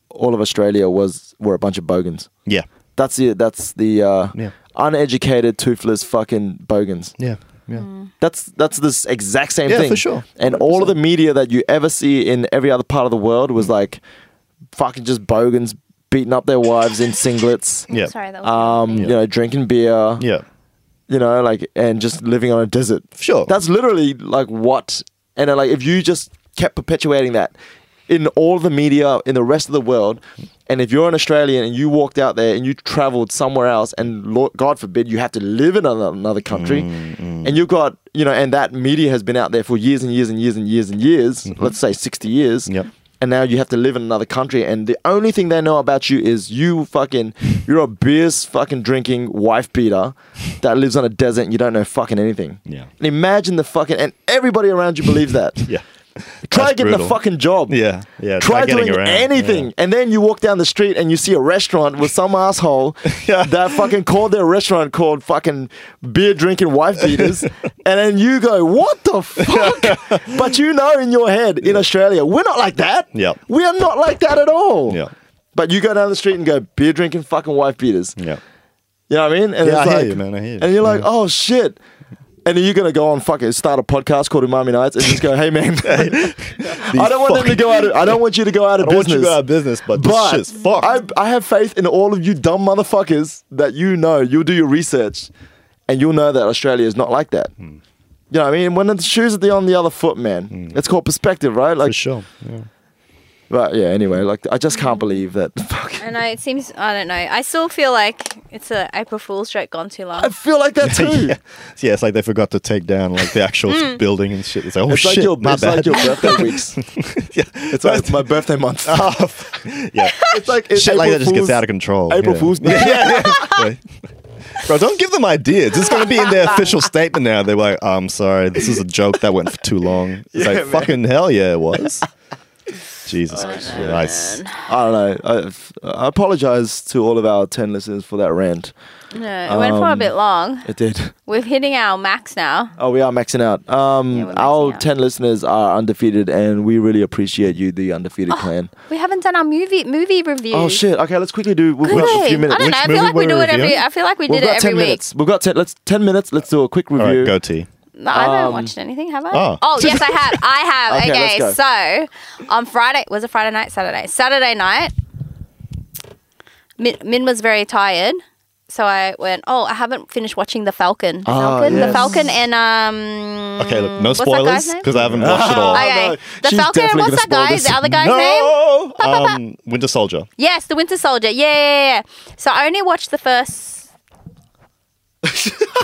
[SPEAKER 3] all of Australia was were a bunch of bogans.
[SPEAKER 4] Yeah.
[SPEAKER 3] That's it. That's the uh,
[SPEAKER 4] Yeah.
[SPEAKER 3] uneducated, toothless fucking bogans.
[SPEAKER 4] Yeah. Yeah.
[SPEAKER 2] Mm.
[SPEAKER 3] That's that's this exact same
[SPEAKER 4] Yeah,
[SPEAKER 3] thing.
[SPEAKER 4] for sure.
[SPEAKER 3] And all of the media that you ever see in every other part of the world was like fucking just bogans beating up their wives in singlets.
[SPEAKER 4] Yeah.
[SPEAKER 2] Sorry, that was.
[SPEAKER 3] Um, you know, drinking beer.
[SPEAKER 4] Yeah.
[SPEAKER 3] You know, like and just living on a desert.
[SPEAKER 4] Sure.
[SPEAKER 3] That's literally like what and then, like if you just kept perpetuating that in all the media in the rest of the world and if you're an Australian and you walked out there and you traveled somewhere else and Lord, God forbid you have to live in another, another country
[SPEAKER 4] Mm,
[SPEAKER 3] and you've got you know and that media has been out there for years and years and years and years and years let's say 60 years
[SPEAKER 4] Mm-hmm. Yep.
[SPEAKER 3] and now you have to live in another country and the only thing they know about you is you fucking you're a beers fucking drinking wife beater that lives on a desert and you don't know fucking anything
[SPEAKER 4] Yeah.
[SPEAKER 3] and imagine the fucking and everybody around you believes that
[SPEAKER 4] Yeah.
[SPEAKER 3] try
[SPEAKER 4] That's
[SPEAKER 3] getting a
[SPEAKER 4] brutal.
[SPEAKER 3] fucking job
[SPEAKER 4] Yeah. Yeah.
[SPEAKER 3] Try,
[SPEAKER 4] getting
[SPEAKER 3] doing
[SPEAKER 4] around.
[SPEAKER 3] anything,
[SPEAKER 4] Yeah.
[SPEAKER 3] and then you walk down the street and you see a restaurant with some asshole
[SPEAKER 4] Yeah.
[SPEAKER 3] that fucking called their restaurant called fucking beer drinking wife beaters, and then you go, "What the fuck?" but you know in your head, in Australia, we're not like that.
[SPEAKER 4] Yeah.
[SPEAKER 3] we are not like that at all.
[SPEAKER 4] Yeah.
[SPEAKER 3] But you go down the street and go beer drinking fucking wife beaters.
[SPEAKER 4] Yeah.
[SPEAKER 3] You know what I mean? And
[SPEAKER 4] Yeah,
[SPEAKER 3] it's
[SPEAKER 4] I hear
[SPEAKER 3] like,
[SPEAKER 4] you, man. I hear you.
[SPEAKER 3] And you're like, oh shit. And then you're gonna go on fucking start a podcast called Umami Nights and just go, hey man, I don't want them to go out. Of, I don't want you to go out of
[SPEAKER 4] I don't want you
[SPEAKER 3] business.
[SPEAKER 4] to go out of business, but,
[SPEAKER 3] but
[SPEAKER 4] this shit's fucked.
[SPEAKER 3] I, I have faith in all of you dumb motherfuckers that you know. You'll do your research, and you'll know that Australia is not like that.
[SPEAKER 4] Hmm.
[SPEAKER 3] You know what I mean? When the shoes are the, on the other foot, man, it's called perspective, right? Like,
[SPEAKER 4] For sure. Yeah.
[SPEAKER 3] but yeah. Anyway, like I just can't believe that. Fucking,
[SPEAKER 2] I know it seems. I don't know. I still feel like it's a April Fool's joke gone too long.
[SPEAKER 3] I feel like that too.
[SPEAKER 4] yeah. yeah, it's like they forgot to take down like the actual
[SPEAKER 2] Mm.
[SPEAKER 4] building and shit. It's like, oh
[SPEAKER 3] It's
[SPEAKER 4] shit,
[SPEAKER 3] like your,
[SPEAKER 4] my
[SPEAKER 3] it's
[SPEAKER 4] bad.
[SPEAKER 3] like your birthday weeks.
[SPEAKER 4] yeah,
[SPEAKER 3] It's like my birthday month.
[SPEAKER 4] yeah.
[SPEAKER 3] Ah, it's like it's
[SPEAKER 4] shit like
[SPEAKER 3] April
[SPEAKER 4] that just gets
[SPEAKER 3] Fool's-
[SPEAKER 4] out of control.
[SPEAKER 3] April
[SPEAKER 4] yeah.
[SPEAKER 3] Fool's. Yeah.
[SPEAKER 4] Right. Bro, don't give them ideas. It's going to be in their official statement now. They're like, I'm sorry, this is a joke that went for too long. It's like, fucking hell yeah, it was. Jesus Christ.
[SPEAKER 3] I don't know. I, I apologize to all of our ten listeners for that rant.
[SPEAKER 2] no, it went for a bit long.
[SPEAKER 3] um, It did.
[SPEAKER 2] We're hitting our max now.
[SPEAKER 3] Oh, we are maxing out. Um,
[SPEAKER 2] Yeah, we're maxing
[SPEAKER 3] our
[SPEAKER 2] out.
[SPEAKER 3] ten listeners are undefeated, and we really appreciate you, the
[SPEAKER 2] Oh,
[SPEAKER 3] undefeated clan.
[SPEAKER 2] We haven't done our movie movie review.
[SPEAKER 3] Oh shit! Okay, let's quickly do. We've
[SPEAKER 2] Good.
[SPEAKER 3] got a few
[SPEAKER 2] I
[SPEAKER 3] minutes.
[SPEAKER 2] don't know. I
[SPEAKER 4] movie
[SPEAKER 2] feel like we
[SPEAKER 4] we're
[SPEAKER 2] do it every.
[SPEAKER 4] reviewing?
[SPEAKER 2] I feel like we
[SPEAKER 3] We've
[SPEAKER 2] did it
[SPEAKER 3] got
[SPEAKER 2] every
[SPEAKER 3] ten
[SPEAKER 2] week.
[SPEAKER 3] minutes. We've got ten. Let's ten minutes. Let's do a quick
[SPEAKER 4] All right,
[SPEAKER 3] review.
[SPEAKER 4] go T.
[SPEAKER 2] No, I haven't watched anything, have I?
[SPEAKER 4] Oh.
[SPEAKER 2] yes, I have. I have.
[SPEAKER 3] Um, Okay,
[SPEAKER 2] okay,
[SPEAKER 3] let's
[SPEAKER 2] so on Friday was it Friday night, Saturday, Saturday night. Min, Min was very tired, so I went. Oh, I haven't finished watching the Falcon. The
[SPEAKER 3] Ah,
[SPEAKER 2] Falcon,
[SPEAKER 3] yes.
[SPEAKER 2] the Falcon, and um.
[SPEAKER 4] Okay, look, no
[SPEAKER 2] what's that guy's
[SPEAKER 4] spoilers
[SPEAKER 2] name?
[SPEAKER 4] because I haven't watched it all.
[SPEAKER 2] Okay,
[SPEAKER 3] Oh, no.
[SPEAKER 2] the Falcon.
[SPEAKER 3] She's
[SPEAKER 2] And
[SPEAKER 3] definitely
[SPEAKER 2] what's that
[SPEAKER 3] gonna spoil
[SPEAKER 2] guy?
[SPEAKER 3] this.
[SPEAKER 2] The other guy's name?
[SPEAKER 4] no! Um, Winter Soldier.
[SPEAKER 2] Yes, the Winter Soldier. Yeah, yeah, yeah. So I only watched the first.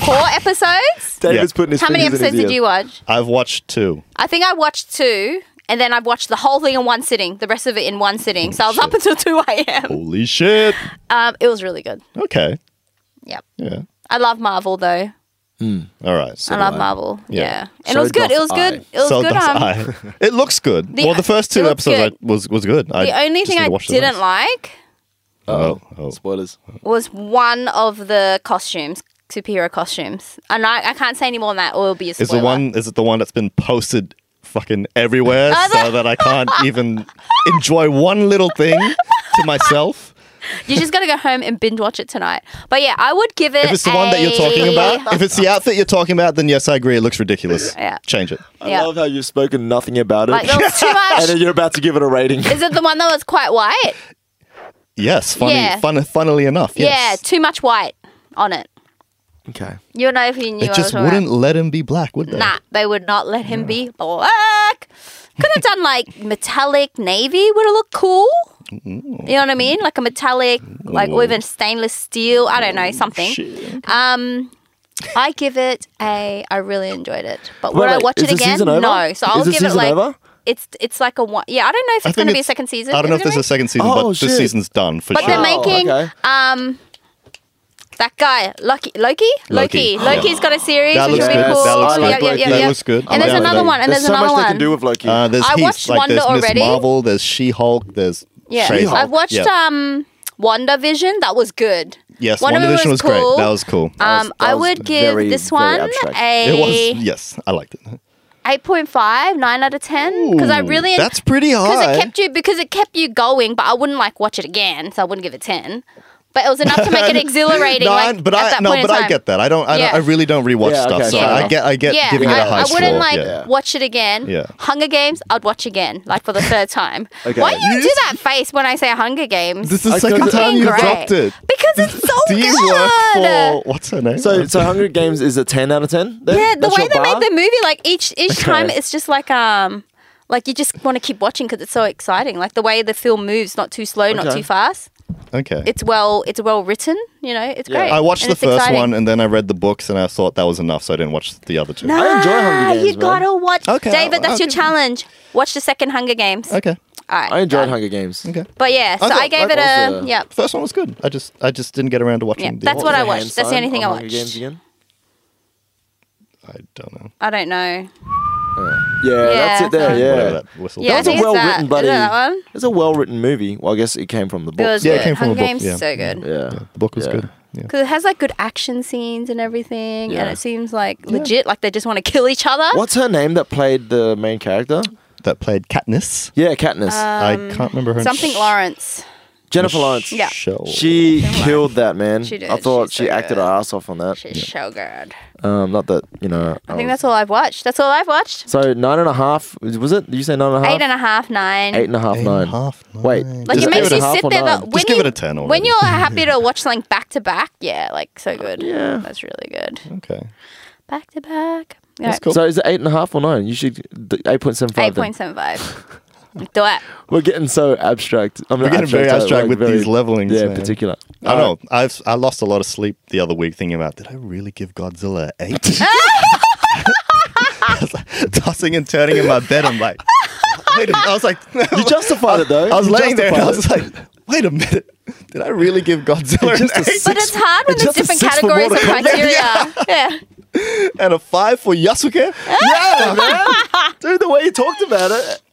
[SPEAKER 2] four episodes.
[SPEAKER 3] David's
[SPEAKER 4] Yeah.
[SPEAKER 3] putting his
[SPEAKER 2] How many
[SPEAKER 3] fingers in his
[SPEAKER 2] episodes did
[SPEAKER 3] ears.
[SPEAKER 2] you watch?
[SPEAKER 4] I've watched two.
[SPEAKER 2] I think I watched two, and then I watched the whole thing in one sitting. The rest of it in one sitting. So I was up until two a.m.
[SPEAKER 4] Holy shit.
[SPEAKER 2] Um, it was really good.
[SPEAKER 4] Okay.
[SPEAKER 2] Yep.
[SPEAKER 4] Yeah.
[SPEAKER 2] I love Marvel though.
[SPEAKER 4] All right.
[SPEAKER 2] I love Marvel. Yeah. And
[SPEAKER 3] So
[SPEAKER 2] it was good.
[SPEAKER 3] does
[SPEAKER 2] It was good.
[SPEAKER 3] I.
[SPEAKER 2] It was
[SPEAKER 4] so
[SPEAKER 2] good.
[SPEAKER 4] does
[SPEAKER 2] um,
[SPEAKER 4] I. It looks good.
[SPEAKER 2] The-
[SPEAKER 4] well, the first
[SPEAKER 2] it
[SPEAKER 4] two
[SPEAKER 2] looks
[SPEAKER 4] episodes I,
[SPEAKER 2] good.
[SPEAKER 4] was was good. I
[SPEAKER 2] The only
[SPEAKER 4] just
[SPEAKER 2] thing
[SPEAKER 4] need
[SPEAKER 2] I
[SPEAKER 4] to watch the
[SPEAKER 2] didn't
[SPEAKER 4] rest.
[SPEAKER 2] like
[SPEAKER 4] Oh, oh.
[SPEAKER 3] Spoilers.
[SPEAKER 2] was one of the costumes, superhero costumes. And I, I can't say any more on that or it'll be a spoiler.
[SPEAKER 4] Is the one? Is it the one that's been posted fucking everywhere so that I can't even enjoy one little thing to myself?
[SPEAKER 2] You just gotta go home and binge watch it tonight. But yeah, I would give it
[SPEAKER 4] If it's the one that you're talking
[SPEAKER 2] a-
[SPEAKER 4] about, if it's the outfit you're talking about, then yes, I agree. It looks ridiculous.
[SPEAKER 2] Yeah.
[SPEAKER 4] Change it.
[SPEAKER 3] I
[SPEAKER 2] Yeah.
[SPEAKER 3] love how you've spoken nothing about it,
[SPEAKER 2] Like there was too
[SPEAKER 3] and then
[SPEAKER 2] much
[SPEAKER 3] you're about to give it a rating.
[SPEAKER 2] Is it the one that was quite white?
[SPEAKER 4] Yes. Funny.
[SPEAKER 2] Yeah.
[SPEAKER 4] Fun, funnily enough. Yes.
[SPEAKER 2] Yeah, too much white on it.
[SPEAKER 3] okay.
[SPEAKER 2] You'll know if you knew what I
[SPEAKER 4] They
[SPEAKER 2] was
[SPEAKER 4] just
[SPEAKER 2] talking about.
[SPEAKER 4] wouldn't let him be black, would they?
[SPEAKER 2] Nah, they would not let him be black. Could have done like metallic navy would have looked cool. You know what I mean? Like a metallic, like or even stainless steel. I don't know something. Um, I give it a. I really enjoyed it, but would
[SPEAKER 3] Wait,
[SPEAKER 2] I
[SPEAKER 3] wait,
[SPEAKER 2] watch
[SPEAKER 3] is
[SPEAKER 2] it
[SPEAKER 3] the
[SPEAKER 2] again?
[SPEAKER 3] season over?
[SPEAKER 2] No, so
[SPEAKER 3] Is
[SPEAKER 2] I'll
[SPEAKER 3] the
[SPEAKER 2] give it
[SPEAKER 3] season
[SPEAKER 2] like
[SPEAKER 3] over?
[SPEAKER 2] it's it's like a one. Yeah, I don't know if
[SPEAKER 4] I
[SPEAKER 2] it's going
[SPEAKER 4] think
[SPEAKER 2] to be a
[SPEAKER 4] it's-
[SPEAKER 2] second season.
[SPEAKER 4] I don't know
[SPEAKER 2] Is
[SPEAKER 4] if
[SPEAKER 2] it
[SPEAKER 4] there's
[SPEAKER 2] gonna
[SPEAKER 4] a second season,
[SPEAKER 3] Oh,
[SPEAKER 4] but
[SPEAKER 3] shit.
[SPEAKER 4] this season's done for
[SPEAKER 2] be? But
[SPEAKER 4] sure.
[SPEAKER 2] they're
[SPEAKER 3] Wow,
[SPEAKER 2] making
[SPEAKER 3] okay.
[SPEAKER 2] um. That guy, Loki, Loki, Loki,
[SPEAKER 4] Loki.
[SPEAKER 2] Loki's got a series.
[SPEAKER 4] That
[SPEAKER 2] which
[SPEAKER 4] looks
[SPEAKER 2] will be
[SPEAKER 4] good.
[SPEAKER 2] cool. Oh,
[SPEAKER 4] That looks
[SPEAKER 2] Yep,
[SPEAKER 4] good.
[SPEAKER 2] yep, yep,
[SPEAKER 4] That
[SPEAKER 2] yep.
[SPEAKER 4] looks good.
[SPEAKER 2] And there's
[SPEAKER 4] I'm down with
[SPEAKER 2] another
[SPEAKER 4] that.
[SPEAKER 2] one. And there's,
[SPEAKER 3] so
[SPEAKER 2] another
[SPEAKER 3] much
[SPEAKER 2] one.
[SPEAKER 3] they can do with Loki.
[SPEAKER 4] Uh, there's
[SPEAKER 2] I
[SPEAKER 4] heaps.
[SPEAKER 2] watched
[SPEAKER 4] like
[SPEAKER 2] Wonder
[SPEAKER 4] there's Miss
[SPEAKER 2] already.
[SPEAKER 4] Marvel, there's She-Hulk, there's
[SPEAKER 2] Yeah,
[SPEAKER 4] She-Hulk.
[SPEAKER 2] I've watched
[SPEAKER 4] Yeah.
[SPEAKER 2] um Wonder Vision. That was good.
[SPEAKER 4] Yes,
[SPEAKER 2] Wonder
[SPEAKER 4] WandaVision
[SPEAKER 2] Woman
[SPEAKER 4] was,
[SPEAKER 2] cool.
[SPEAKER 4] great. That was cool.
[SPEAKER 2] Um,
[SPEAKER 3] that
[SPEAKER 2] I
[SPEAKER 3] was
[SPEAKER 2] would give
[SPEAKER 3] very,
[SPEAKER 2] this
[SPEAKER 3] very
[SPEAKER 2] one
[SPEAKER 3] abstract.
[SPEAKER 4] it
[SPEAKER 2] a
[SPEAKER 4] was yes, I liked it.
[SPEAKER 2] 8.5, 9 out of 10 because I really
[SPEAKER 4] That's pretty
[SPEAKER 2] because
[SPEAKER 4] high.
[SPEAKER 2] it kept you because it kept you going, but I wouldn't like watch it again, so I wouldn't give it 10. But it was enough to make it exhilarating.
[SPEAKER 4] No,
[SPEAKER 2] like,
[SPEAKER 4] but
[SPEAKER 2] at
[SPEAKER 4] I
[SPEAKER 2] that
[SPEAKER 4] no,
[SPEAKER 2] point in
[SPEAKER 4] but I
[SPEAKER 2] time.
[SPEAKER 4] get that. I don't. I,
[SPEAKER 2] Yeah.
[SPEAKER 4] don't, I really don't rewatch
[SPEAKER 3] Yeah,
[SPEAKER 4] stuff.
[SPEAKER 3] okay,
[SPEAKER 4] So
[SPEAKER 3] fair
[SPEAKER 4] I
[SPEAKER 3] enough.
[SPEAKER 4] get. I get
[SPEAKER 2] yeah,
[SPEAKER 4] giving
[SPEAKER 2] I,
[SPEAKER 4] it a high
[SPEAKER 2] I
[SPEAKER 4] score.
[SPEAKER 2] wouldn't like
[SPEAKER 4] yeah.
[SPEAKER 2] watch it again.
[SPEAKER 4] Yeah.
[SPEAKER 2] Hunger Games, I'd watch again, like for the third time.
[SPEAKER 3] Okay.
[SPEAKER 2] Why do you
[SPEAKER 4] You
[SPEAKER 2] do
[SPEAKER 4] just-
[SPEAKER 2] that face when I say Hunger Games?
[SPEAKER 4] This is the
[SPEAKER 3] I
[SPEAKER 4] second
[SPEAKER 3] couldn't-
[SPEAKER 4] time you
[SPEAKER 2] Fucking great.
[SPEAKER 4] dropped it.
[SPEAKER 2] Because it's so
[SPEAKER 4] Do you
[SPEAKER 2] good.
[SPEAKER 4] work for what's her name?
[SPEAKER 3] So, so Hunger Games is a ten out of ten.
[SPEAKER 2] Yeah, the way they
[SPEAKER 3] bar?
[SPEAKER 2] made the movie, like each each time,
[SPEAKER 3] Okay.
[SPEAKER 2] it's just like um, like you just want to keep watching because it's so exciting. Like the way the film moves, not too slow, not
[SPEAKER 3] Okay.
[SPEAKER 2] too fast.
[SPEAKER 4] okay.
[SPEAKER 2] It's well, it's well written. You know, it's
[SPEAKER 3] Yeah.
[SPEAKER 2] great.
[SPEAKER 4] I watched
[SPEAKER 2] and
[SPEAKER 4] the
[SPEAKER 2] it's
[SPEAKER 4] first
[SPEAKER 2] exciting.
[SPEAKER 4] one and then I read the books and I thought that was enough, so I didn't watch the other two.
[SPEAKER 3] I enjoy Hunger
[SPEAKER 2] Ah,
[SPEAKER 3] Games,
[SPEAKER 2] you
[SPEAKER 3] man.
[SPEAKER 2] gotta watch.
[SPEAKER 4] Okay,
[SPEAKER 2] David, that's your
[SPEAKER 4] I'll- I'll-
[SPEAKER 2] challenge. Watch the second Hunger Games.
[SPEAKER 4] Okay.
[SPEAKER 2] All right.
[SPEAKER 3] I enjoyed
[SPEAKER 2] done.
[SPEAKER 3] Hunger Games.
[SPEAKER 4] Okay.
[SPEAKER 2] But yeah, so I,
[SPEAKER 3] thought
[SPEAKER 2] gave
[SPEAKER 3] that
[SPEAKER 2] it a
[SPEAKER 3] was a-
[SPEAKER 2] yep.
[SPEAKER 4] First one was good. I just I just didn't get around to watching.
[SPEAKER 2] Yeah,
[SPEAKER 4] the
[SPEAKER 2] that's
[SPEAKER 4] other
[SPEAKER 2] what
[SPEAKER 4] ones.
[SPEAKER 2] I
[SPEAKER 3] was the
[SPEAKER 2] watched.
[SPEAKER 3] hand
[SPEAKER 2] That's the only
[SPEAKER 3] sign
[SPEAKER 2] thing
[SPEAKER 3] on
[SPEAKER 2] I
[SPEAKER 3] Hunger
[SPEAKER 2] watched.
[SPEAKER 3] Games again?
[SPEAKER 4] I don't know.
[SPEAKER 2] I don't know.
[SPEAKER 3] Yeah, that's it there.
[SPEAKER 2] so-
[SPEAKER 4] Whatever
[SPEAKER 3] Yeah.
[SPEAKER 4] that whistle.
[SPEAKER 2] Yeah, I
[SPEAKER 3] That's a
[SPEAKER 2] think it's
[SPEAKER 3] well
[SPEAKER 2] that.
[SPEAKER 3] written
[SPEAKER 2] Is
[SPEAKER 3] bloody.
[SPEAKER 2] that that one?
[SPEAKER 3] It's a well written movie. Well, I guess it came from the
[SPEAKER 2] It
[SPEAKER 3] book.
[SPEAKER 2] was
[SPEAKER 4] Yeah, it
[SPEAKER 2] good.
[SPEAKER 4] came from a
[SPEAKER 2] Hunger
[SPEAKER 4] book,
[SPEAKER 2] Games
[SPEAKER 4] yeah.
[SPEAKER 2] is so good.
[SPEAKER 3] Yeah.
[SPEAKER 4] The book was
[SPEAKER 3] Yeah.
[SPEAKER 4] good. Yeah.
[SPEAKER 2] Because it has like good action scenes and everything,
[SPEAKER 3] Yeah.
[SPEAKER 2] and it seems like legit, like they just want to kill each other.
[SPEAKER 3] What's her name that played the main character?
[SPEAKER 4] That played Katniss.
[SPEAKER 3] Yeah, Katniss.
[SPEAKER 2] Uh,
[SPEAKER 4] I can't remember her
[SPEAKER 2] Um, Something Lawrence.
[SPEAKER 3] Jennifer Lawrence.
[SPEAKER 2] Yeah.
[SPEAKER 4] Michelle.
[SPEAKER 3] She killed that man.
[SPEAKER 2] She did.
[SPEAKER 3] I thought
[SPEAKER 2] She's
[SPEAKER 3] she
[SPEAKER 2] so
[SPEAKER 3] acted
[SPEAKER 2] good.
[SPEAKER 3] her ass off on that.
[SPEAKER 2] She's so good.
[SPEAKER 3] Um, not that you know.
[SPEAKER 2] I think that's all I've watched. That's all I've watched.
[SPEAKER 3] So nine and a half was it? Did you say nine and a half?
[SPEAKER 2] Eight and a half, nine.
[SPEAKER 3] Eight and a half,
[SPEAKER 4] Eight and a
[SPEAKER 3] nine.
[SPEAKER 4] half, nine.
[SPEAKER 3] Wait,
[SPEAKER 2] Like
[SPEAKER 3] just
[SPEAKER 2] it
[SPEAKER 3] give
[SPEAKER 2] makes
[SPEAKER 3] a
[SPEAKER 2] you
[SPEAKER 3] half
[SPEAKER 2] sit
[SPEAKER 3] or
[SPEAKER 2] there.
[SPEAKER 3] nine?
[SPEAKER 2] But when
[SPEAKER 4] Just give
[SPEAKER 2] you,
[SPEAKER 4] it a 10 already.
[SPEAKER 2] When you're happy to watch something back to back, yeah, like so good.
[SPEAKER 3] Yeah.
[SPEAKER 2] that's really good.
[SPEAKER 4] Okay.
[SPEAKER 2] Back to back.
[SPEAKER 4] That's cool.
[SPEAKER 3] So is it eight and a half or nine? You should the eight point seven five.
[SPEAKER 2] Eight point seven five. Do it.
[SPEAKER 3] We're getting so abstract. I'm
[SPEAKER 4] We're getting very abstract with these levelings,
[SPEAKER 3] Yeah, in
[SPEAKER 4] man.
[SPEAKER 3] particular.
[SPEAKER 4] I know. I've I lost a lot of sleep the other week thinking about did I really give Godzilla an eight? I was like, tossing and turning in my bed. I'm like, wait. A minute. I was like,
[SPEAKER 3] You justified it though.
[SPEAKER 4] I was
[SPEAKER 3] You
[SPEAKER 4] laying there and I
[SPEAKER 3] justified
[SPEAKER 4] was like, wait a minute. Did I really give Godzilla an
[SPEAKER 3] Just a
[SPEAKER 4] eight?
[SPEAKER 2] But it's hard when
[SPEAKER 3] It's
[SPEAKER 2] there's
[SPEAKER 3] just a
[SPEAKER 2] different
[SPEAKER 3] six for
[SPEAKER 2] categories of
[SPEAKER 3] water.
[SPEAKER 2] criteria. yeah.
[SPEAKER 4] and a five for
[SPEAKER 2] Eh?
[SPEAKER 4] Yasuke?
[SPEAKER 3] it. Yeah, man. Dude, the way you talked about it.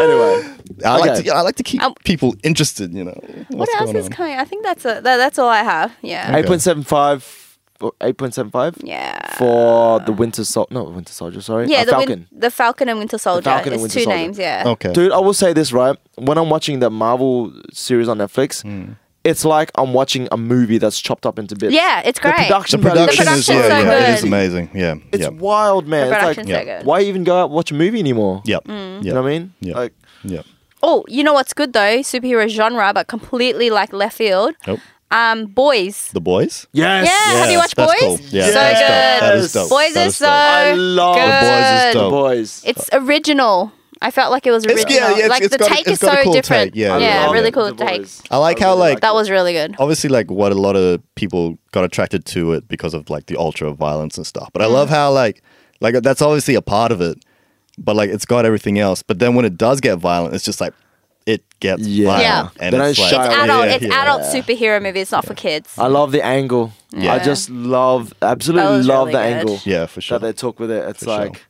[SPEAKER 3] Anyway,
[SPEAKER 4] I,
[SPEAKER 3] Okay.
[SPEAKER 4] like to, I like to keep
[SPEAKER 2] Um,
[SPEAKER 4] people interested, you know.
[SPEAKER 2] What
[SPEAKER 4] What's
[SPEAKER 2] else
[SPEAKER 4] going
[SPEAKER 2] is
[SPEAKER 4] on.
[SPEAKER 2] coming? I think that's a, that, that's all I have. Yeah.
[SPEAKER 3] eight point seven five. Eight point seven five.
[SPEAKER 2] Yeah.
[SPEAKER 4] uh,
[SPEAKER 3] For the Winter Soldier, no Winter Soldier, sorry.
[SPEAKER 2] Yeah,
[SPEAKER 3] Uh,
[SPEAKER 2] the
[SPEAKER 3] Falcon.
[SPEAKER 2] Win- the Falcon and Winter Soldier.
[SPEAKER 3] Falcon and
[SPEAKER 2] it's
[SPEAKER 3] Winter
[SPEAKER 2] two
[SPEAKER 3] Soldier.
[SPEAKER 2] names, yeah.
[SPEAKER 4] Okay.
[SPEAKER 3] Dude, I will say this right. When I'm watching the Marvel series on Netflix,
[SPEAKER 4] Hmm.
[SPEAKER 3] it's like I'm watching a movie that's chopped up into bits.
[SPEAKER 2] Yeah, it's great.
[SPEAKER 3] The production,
[SPEAKER 4] the
[SPEAKER 3] value
[SPEAKER 4] production is
[SPEAKER 2] production's
[SPEAKER 4] yeah,
[SPEAKER 2] so
[SPEAKER 4] yeah, it
[SPEAKER 2] good.
[SPEAKER 4] is amazing. Yeah,
[SPEAKER 3] It's
[SPEAKER 4] yeah,
[SPEAKER 3] wild, man.
[SPEAKER 2] The
[SPEAKER 3] It's like,
[SPEAKER 2] production's so good.
[SPEAKER 3] why even go out and watch a movie anymore?
[SPEAKER 4] yeah,
[SPEAKER 2] Mm.
[SPEAKER 3] You know what I mean?
[SPEAKER 4] Yeah.
[SPEAKER 3] Like,
[SPEAKER 4] yeah.
[SPEAKER 2] Oh, you know what's good though? Superhero genre, but completely like left field.
[SPEAKER 4] Nope.
[SPEAKER 2] Um, boys.
[SPEAKER 4] The boys.
[SPEAKER 3] yes.
[SPEAKER 2] Yeah, have you
[SPEAKER 4] Yes,
[SPEAKER 2] watched
[SPEAKER 4] that's
[SPEAKER 2] Boys?
[SPEAKER 4] cool. Yeah,
[SPEAKER 2] so
[SPEAKER 4] that's dope. That
[SPEAKER 2] good.
[SPEAKER 4] is dope.
[SPEAKER 2] Boys
[SPEAKER 4] That
[SPEAKER 2] is
[SPEAKER 4] is
[SPEAKER 2] so
[SPEAKER 4] dope.
[SPEAKER 3] I love
[SPEAKER 2] good.
[SPEAKER 4] The Boys is
[SPEAKER 3] The
[SPEAKER 4] dope.
[SPEAKER 3] boys.
[SPEAKER 2] It's original. I felt like it was
[SPEAKER 4] It's-
[SPEAKER 2] original.
[SPEAKER 4] yeah, yeah, it's-
[SPEAKER 2] like
[SPEAKER 4] it's
[SPEAKER 2] the
[SPEAKER 4] got a-
[SPEAKER 2] take
[SPEAKER 4] it's
[SPEAKER 2] is
[SPEAKER 4] got a
[SPEAKER 2] so
[SPEAKER 4] cool
[SPEAKER 2] different.
[SPEAKER 4] take, yeah. I
[SPEAKER 2] yeah,
[SPEAKER 4] love
[SPEAKER 2] really
[SPEAKER 4] it.
[SPEAKER 2] cool
[SPEAKER 3] The
[SPEAKER 2] take.
[SPEAKER 3] voice.
[SPEAKER 4] I like how,
[SPEAKER 3] really
[SPEAKER 4] like-
[SPEAKER 3] it.
[SPEAKER 2] That was really good.
[SPEAKER 4] obviously like what a lot of people got attracted to it because of like the ultra violence and stuff. But I
[SPEAKER 2] Mm.
[SPEAKER 4] love how like like that's obviously a part of it, but like it's got everything else. But then when it does get violent, it's just like it gets
[SPEAKER 3] Yeah.
[SPEAKER 4] violent.
[SPEAKER 2] Yeah.
[SPEAKER 4] And
[SPEAKER 3] They
[SPEAKER 4] it's
[SPEAKER 3] don't
[SPEAKER 4] like,
[SPEAKER 3] shy
[SPEAKER 2] It's
[SPEAKER 3] Oh, away.
[SPEAKER 2] adult.
[SPEAKER 4] yeah,
[SPEAKER 2] it's
[SPEAKER 4] yeah.
[SPEAKER 2] adult superhero movie. It's not for kids.
[SPEAKER 3] I love the angle.
[SPEAKER 4] Yeah.
[SPEAKER 3] I just love,
[SPEAKER 2] That
[SPEAKER 3] absolutely
[SPEAKER 2] was
[SPEAKER 3] love
[SPEAKER 2] really
[SPEAKER 3] the
[SPEAKER 2] good.
[SPEAKER 3] angle
[SPEAKER 4] Yeah, for sure.
[SPEAKER 3] that they took with it. It's
[SPEAKER 4] For sure.
[SPEAKER 3] like,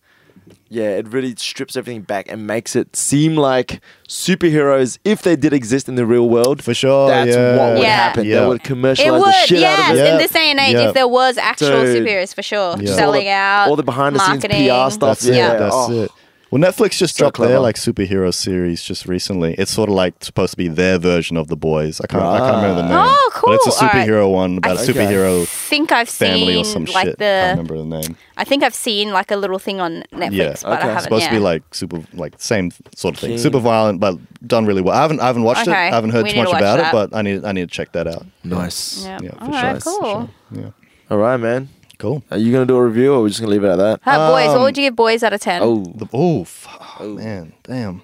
[SPEAKER 3] yeah, it really strips everything back and makes it seem like superheroes, if they did exist in the real world,
[SPEAKER 4] For sure,
[SPEAKER 3] that's
[SPEAKER 4] yeah.
[SPEAKER 3] what would
[SPEAKER 2] Yeah.
[SPEAKER 3] happen.
[SPEAKER 4] Yeah.
[SPEAKER 3] They would commercialize
[SPEAKER 2] it
[SPEAKER 3] the
[SPEAKER 2] would,
[SPEAKER 3] shit
[SPEAKER 2] yes.
[SPEAKER 3] out of it.
[SPEAKER 4] Yeah.
[SPEAKER 2] In this day and age,
[SPEAKER 4] Yeah.
[SPEAKER 2] if there was actual
[SPEAKER 3] Dude.
[SPEAKER 2] superheroes, for sure,
[SPEAKER 4] Yeah.
[SPEAKER 3] All
[SPEAKER 2] selling
[SPEAKER 3] the,
[SPEAKER 2] out
[SPEAKER 3] all the behind the
[SPEAKER 2] marketing.
[SPEAKER 3] scenes PR stuff.
[SPEAKER 4] That's
[SPEAKER 3] yeah,
[SPEAKER 4] it. That's
[SPEAKER 3] Oh,
[SPEAKER 4] it. Well, Netflix just
[SPEAKER 3] So
[SPEAKER 4] dropped their
[SPEAKER 3] clever.
[SPEAKER 4] like superhero series just recently. It's sort of like supposed to be their version of the boys. I can't, I can't remember the name.
[SPEAKER 3] Ah.
[SPEAKER 2] Oh,
[SPEAKER 4] But it's a
[SPEAKER 2] cool. All right.
[SPEAKER 4] superhero one about a
[SPEAKER 3] Okay.
[SPEAKER 4] superhero
[SPEAKER 2] think I've
[SPEAKER 4] family
[SPEAKER 2] seen
[SPEAKER 4] or some
[SPEAKER 2] like
[SPEAKER 4] shit. I can't
[SPEAKER 2] the.
[SPEAKER 4] remember the name.
[SPEAKER 2] I think I've seen like a little thing on Netflix,
[SPEAKER 4] Yeah.
[SPEAKER 2] but I
[SPEAKER 3] Okay.
[SPEAKER 2] haven't.
[SPEAKER 4] supposed
[SPEAKER 2] yeah.
[SPEAKER 4] to be like super like same sort of thing
[SPEAKER 3] King.
[SPEAKER 4] super violent but done really well i haven't i haven't watched it
[SPEAKER 2] Okay,
[SPEAKER 4] i haven't heard
[SPEAKER 2] we
[SPEAKER 4] too
[SPEAKER 2] need to watch
[SPEAKER 4] much about
[SPEAKER 2] that.
[SPEAKER 4] it but i need i need to check that out
[SPEAKER 3] nice.
[SPEAKER 2] Yeah.
[SPEAKER 4] yeah, for
[SPEAKER 2] All right,
[SPEAKER 3] sure.
[SPEAKER 2] cool.
[SPEAKER 4] yeah
[SPEAKER 3] All right, man.
[SPEAKER 4] cool
[SPEAKER 3] Are you gonna do a review, or we're just gonna leave it at that?
[SPEAKER 2] How about boys, what
[SPEAKER 4] Um,
[SPEAKER 2] would you give boys out of ten?
[SPEAKER 3] Oh,
[SPEAKER 4] the, oh, f- oh man damn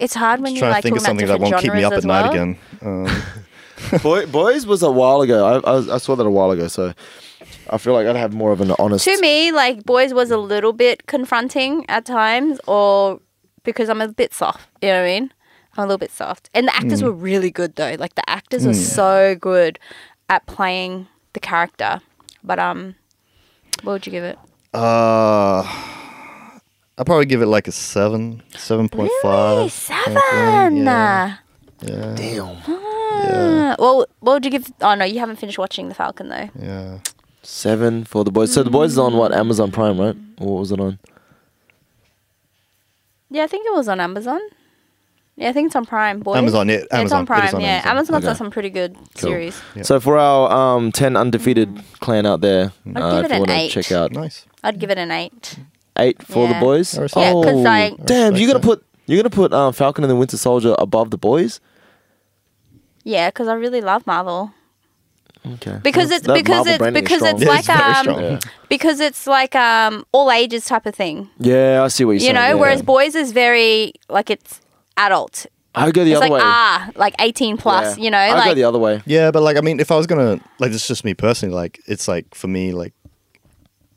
[SPEAKER 2] it's hard when
[SPEAKER 4] just
[SPEAKER 2] you
[SPEAKER 4] trying
[SPEAKER 2] like
[SPEAKER 4] to
[SPEAKER 2] talking
[SPEAKER 4] think of something
[SPEAKER 2] about
[SPEAKER 4] that
[SPEAKER 2] different
[SPEAKER 4] won't keep me up
[SPEAKER 2] genres as
[SPEAKER 4] at
[SPEAKER 2] well.
[SPEAKER 4] night again um,
[SPEAKER 3] Boy, boys was a while ago. I, I, was- I saw that a while ago, so I feel like I'd have more of an honest.
[SPEAKER 2] To me, like boys was a little bit confronting at times, or because I'm a bit soft. You know what I mean? I'm a little bit soft, and the
[SPEAKER 4] Mm.
[SPEAKER 2] actors were really good though. Like the actors were so good at playing the character. But um, what would you give it?
[SPEAKER 4] uh i'll probably give it like a seven seven point
[SPEAKER 2] Really?
[SPEAKER 4] five.
[SPEAKER 2] Seven.
[SPEAKER 4] yeah. yeah
[SPEAKER 3] Damn.
[SPEAKER 2] Uh, Well, what would you give? Oh no, you haven't finished watching The Falcon though.
[SPEAKER 4] yeah
[SPEAKER 3] Seven for the boys. So the boys is on what Amazon Prime, right? Or what was it on?
[SPEAKER 2] Yeah, I think it was on Amazon. Yeah, I think it's on Prime. Boys.
[SPEAKER 4] Amazon, yeah,
[SPEAKER 2] it's on
[SPEAKER 4] Amazon. It
[SPEAKER 2] Prime.
[SPEAKER 4] is on
[SPEAKER 2] yeah,
[SPEAKER 4] Amazon.
[SPEAKER 2] Amazon's got
[SPEAKER 3] Okay.
[SPEAKER 2] some pretty good series.
[SPEAKER 4] Yeah.
[SPEAKER 3] So for our um, ten undefeated clan out there, uh,
[SPEAKER 2] Mm. give it
[SPEAKER 3] if you
[SPEAKER 2] an
[SPEAKER 3] want to
[SPEAKER 2] eight.
[SPEAKER 3] check out
[SPEAKER 4] nice
[SPEAKER 2] I'd give it an eight.
[SPEAKER 3] eight for
[SPEAKER 2] Yeah.
[SPEAKER 3] the boys.
[SPEAKER 4] I respect
[SPEAKER 2] Yeah, because
[SPEAKER 3] Oh,
[SPEAKER 2] like
[SPEAKER 3] damn, you're gonna
[SPEAKER 4] respect
[SPEAKER 3] put you're gonna put um, Falcon and the Winter Soldier above the boys.
[SPEAKER 2] yeah, because I really love Marvel.
[SPEAKER 3] Okay.
[SPEAKER 2] Because
[SPEAKER 3] Mm. That's-
[SPEAKER 2] it's
[SPEAKER 3] that
[SPEAKER 2] because
[SPEAKER 3] Marvel
[SPEAKER 2] it's
[SPEAKER 3] branding is
[SPEAKER 2] because
[SPEAKER 3] strong.
[SPEAKER 2] it's like
[SPEAKER 4] very
[SPEAKER 2] um
[SPEAKER 4] strong. Yeah.
[SPEAKER 2] because it's like um all ages type of thing.
[SPEAKER 3] yeah, I see what you're
[SPEAKER 2] You
[SPEAKER 3] saying.
[SPEAKER 2] know,
[SPEAKER 3] yeah.
[SPEAKER 2] whereas boys is very like it's adult.
[SPEAKER 3] I go the
[SPEAKER 2] It's
[SPEAKER 3] other
[SPEAKER 2] like
[SPEAKER 3] way.
[SPEAKER 2] ah, like eighteen plus.
[SPEAKER 3] Yeah.
[SPEAKER 2] You know,
[SPEAKER 3] I go
[SPEAKER 2] like
[SPEAKER 3] the other way.
[SPEAKER 4] Yeah, but like I mean, if I was gonna like, it's just me personally. Like, it's like for me, like,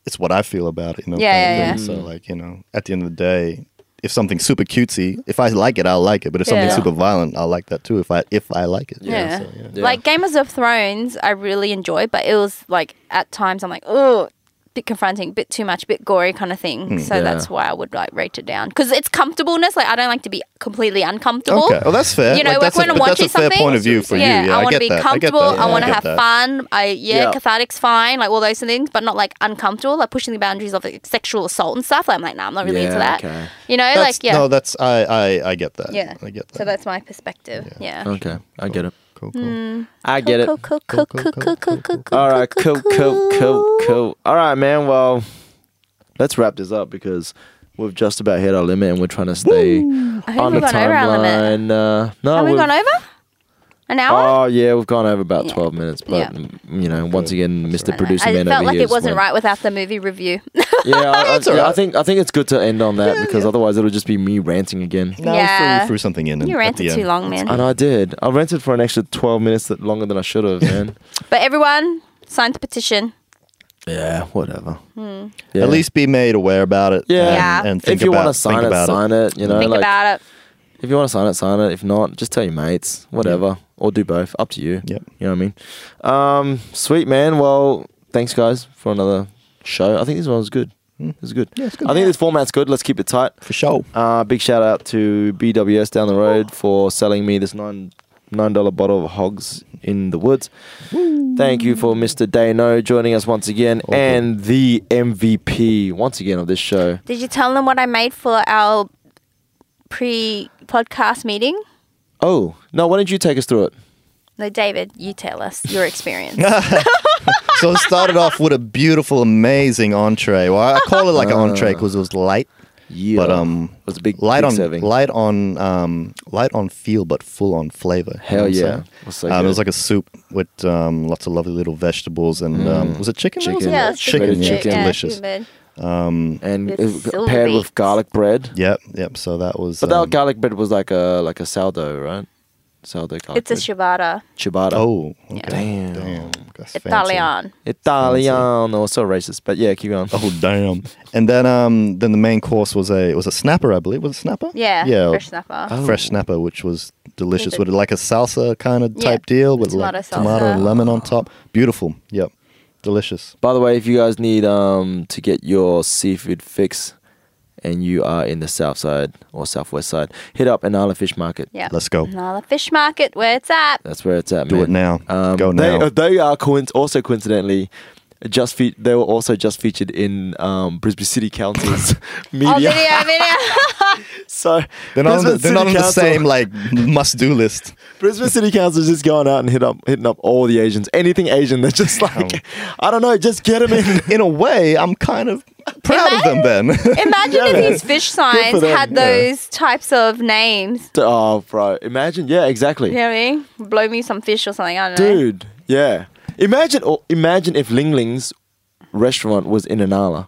[SPEAKER 4] it's what I feel about it. You know,
[SPEAKER 2] Yeah,
[SPEAKER 4] kind of
[SPEAKER 2] yeah,
[SPEAKER 4] thing. So like, you know, at the end of the day, if something's super cutesy, if I like it, I'll like it. But if something's
[SPEAKER 2] Yeah.
[SPEAKER 4] super violent, I'll like that too. If I if I like it,
[SPEAKER 2] Yeah.
[SPEAKER 4] So, yeah.
[SPEAKER 3] Yeah.
[SPEAKER 2] Like Gamers of Thrones, I really enjoyed, but it was like at times I'm like, oh, bit confronting, bit too much, bit gory kind of thing. so
[SPEAKER 3] Hmm, Yeah.
[SPEAKER 2] that's why I would like rate it down because it's comfortableness. Like I don't like to be completely uncomfortable.
[SPEAKER 4] Okay, well that's fair.
[SPEAKER 2] You know, like
[SPEAKER 4] like, that's
[SPEAKER 2] when
[SPEAKER 4] a,
[SPEAKER 2] I'm
[SPEAKER 4] but that's
[SPEAKER 2] watching
[SPEAKER 4] a fair
[SPEAKER 2] something,
[SPEAKER 4] point of view for you. Yeah,
[SPEAKER 2] I
[SPEAKER 4] I,
[SPEAKER 2] want to
[SPEAKER 4] get
[SPEAKER 2] be
[SPEAKER 4] that.
[SPEAKER 2] comfortable.
[SPEAKER 4] I, get that.
[SPEAKER 2] I
[SPEAKER 4] Yeah,
[SPEAKER 2] want to
[SPEAKER 4] get
[SPEAKER 2] have
[SPEAKER 4] that.
[SPEAKER 2] fun. I yeah,
[SPEAKER 3] Yeah.
[SPEAKER 2] cathartic's fine, like all those things, but not like uncomfortable. Like pushing the boundaries of like, sexual assault and stuff. Like I'm like, nah, I'm not really into
[SPEAKER 3] Yeah,
[SPEAKER 2] that.
[SPEAKER 3] okay.
[SPEAKER 2] You know,
[SPEAKER 4] That's-
[SPEAKER 2] like yeah,
[SPEAKER 4] No, that's I, I I get that.
[SPEAKER 2] yeah.
[SPEAKER 4] I get that.
[SPEAKER 2] So
[SPEAKER 4] Um,
[SPEAKER 2] that's my perspective. Yeah.
[SPEAKER 3] Okay, I get it.
[SPEAKER 4] cool. cool.
[SPEAKER 2] Hmm.
[SPEAKER 3] I get it.
[SPEAKER 2] Cool, cool, cool, cool, cool, cool, cool, cool.
[SPEAKER 3] All right, cool, cool, cool, cool. All right, man. Well, let's wrap this up because we've just about hit our limit and we're trying to stay
[SPEAKER 2] I think
[SPEAKER 3] on the
[SPEAKER 2] we've gone over our limit.
[SPEAKER 3] timeline. Uh, no,
[SPEAKER 2] Have we
[SPEAKER 3] we've-
[SPEAKER 2] gone over? An
[SPEAKER 4] Uh,
[SPEAKER 2] hour?
[SPEAKER 3] Oh yeah, we've gone over about
[SPEAKER 2] Yeah.
[SPEAKER 3] twelve minutes,
[SPEAKER 2] Yeah.
[SPEAKER 3] but mm, you know, once again, Mr. Producer
[SPEAKER 2] I
[SPEAKER 3] Man
[SPEAKER 2] felt
[SPEAKER 3] over
[SPEAKER 2] like
[SPEAKER 3] here
[SPEAKER 2] it wasn't
[SPEAKER 3] just went-
[SPEAKER 2] right without the movie review.
[SPEAKER 4] Mm,
[SPEAKER 3] Yeah, I, I, yeah, I think I think it's good to end on that because otherwise it'll just be me ranting again.
[SPEAKER 4] Now
[SPEAKER 2] Yeah.
[SPEAKER 4] we threw, threw something in.
[SPEAKER 2] you
[SPEAKER 4] at the
[SPEAKER 2] ranted
[SPEAKER 4] end.
[SPEAKER 2] too long, man.
[SPEAKER 3] And I did. I ranted for an extra twelve minutes that longer than I should have, man.
[SPEAKER 2] But everyone, sign the petition.
[SPEAKER 3] yeah, whatever. Hmm. Yeah.
[SPEAKER 4] At least be made aware about it.
[SPEAKER 3] Yeah.
[SPEAKER 2] Yeah.
[SPEAKER 4] And, and think
[SPEAKER 3] if you
[SPEAKER 4] about
[SPEAKER 3] want to sign
[SPEAKER 4] think
[SPEAKER 3] it,
[SPEAKER 4] about
[SPEAKER 3] sign it. You know,
[SPEAKER 2] Think
[SPEAKER 3] like
[SPEAKER 2] about it.
[SPEAKER 3] If you want to sign it, sign it. If not, just tell your mates, whatever, or do both. Up to you.
[SPEAKER 4] Yep.
[SPEAKER 3] You know what I mean? Um, sweet man. Well, thanks guys for another show. I think this one was good. It was good. Hmm. Yeah, it's good. I think this format's good. Let's keep it tight.
[SPEAKER 4] for sure.
[SPEAKER 3] Uh, big shout out to BWS down the road for selling me this nine nine dollar bottle of hogs in the woods. Thank you for Mr. Dano joining us once again and the MVP once again of this show.
[SPEAKER 2] Did you tell them what I made for our pre podcast meeting?
[SPEAKER 3] Oh, no, why don't you take us through it?
[SPEAKER 2] No, David, you tell us your experience.
[SPEAKER 4] So it started off with a beautiful, amazing entree. Well, I call it like an entree because it was light,
[SPEAKER 3] Yeah.
[SPEAKER 4] but um,
[SPEAKER 3] it was a Ah. big
[SPEAKER 4] light
[SPEAKER 3] big
[SPEAKER 4] on
[SPEAKER 3] serving.
[SPEAKER 4] light on um, light on feel, but full on flavor. You
[SPEAKER 3] Hell
[SPEAKER 4] know what I'm
[SPEAKER 3] yeah.
[SPEAKER 4] saying?
[SPEAKER 3] It was so
[SPEAKER 4] um,
[SPEAKER 3] good.
[SPEAKER 4] it was like a soup with um, lots of lovely little vegetables and um, was it chicken? that was
[SPEAKER 3] Chicken.
[SPEAKER 4] in
[SPEAKER 3] Yeah,
[SPEAKER 4] there?
[SPEAKER 3] it was
[SPEAKER 4] chicken,
[SPEAKER 3] chicken.
[SPEAKER 4] yeah,
[SPEAKER 3] Shredded chicken.
[SPEAKER 4] delicious. Um,
[SPEAKER 2] Yeah,
[SPEAKER 3] and
[SPEAKER 2] With
[SPEAKER 3] it-
[SPEAKER 2] silver
[SPEAKER 3] paired
[SPEAKER 2] beets.
[SPEAKER 3] with garlic bread.
[SPEAKER 4] Yep, yep. So that was.
[SPEAKER 3] But
[SPEAKER 4] um,
[SPEAKER 3] that garlic bread was like a like a sourdough, right? Sourdough garlic.
[SPEAKER 2] It's a
[SPEAKER 3] bread.
[SPEAKER 2] ciabatta.
[SPEAKER 3] ciabatta.
[SPEAKER 4] Oh, okay.
[SPEAKER 3] Damn.
[SPEAKER 4] damn. That's fancy.
[SPEAKER 2] Italian.
[SPEAKER 3] Italiano. So racist, but yeah, keep going.
[SPEAKER 4] Oh damn! And then, um, then the main course was a was a snapper, I believe. Was it snapper?
[SPEAKER 2] Yeah.
[SPEAKER 4] yeah,
[SPEAKER 2] Fresh snapper.
[SPEAKER 3] Uh,
[SPEAKER 4] fresh snapper, which was delicious
[SPEAKER 2] With
[SPEAKER 4] with like a salsa kind of
[SPEAKER 2] Yeah,
[SPEAKER 4] type deal with
[SPEAKER 2] tomato
[SPEAKER 4] like tomato
[SPEAKER 2] salsa.
[SPEAKER 4] and lemon on top. Beautiful. Yep, delicious.
[SPEAKER 3] By the way, if you guys need um to get your seafood fix, and you are in the south side or southwest side, hit up Anala Fish Market.
[SPEAKER 2] Yeah.
[SPEAKER 4] Let's go.
[SPEAKER 2] Now the fish market, where it's at.
[SPEAKER 3] That's where it's at.
[SPEAKER 4] Do it
[SPEAKER 3] man.
[SPEAKER 4] now. Go
[SPEAKER 3] they,
[SPEAKER 4] now.
[SPEAKER 3] uh, They are coinc- also coincidentally just fe- they were also just featured in um, Brisbane City Council's
[SPEAKER 2] Oh,
[SPEAKER 3] media.
[SPEAKER 2] video, video.
[SPEAKER 3] so
[SPEAKER 4] They're not, on the,
[SPEAKER 3] Brisbane
[SPEAKER 4] they're
[SPEAKER 3] City
[SPEAKER 4] not on the
[SPEAKER 3] Council-
[SPEAKER 4] same like must do list.
[SPEAKER 3] Brisbane City Council's just going out and hit up hitting up all the Asians, anything Asian. They're just like, I don't know, just get them in.
[SPEAKER 4] In a way, I'm kind of proud of them. Then
[SPEAKER 2] Imagine if these fish signs
[SPEAKER 3] them,
[SPEAKER 2] had
[SPEAKER 3] yeah.
[SPEAKER 2] those types of names.
[SPEAKER 3] oh, bro, imagine, yeah, exactly,
[SPEAKER 2] You know what I mean? Blow me some fish or something. I don't know.
[SPEAKER 3] dude, yeah. Imagine, or imagine if Ling Ling's restaurant was in Anala.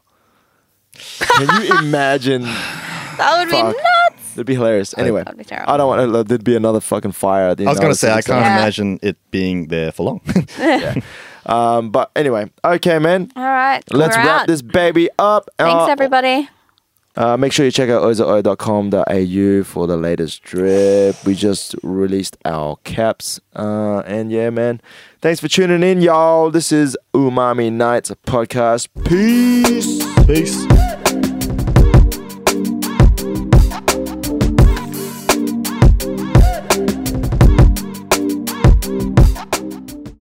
[SPEAKER 3] Can you imagine?
[SPEAKER 2] That would
[SPEAKER 3] Fuck.
[SPEAKER 2] be nuts.
[SPEAKER 3] That'd be hilarious. Anyway,
[SPEAKER 2] That'd be terrible.
[SPEAKER 3] I don't want. to There'd be another fucking fire. At the
[SPEAKER 4] I was gonna
[SPEAKER 3] United
[SPEAKER 4] say I
[SPEAKER 3] States.
[SPEAKER 4] can't
[SPEAKER 2] Yeah.
[SPEAKER 4] imagine it being there for long.
[SPEAKER 3] Um, but anyway, okay, man.
[SPEAKER 2] All right.
[SPEAKER 3] Let's
[SPEAKER 2] we're
[SPEAKER 3] wrap
[SPEAKER 2] out.
[SPEAKER 3] this baby up.
[SPEAKER 2] Thanks,
[SPEAKER 3] Uh,
[SPEAKER 2] everybody.
[SPEAKER 3] Uh, make sure you check out ozoo.com.au for the latest drip. We just released our caps. Uh, and yeah, man. Thanks for tuning in, y'all. This is Umami Nights podcast. Peace. Peace.